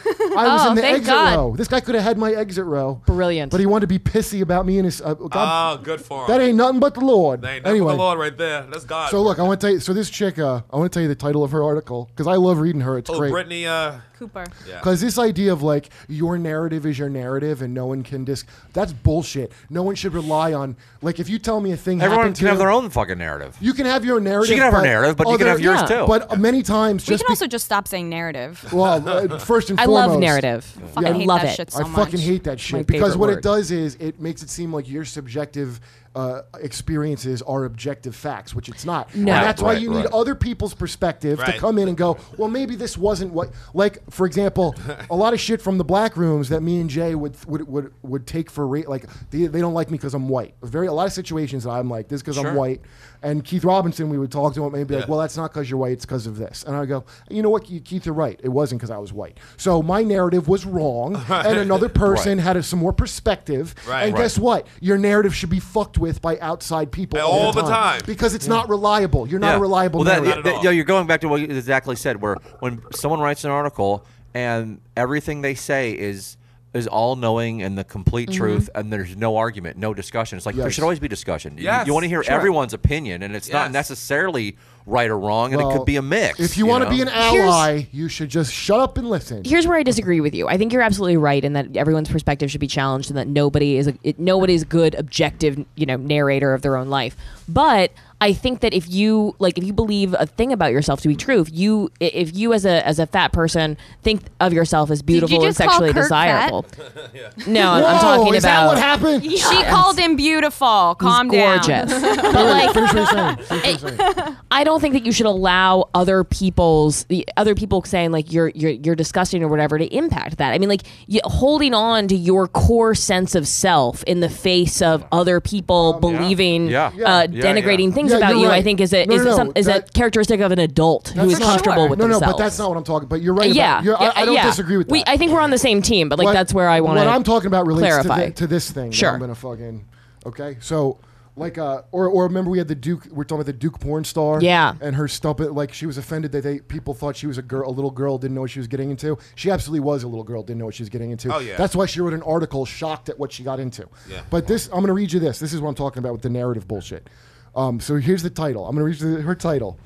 Oh,
in the
thank
exit
God.
row. This guy could have had my exit row.
Brilliant.
But he wanted to be pissy about me and his. Uh, God,
Oh, good for him.
that ain't nothing but the Lord.
That ain't nothing
anyway,
but the Lord right there. That's God.
so look, I want to tell you. So this chick, uh, I want to tell you the title of her article because I love reading her. It's
oh,
great.
Brittany. Uh,
Cooper.
Because this idea of like your narrative is your narrative and no one can disc that's bullshit. No one should rely on like if you tell me a thing.
Everyone
happened
can
to
have
you-
their own fucking narrative.
You can have your narrative.
can have her
but
narrative, but you can
other-
have yours Yeah. too.
But many times,
We
just
can
be-
also just stop saying narrative. *laughs*
well, uh, first and
I
foremost,
love narrative.
Fucking
I
hate
love
that
it.
shit so
I fucking
much.
hate that shit
My
because
favorite
what it
word.
does is it makes it seem like your subjective uh, experiences are objective facts, which it's not. No,
Right,
that's why
right,
you need
right.
other people's perspective to
Right.
come in and go, well, maybe this wasn't what. Like, for example, a lot of shit from the black rooms that me and Jay would would would, would take for ra- like they, they don't like me because I'm white. Very a lot of situations that I'm like this because I'm white. And Keith Robinson, we would talk to him and be like, well, that's not because you're white, it's because of this. And I go, you know what, Keith, you're right. It wasn't because I was white. So my narrative was wrong,
*laughs*
and another person had a, some more perspective.
Right.
And
Right.
guess what? Your narrative should be fucked with by outside people
All the time.
because it's not reliable. You're not a reliable
Well, that,
narrative.
Not at
that-
all.
yeah, you're going back to what you exactly said, where when someone writes an article and everything they say is is all knowing and the complete truth, and there's no argument, no discussion. It's like there
Mm-hmm. Yes.
should always be discussion. You-
Yes,
you, want to hear everyone's opinion, and it's not
Yes.
necessarily right or wrong, and it
Well,
could be a mix.
If you, want to
know? Uh,
be an
Here's-
ally, you should just shut up and listen.
Here's where I disagree with you. I think you're absolutely right in that everyone's perspective should be challenged, and that nobody is a, it, nobody's good objective, you know, narrator of their own life. But I think that if you like, if you believe a thing about yourself to be true, if you i- if you as a as a fat person think of yourself as beautiful and
just call
sexually
Kirk
desirable,
*laughs*
no, I'm, I'm
Whoa,
talking
is that
about
what
*laughs*
happened?
She called him beautiful. Calm
he's
down. *laughs*
gorgeous.
Wait, wait, finish what you're saying. Finish what you're saying.
I don't think that you should allow other people's the other people saying like you're you're you're disgusting or whatever to impact that. I mean, like y holding on to your core sense of self in the face of other people believing,
Yeah. Yeah.
Uh,
Yeah,
denigrating
yeah.
things
Yeah,
about
you're
you. I
right.
think is a
No,
is,
no, no,
some, is
that-
a characteristic of an adult who is
That's not-
comfortable with
no, no,
themselves. Uh,
but that's not what I'm talking. But you're right.
yeah,
about, you're, I,
yeah,
I don't
yeah.
disagree with that.
We, I think we're on the same team, but like
What-
that's where I want to.
What I'm talking about relates to,
clarify.
thi- to this thing. that
Sure.
I'm gonna fucking okay. So like uh or or remember we had the Duke. We're talking about the Duke porn star.
Yeah.
And her stump it like she was offended that they people thought she was a girl, a little girl, didn't know what she was getting into. She absolutely was a little girl, didn't know what she was getting into.
Oh, yeah.
That's why she wrote an article shocked at what she got into.
Yeah.
But this, I'm gonna read you this. This is what I'm talking about with the narrative bullshit. Um, so here's the title. I'm gonna read you the, her title.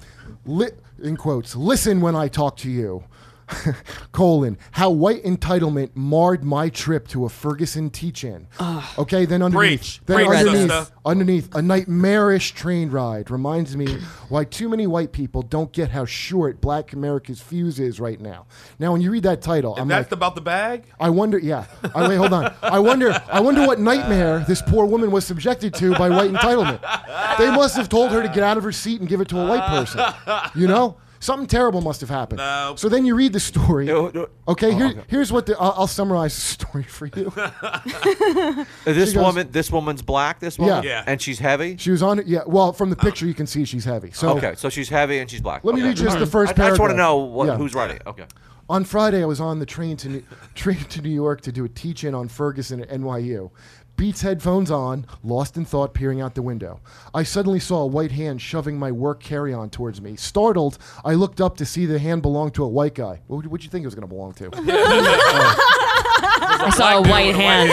Li- in quotes, listen when I talk to you. *laughs* colon how white entitlement marred my trip to a Ferguson teach-in. Okay, then underneath,
Preach.
then
Preach,
underneath,
sister.
underneath, a nightmarish train ride reminds me why too many white people don't get how short Black America's fuse is right now. Now, when you read that title, I'm
that's
like,
about the bag.
I wonder. Yeah. I, wait, hold on. I wonder. I wonder what nightmare this poor woman was subjected to by white entitlement. They must have told her to get out of her seat and give it to a white person. You know, something terrible must have happened.
No.
So then you read the story.
No, no.
Okay. Here, here's what the. I'll, I'll summarize the story for you.
this
she goes-
woman, this woman's black. This
Yeah.
woman,
Yeah.
and she's heavy.
She was on. Yeah. Well, from the picture you can see she's heavy. So
okay, so she's heavy and she's black.
Let me
Okay.
read just the
I-
first
I, just want
paragraph.
to know what,
Yeah.
who's writing. Okay.
On Friday, I was on the train to New, train to New York to do a teach-in on Ferguson at NYU. Beats headphones on, lost in thought, peering out the window. I suddenly saw a white hand shoving my work carry on towards me. Startled, I looked up to see the hand belonged to a white guy. What would you think it was going to belong to?
I saw
*laughs*
a white hand.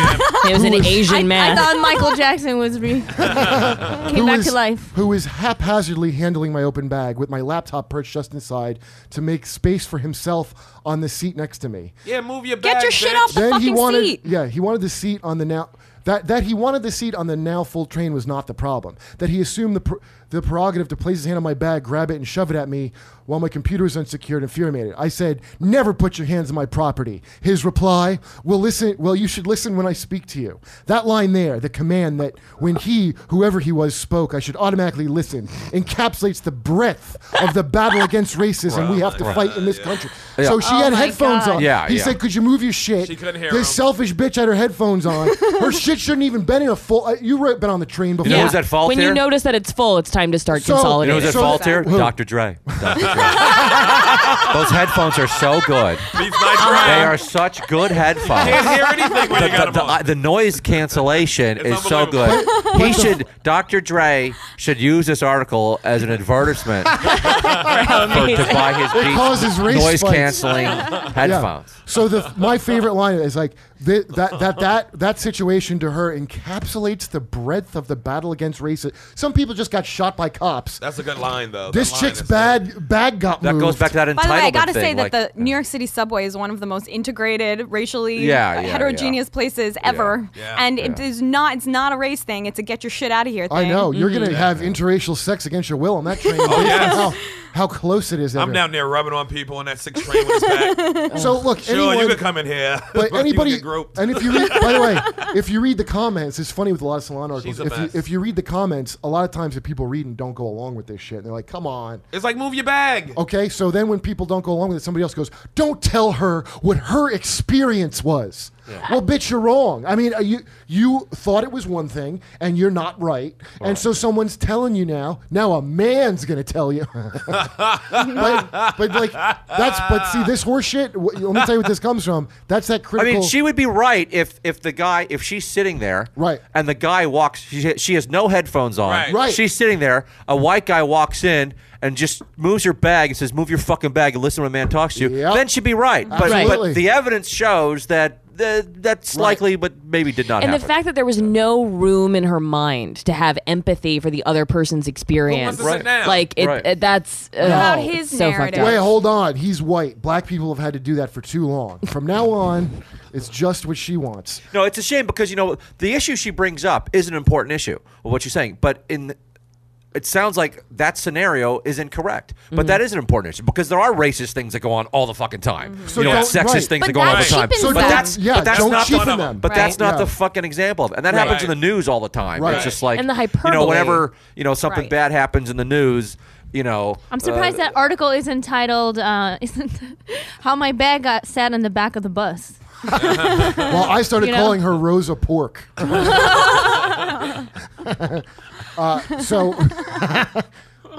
It was an
I,
Asian
I
man.
thought Michael Jackson was
*laughs*
re- came
Who
back
is-
to life.
Who is haphazardly handling my open bag with my laptop perched just inside to make space for himself on the seat next to me.
Yeah, move your
Get
bag,
your shit
bitch.
off the
then he
fucking
wanted,
seat.
yeah, he wanted the seat on the now. That, that he wanted the seat on the now full train was not the problem. That he assumed the, pr- the prerogative to place his hand on my bag, grab it, and shove it at me while my computer is unsecured and infuriated. I said, Never put your hands on my property. His reply, Well, listen, well, you should listen when I speak to you. That line there, the command that when he, whoever he was, spoke, I should automatically listen, encapsulates the breadth of the battle against racism we have to fight in this country. So she
Oh
had
my
headphones
God.
on.
Yeah,
he
yeah.
said, Could you move your shit?
She couldn't hear
This
him.
selfish bitch had her headphones on.
*laughs*
her shit shouldn't even been in a full. Uh, you were been on the train before.
You know who's at fault
when
here?
you notice that it's full, it's time to start
So-
You know who's
consolidating.
at
So-
fault here?
Who?
Dr. Dre. Dr. Dre. *laughs* Those headphones are so good.
Beats by
Uh-huh.
They
Brian.
are such good headphones.
Can't hear anything when
the,
you got
the,
'em
the,
on.
uh, the noise cancellation
It's
is so good.
unbelievable.
He should, Dr. Dre should use this article as an advertisement
*laughs*
for, to buy his Beats
causes race
noise
spikes.
canceling
Yeah.
headphones.
So
*laughs*
the my favorite line is like th- that that that that situation to her encapsulates the breadth of the battle against racism. Some people just got shot by cops.
That's a good line, though.
this
That line
chick's
is-
bad bag got
That
moved.
goes back to that entitlement
By the way, I gotta
thing,
say
like-
that the New York City subway is one of the most integrated, racially
Yeah,
uh,
yeah,
heterogeneous places ever,
Yeah.
and it is not—it's not a race thing. It's a get your shit out of here thing.
I know you're gonna have interracial sex against your will on
*laughs*
that train. oh,
yes.
how, how close it is.
I'm
everywhere.
down there rubbing on people on that six train with his
*laughs*
back.
So look,
Sure,
anyone,
you can come in here. *laughs*
But
You
anybody,
get groped.
and if you read, by the
*laughs*
way, if you read the comments, it's funny with a lot of salon articles.
She's a
If you,
mess.
if you read the comments, a lot of times the people read and don't go along with this shit. And they're like, come on.
It's like move your bag.
Okay, so then when people don't go along with it, somebody else goes, don't tell her what her experience was. Well, bitch, you're wrong. I mean, uh, you you thought it was one thing, and you're not right. And so someone's telling you now. Now a man's gonna tell
*laughs*
you. but, but like that's but see this horse shit. wh- Let me tell you what this comes from. That's that
I
critical.
mean, she would be right if if the guy if she's sitting there,
Right.
and the guy walks. She, she has no headphones on.
Right.
Right.
She's sitting there. A white guy walks in and just moves her bag and says, "Move your fucking bag and listen when a man talks to you."
Yep.
Then she'd be right. But
Absolutely.
but the evidence shows that uh, that's likely, but maybe did not
And the
happen.
fact that there was no room in her mind to have empathy for the other person's experience,
to sit Right. down?
like it,
Right.
uh, that's uh,
about his
so fucked
narrative?
up.
Wait, hold on. He's white. Black people have had to do that for too long. From now on, it's just what she wants.
No, it's a shame because you know the issue she brings up is an important issue. What you're saying, but in it sounds like that scenario is incorrect. But
Mm-hmm.
that is an important issue because there are racist things that go on all the fucking time.
Mm-hmm. So
you know,
don't-
sexist
right.
things
But
that go on all the
that
time.
cheapens
So
but
them.
that's
yeah,
but that's
don't
not
cheapen
the,
them.
but that's
Right.
not
Yeah.
the fucking example of it. And that happens in the news all the time.
Right.
It's just like
And the
You know,
hyperbole.
whenever you know something
Right.
bad happens in the news, you know,
I'm surprised
Uh,
that article is entitled uh, *laughs* "Isn't How My Bag Got Sat in the Back of the Bus."
Well, I started
You know?
calling her Rosa
*laughs*
Pork. *laughs* uh, so, *laughs* hold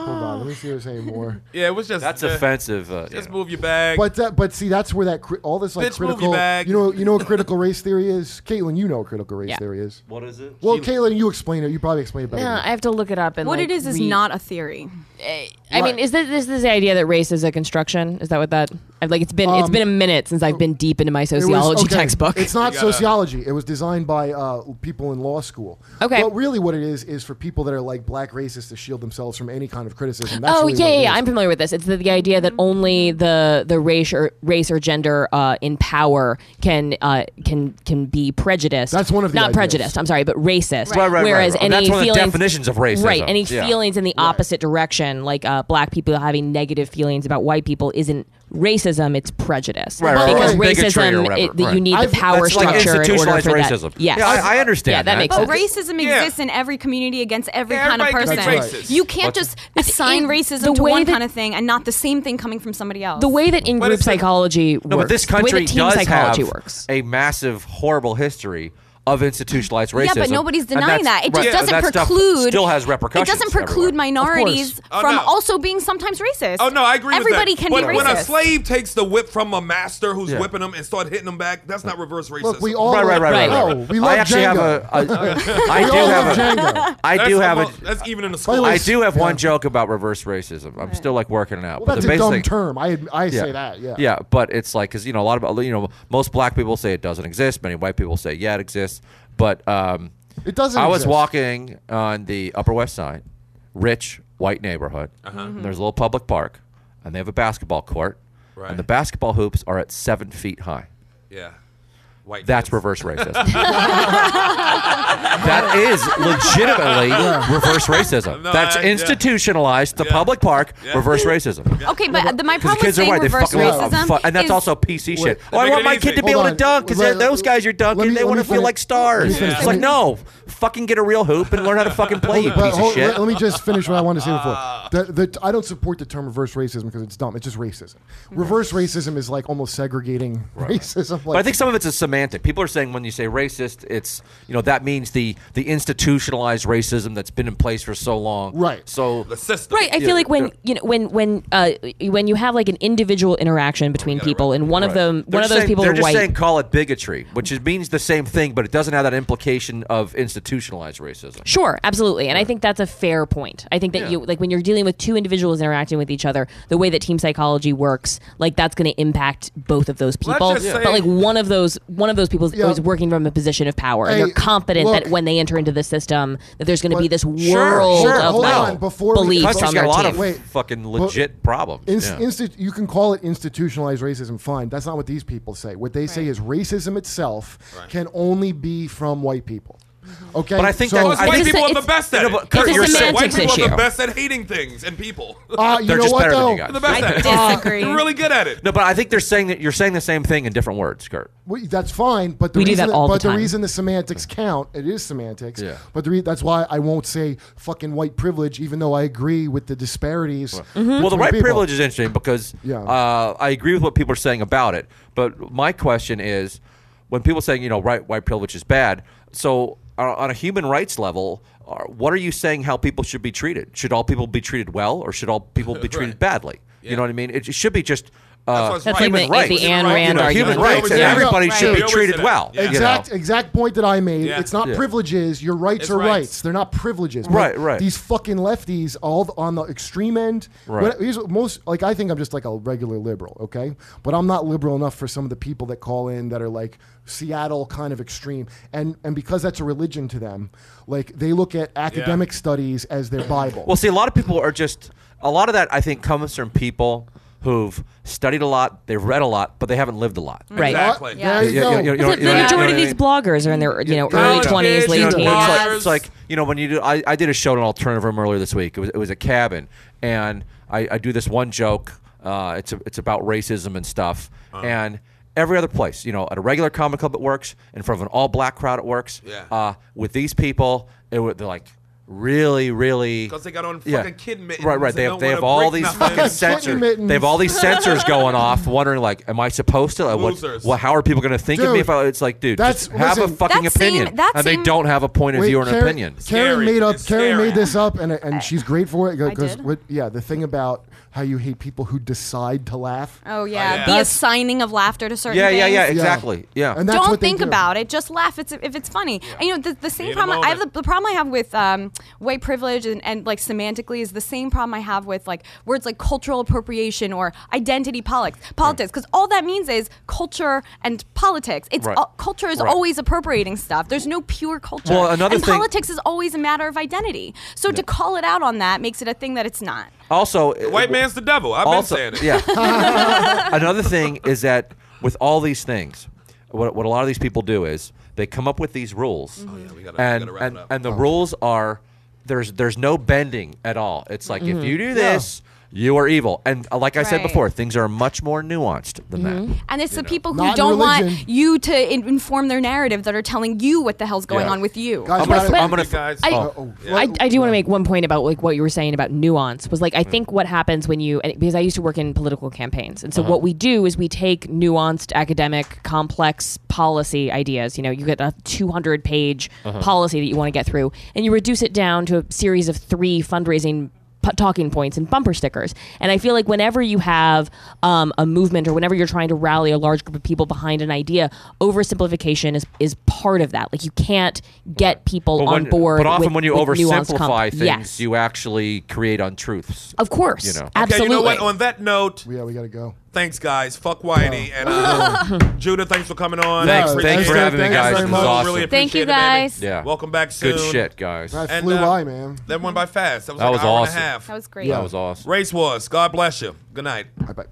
on. Let me see if there's any more.
Yeah, it was just
that's
yeah.
offensive. Uh,
Just
you know.
move your bag.
But that, but see, that's where that cri- all this like
Bitch, move your
critical.
bag.
You know, you know what critical race theory is, Caitlin. You know what critical race
Yeah.
theory is.
What is it?
Well, Caitlin, you explain it. You probably explain it better.
Yeah,
than
Uh, I have to look it up. And
What
like,
it is is
read-
not a theory.
I mean,
Right.
is this, this is the idea that race is a construction? Is that what that? I've, like, it's been it's
Um,
been a minute since I've been deep into my
It was-
sociology
okay,
textbook.
It's not
You gotta-
sociology. It was designed by uh, people in law school.
Okay.
But really, what it is is for people that are like black racists to shield themselves from any kind of criticism. That's
Oh
really
yeah,
what
yeah,
it
yeah.
is.
I'm familiar with this. It's the, the idea that only the the race or race or gender uh, in power can uh, can can be prejudiced.
That's one of the
not
ideas.
prejudiced. I'm sorry, but racist.
Right, right,
Whereas
right.
any
That's one of the
feelings,
definitions of racism.
Right, any
Yeah.
feelings in the opposite direction, like uh, black people having negative feelings about white people, isn't racism. It's prejudice.
Right, right, right.
because
Bigotry or
racism,
whatever,
it, that
right.
you need
I've-
the power
That's like
structure in order
institutionalized
for
racism.
that. Yes,
Yeah, I- I understand
Yeah, that,
that.
makes
But
sense.
racism
Yeah.
exists in every community against every kind of person.
Everybody
gets That's
racist. right.
You can't just
It's
assign
in- the
racism to
way
one
that-
kind of thing and not the same thing coming from somebody else.
the way that in group
it's the-
psychology works,
No, but this country
the way that team
does
psychology
have
works.
a massive, horrible history of institutionalized racism.
Yeah, but nobody's
And that's-
denying that. It just
right,
doesn't
and that stuff
preclude.
Still has repercussions.
It doesn't preclude
everywhere. Of course.
minorities
Oh,
from
no.
also being sometimes racist.
Oh no, I agree.
Everybody
with that.
can
but
be
when a
racist.
slave takes the whip from a master who's
Yeah.
whipping him and start hitting him back, that's not reverse racism.
Look, we all
Right, right, right, right.
No,
right.
we love
I actually
Django.
have a.
*laughs*
a I
we
do
all
have
love
a.
Django.
I
That's
do have
amo-
a.
That's even in the
By the
school.
way,
I do have
Yeah.
one joke about reverse racism. I'm still like working it out.
Well,
but
that's
the
a
basic
dumb
thing-
term. I I say that. Yeah.
Yeah, but it's like because you know a lot of you know most black people say it doesn't exist. Many white people say yeah, it exists. But um,
It doesn't
I was
exist.
walking on the Upper West Side, rich white neighborhood.
Uh-huh.
And there's a little public park, and they have a basketball court,
Right.
and the basketball hoops are at seven feet high.
yeah, white.
That's
kids.
reverse racism.
*laughs*
that is legitimately reverse racism.
No,
That's
I- yeah.
institutionalized the
Yeah.
public park reverse racism.
Okay, but the, my problem
Because the
with
kids are
saying
white, they
reverse
fucking love
racism
fun. and that's
is-
also PC shit. Oh, I
Make
want
it
my
easy.
kid to be
Hold
able to
on.
dunk because
Let-
those guys are
let
dunking.
me-
They
let
want
me
to feel
finish.
like stars.
Let me finish.
It's like
Let me-
no, fucking get a real hoop and learn how to fucking play. You
But
piece of
hold-
shit. Ah.
Let, let me just finish what I wanted to say before. The, the, I don't support the term reverse racism because it's dumb. It's just racism. Reverse racism is like almost segregating racism. Like,
But I think some of it's a semantic. People are saying when you say racist, it's you know that means the the institutionalized racism that's been in place for so long.
Right.
So
the system.
Right, I
Yeah,
feel like when
yeah.
you know when when uh, when you have like an individual interaction between people, and one of them
They're
one
just
of those
saying-
people
they're
are
just
white.
saying call it bigotry, which is, means the same thing, but it doesn't have that implication of institutionalized racism.
Sure, absolutely. And I think that's a fair point. I think that you like when you're dealing with two individuals interacting with each other, the way that team psychology works, like that's going to impact both of those
Let's
people.
just
But
say-
like one of those one of those people
Yeah.
is working from a position of power and
Hey,
they're confident that
look-
when they enter into the system that there's going to be
But-
this world
Sure, sure,
of
hold
like,
on,
before we-
beliefs
Country's
on
got
their
a lot
team.
of
Wait.
fucking
But-
legit problems.
Ins-
yeah.
insti- you can call it institutionalized racism, fine. That's not what these people say. What they say is racism itself can only be from white people.
Mm-hmm.
Okay,
But I think
so,
that- I
White
think-
people
It's a-
are the
it's-
best at
No,
it.
but Kurt,
It's a
you're saying
semantics
white people
issue.
are the best at hating things and
*laughs*
people.
uh, you
They're
know
just
what
better than
though?
you guys.
*laughs* They're the best
I
at it.
disagree.
*laughs* You're really good at it.
no, but I think they're saying that you're saying the same thing in different words, Kurt.
Well, that's fine, but the
We do
reason
that all the
but
time.
reason the semantics count, it is semantics.
Yeah.
But the re- that's why I won't say fucking white privilege, even though I agree with the disparities.
Mm-hmm.
Well, the
between
white
Hmm? people.
privilege is interesting because
Yeah.
uh, I agree with what people are saying about it. But my question is, when people saying you know right white privilege is bad, so uh, on a human rights level, are, what are you saying how people should be treated? Should all people be treated well, or should all people
*laughs*
be treated badly? You know what I mean? It, it should be just. Uh,
That's what's
human
right. That's like the-
rights,
the Ayn
You know,
Rand
human
argument.
rights, and
Yeah.
everybody
Right.
should
We
be
always
treated
say that.
well.
Yeah.
you know?
Exact exact point that I made.
Yeah.
It's not
Yeah.
privileges. Your rights
It's
are rights.
rights.
They're not privileges.
Right,
But
right.
These fucking lefties, all th- on the extreme end.
Right.
What- here's what most like I think I'm just like a regular liberal, okay? But I'm not liberal enough for some of the people that call in that are like Seattle kind of extreme, and and because that's a religion to them, like they look at academic studies as their bible.
Well, see, a lot of people are just a lot of that. I think comes from people who've studied a lot, they've read a lot, but they haven't lived a lot.
Right.
Uh,
Exactly.
there you
Yeah,
go.
yeah, yeah, yeah.
But the
know what I
majority of
mean?
these bloggers are in their you know early
College
twenties,
kids,
late
young
You know,
teens.
blog-
It's, like,
Yes.
it's like, you know when you do. I, I did a show in an alternative room earlier this week. It was it was a cabin, and I, I do this one joke. Uh, it's a, it's about racism and stuff,
Uh-huh.
and every other place, you know, at a regular comic club it works, in front of an all black crowd it works.
Yeah.
Uh, with these people, it would they're like really, really
'Cause they got on
Yeah.
fucking kid mittens
Right, right.
and
They have
don't
they
wanna
have all
break
these
nothing.
fucking
Kid
sensors.
mittens.
They have all these sensors going off, wondering like, am I supposed to? Like, what,
Losers.
what? How are people going to think of me
Dude,
if I? It's like, dude,
that's-
just have
listen,
a fucking
That
opinion,
seem- that
and they
seem-
don't have a point of view or an
Karen,
opinion.
Karen
Scary.
made up.
It's
Karen
scary.
made this up, and and she's great for it. Because
did.
what? Yeah, the thing about how you hate people who decide to laugh.
Oh yeah,
yeah.
the
That's-
assigning of laughter to certain
Yeah,
things.
yeah, yeah, exactly. Yeah.
And that's
Don't
what they
think
do.
about it. Just laugh. It's if it's funny. And you know the, the
Be
same
in the
problem I have. The,
moment.
the problem I have with um, white privilege and, and like semantically is the same problem I have with like words like cultural appropriation or identity politics. Politics, because all that means is culture and politics. It's
Right.
all- culture is
Right.
always appropriating stuff. There's no pure culture.
Well, another
and
thing-
politics is always a matter of identity. So to call it out on that makes it a thing that it's not.
also,
White man's the devil. I've been
also,
saying it.
*laughs*
Yeah. Another thing is that with all these things, what, what a lot of these people do is they come up with these rules,
Oh, yeah, we gotta- we
and
gotta wrap
and
it up.
Mm-hmm.
and the rules are there's there's no bending at all. It's like if you do this. you are evil. And uh, like I said
Right.
before, things are much more nuanced than
Mm-hmm.
that.
And it's the people who
Not in
don't
religion.
want you to in- inform their narrative that are telling you what the hell's going
Yeah.
on with you.
Guys,
I'm gonna,
but-
I'm gonna
You guys-
I-
oh.
Oh,
I, I do want to make one point about like what you were saying about nuance was like I think what happens when you and because I used to work in political campaigns and so what we do is we take nuanced academic complex policy ideas you know you get a 200 page policy that you want to get through and you reduce it down to a series of three fundraising p- talking points and bumper stickers. And I feel like whenever you have um, a movement or whenever you're trying to rally a large group of people behind an idea, oversimplification is, is part of that. Like you can't get people
But,
on
when,
board.
but often
with-
when you
with nuanced comp-
oversimplify things,
yes.
you actually create untruths.
of course,
you know. Okay,
Okay,
absolutely.
you know what? On that note,
yeah, we gotta go.
thanks, guys. Fuck Whitey. And
*laughs*
uh, Judah, thanks for coming on.
Thanks,
Appreciate
thanks for
it.
having me,
Thanks
guys.
very
This is
much.
awesome.
Really
Thank
appreciate
you,
it, baby.
guys.
Yeah.
Welcome back soon.
Good shit, guys.
That
And,
flew
uh,
by, man.
That went by fast. That was,
That
like
was
an hour
awesome.
and a half.
that was great.
Yeah.
That was awesome.
Race Wars. God bless you. Good night.
I bet.